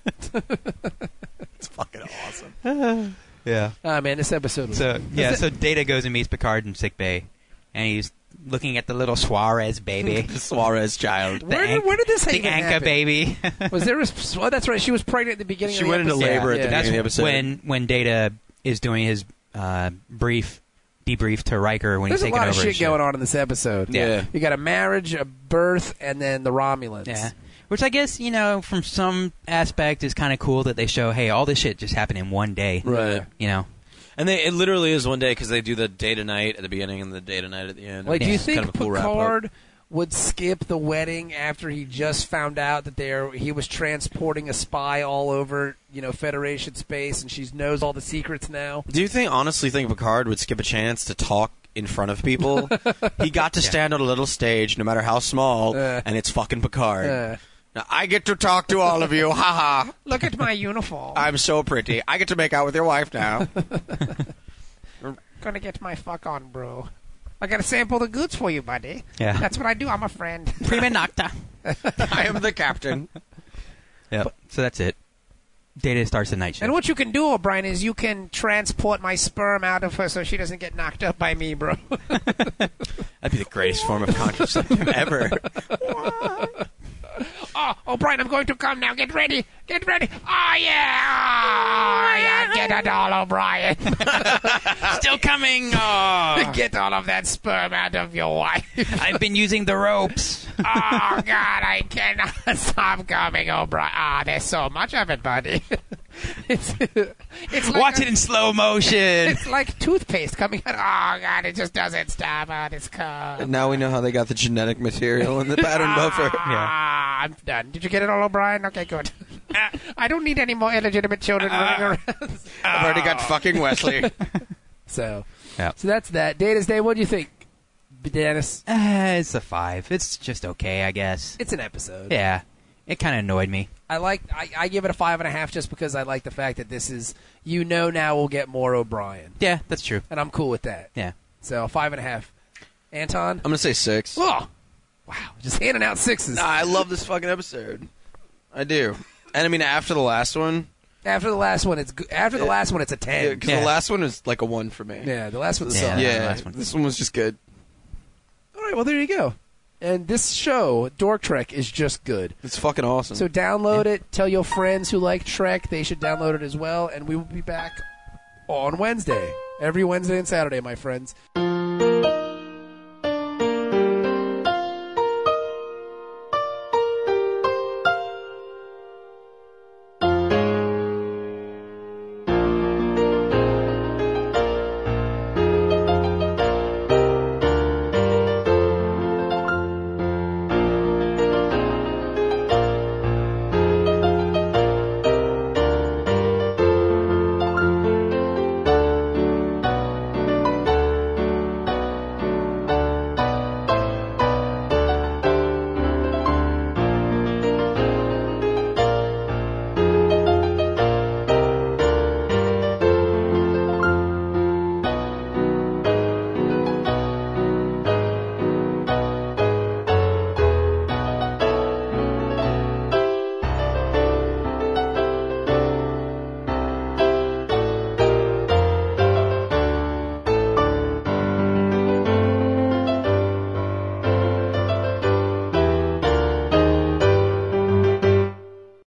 S6: It's fucking awesome.
S2: Yeah.
S3: Ah man, this episode. Was,
S2: So yeah, so Data goes and meets Picard in sick bay, and he's looking at the little Suarez baby,
S6: The Suarez child.
S2: the
S3: where, did,
S2: anch-
S3: where did this
S2: the
S3: even
S2: Anka
S3: happen?
S2: baby.
S3: Was there a? sp- Oh, that's right. She was pregnant at the beginning.
S4: She
S3: of the
S4: went into
S3: episode.
S4: labor at the
S3: Yeah.
S4: beginning. of episode.
S2: when when Data is doing his uh, brief debrief to Riker when
S3: There's
S2: he's
S3: a
S2: taking
S3: lot of
S2: over.
S3: shit going on in this episode.
S2: Yeah.
S4: Yeah.
S3: You got a marriage, a birth, and then the Romulans.
S2: Yeah. Which I guess you know, from some aspect, is kind of cool that they show, hey, all this shit just happened in one day.
S4: Right.
S2: You know.
S4: And they, it literally is one day because they do the day to night at the beginning and the day to night at the end.
S3: Like, do you
S4: It's
S3: think
S4: kind of a cool wrap-up.
S3: Picard would skip the wedding after he just found out that there he was transporting a spy all over, you know, Federation space, and she knows all the secrets now?
S4: Do you think honestly think Picard would skip a chance to talk in front of people? he got to stand on a little stage, no matter how small,
S3: Uh.
S4: and it's fucking Picard.
S3: Uh.
S4: now, I get to talk to all of you. Ha ha!
S3: Look at my uniform.
S4: I'm so pretty. I get to make out with your wife now.
S3: gonna get my fuck on, bro. I gotta sample the goods for you, buddy.
S2: Yeah.
S3: what I do. I'm a friend.
S2: Prima nocta.
S4: I am the captain.
S2: Yeah. So that's it. Data starts the night shift.
S3: And what you can do, O'Brien, is you can transport my sperm out of her so she doesn't get knocked up by me, bro.
S4: That'd be the greatest form of contraceptive ever.
S3: oh, O'Brien, I'm going to come now. Get ready. Get ready. Oh, yeah. Oh, yeah. Get it all, O'Brien.
S2: Still coming. Oh,
S3: get all of that sperm out of your wife.
S2: I've been using the ropes.
S3: oh, God, I cannot stop coming, O'Brien. Ah, there's so much of it, buddy. it's, it's like
S2: Watch
S3: a-
S2: it in slow motion.
S3: It's like toothpaste coming out. Oh, God, it just doesn't stop. Oh, this cold.
S4: now we know how they got the genetic material in the pattern buffer.
S3: Ah, I'm done. Did you get it all, O'Brien? Okay, good. Ah, I don't need any more illegitimate children
S2: Ah.
S3: running around.
S4: I've already got fucking Wesley.
S3: So,
S2: Yeah.
S3: so that's that. Data's Day. What do you think, Dennis?
S2: Uh, it's a five. It's just okay, I guess.
S3: It's an episode.
S2: Yeah, it kind of annoyed me.
S3: I like. I, I give it a five and a half just because I like the fact that this is. You know, now we'll get more O'Brien,
S2: Yeah, that's true.
S3: and I'm cool with that.
S2: Yeah, Um,
S3: So five and a half. Anton.
S4: I'm gonna say six.
S3: oh, wow! Just handing out sixes
S4: Nah, I love this fucking episode. I do. And I mean, after the last one,
S3: after the last one. It's go- after the last one. It's a ten.
S4: because
S2: Yeah.
S4: the last one was like a one for me.
S3: Yeah, the last one
S2: Yeah.
S3: sucked.
S4: Yeah,
S2: the last one.
S4: this one was just good.
S3: All right, well there you go. And this show, Dork Trek, is just good.
S4: It's fucking awesome.
S3: So download it. Tell your friends who like Trek they should download it as well. And we will be back on Wednesday, every Wednesday and Saturday, my friends.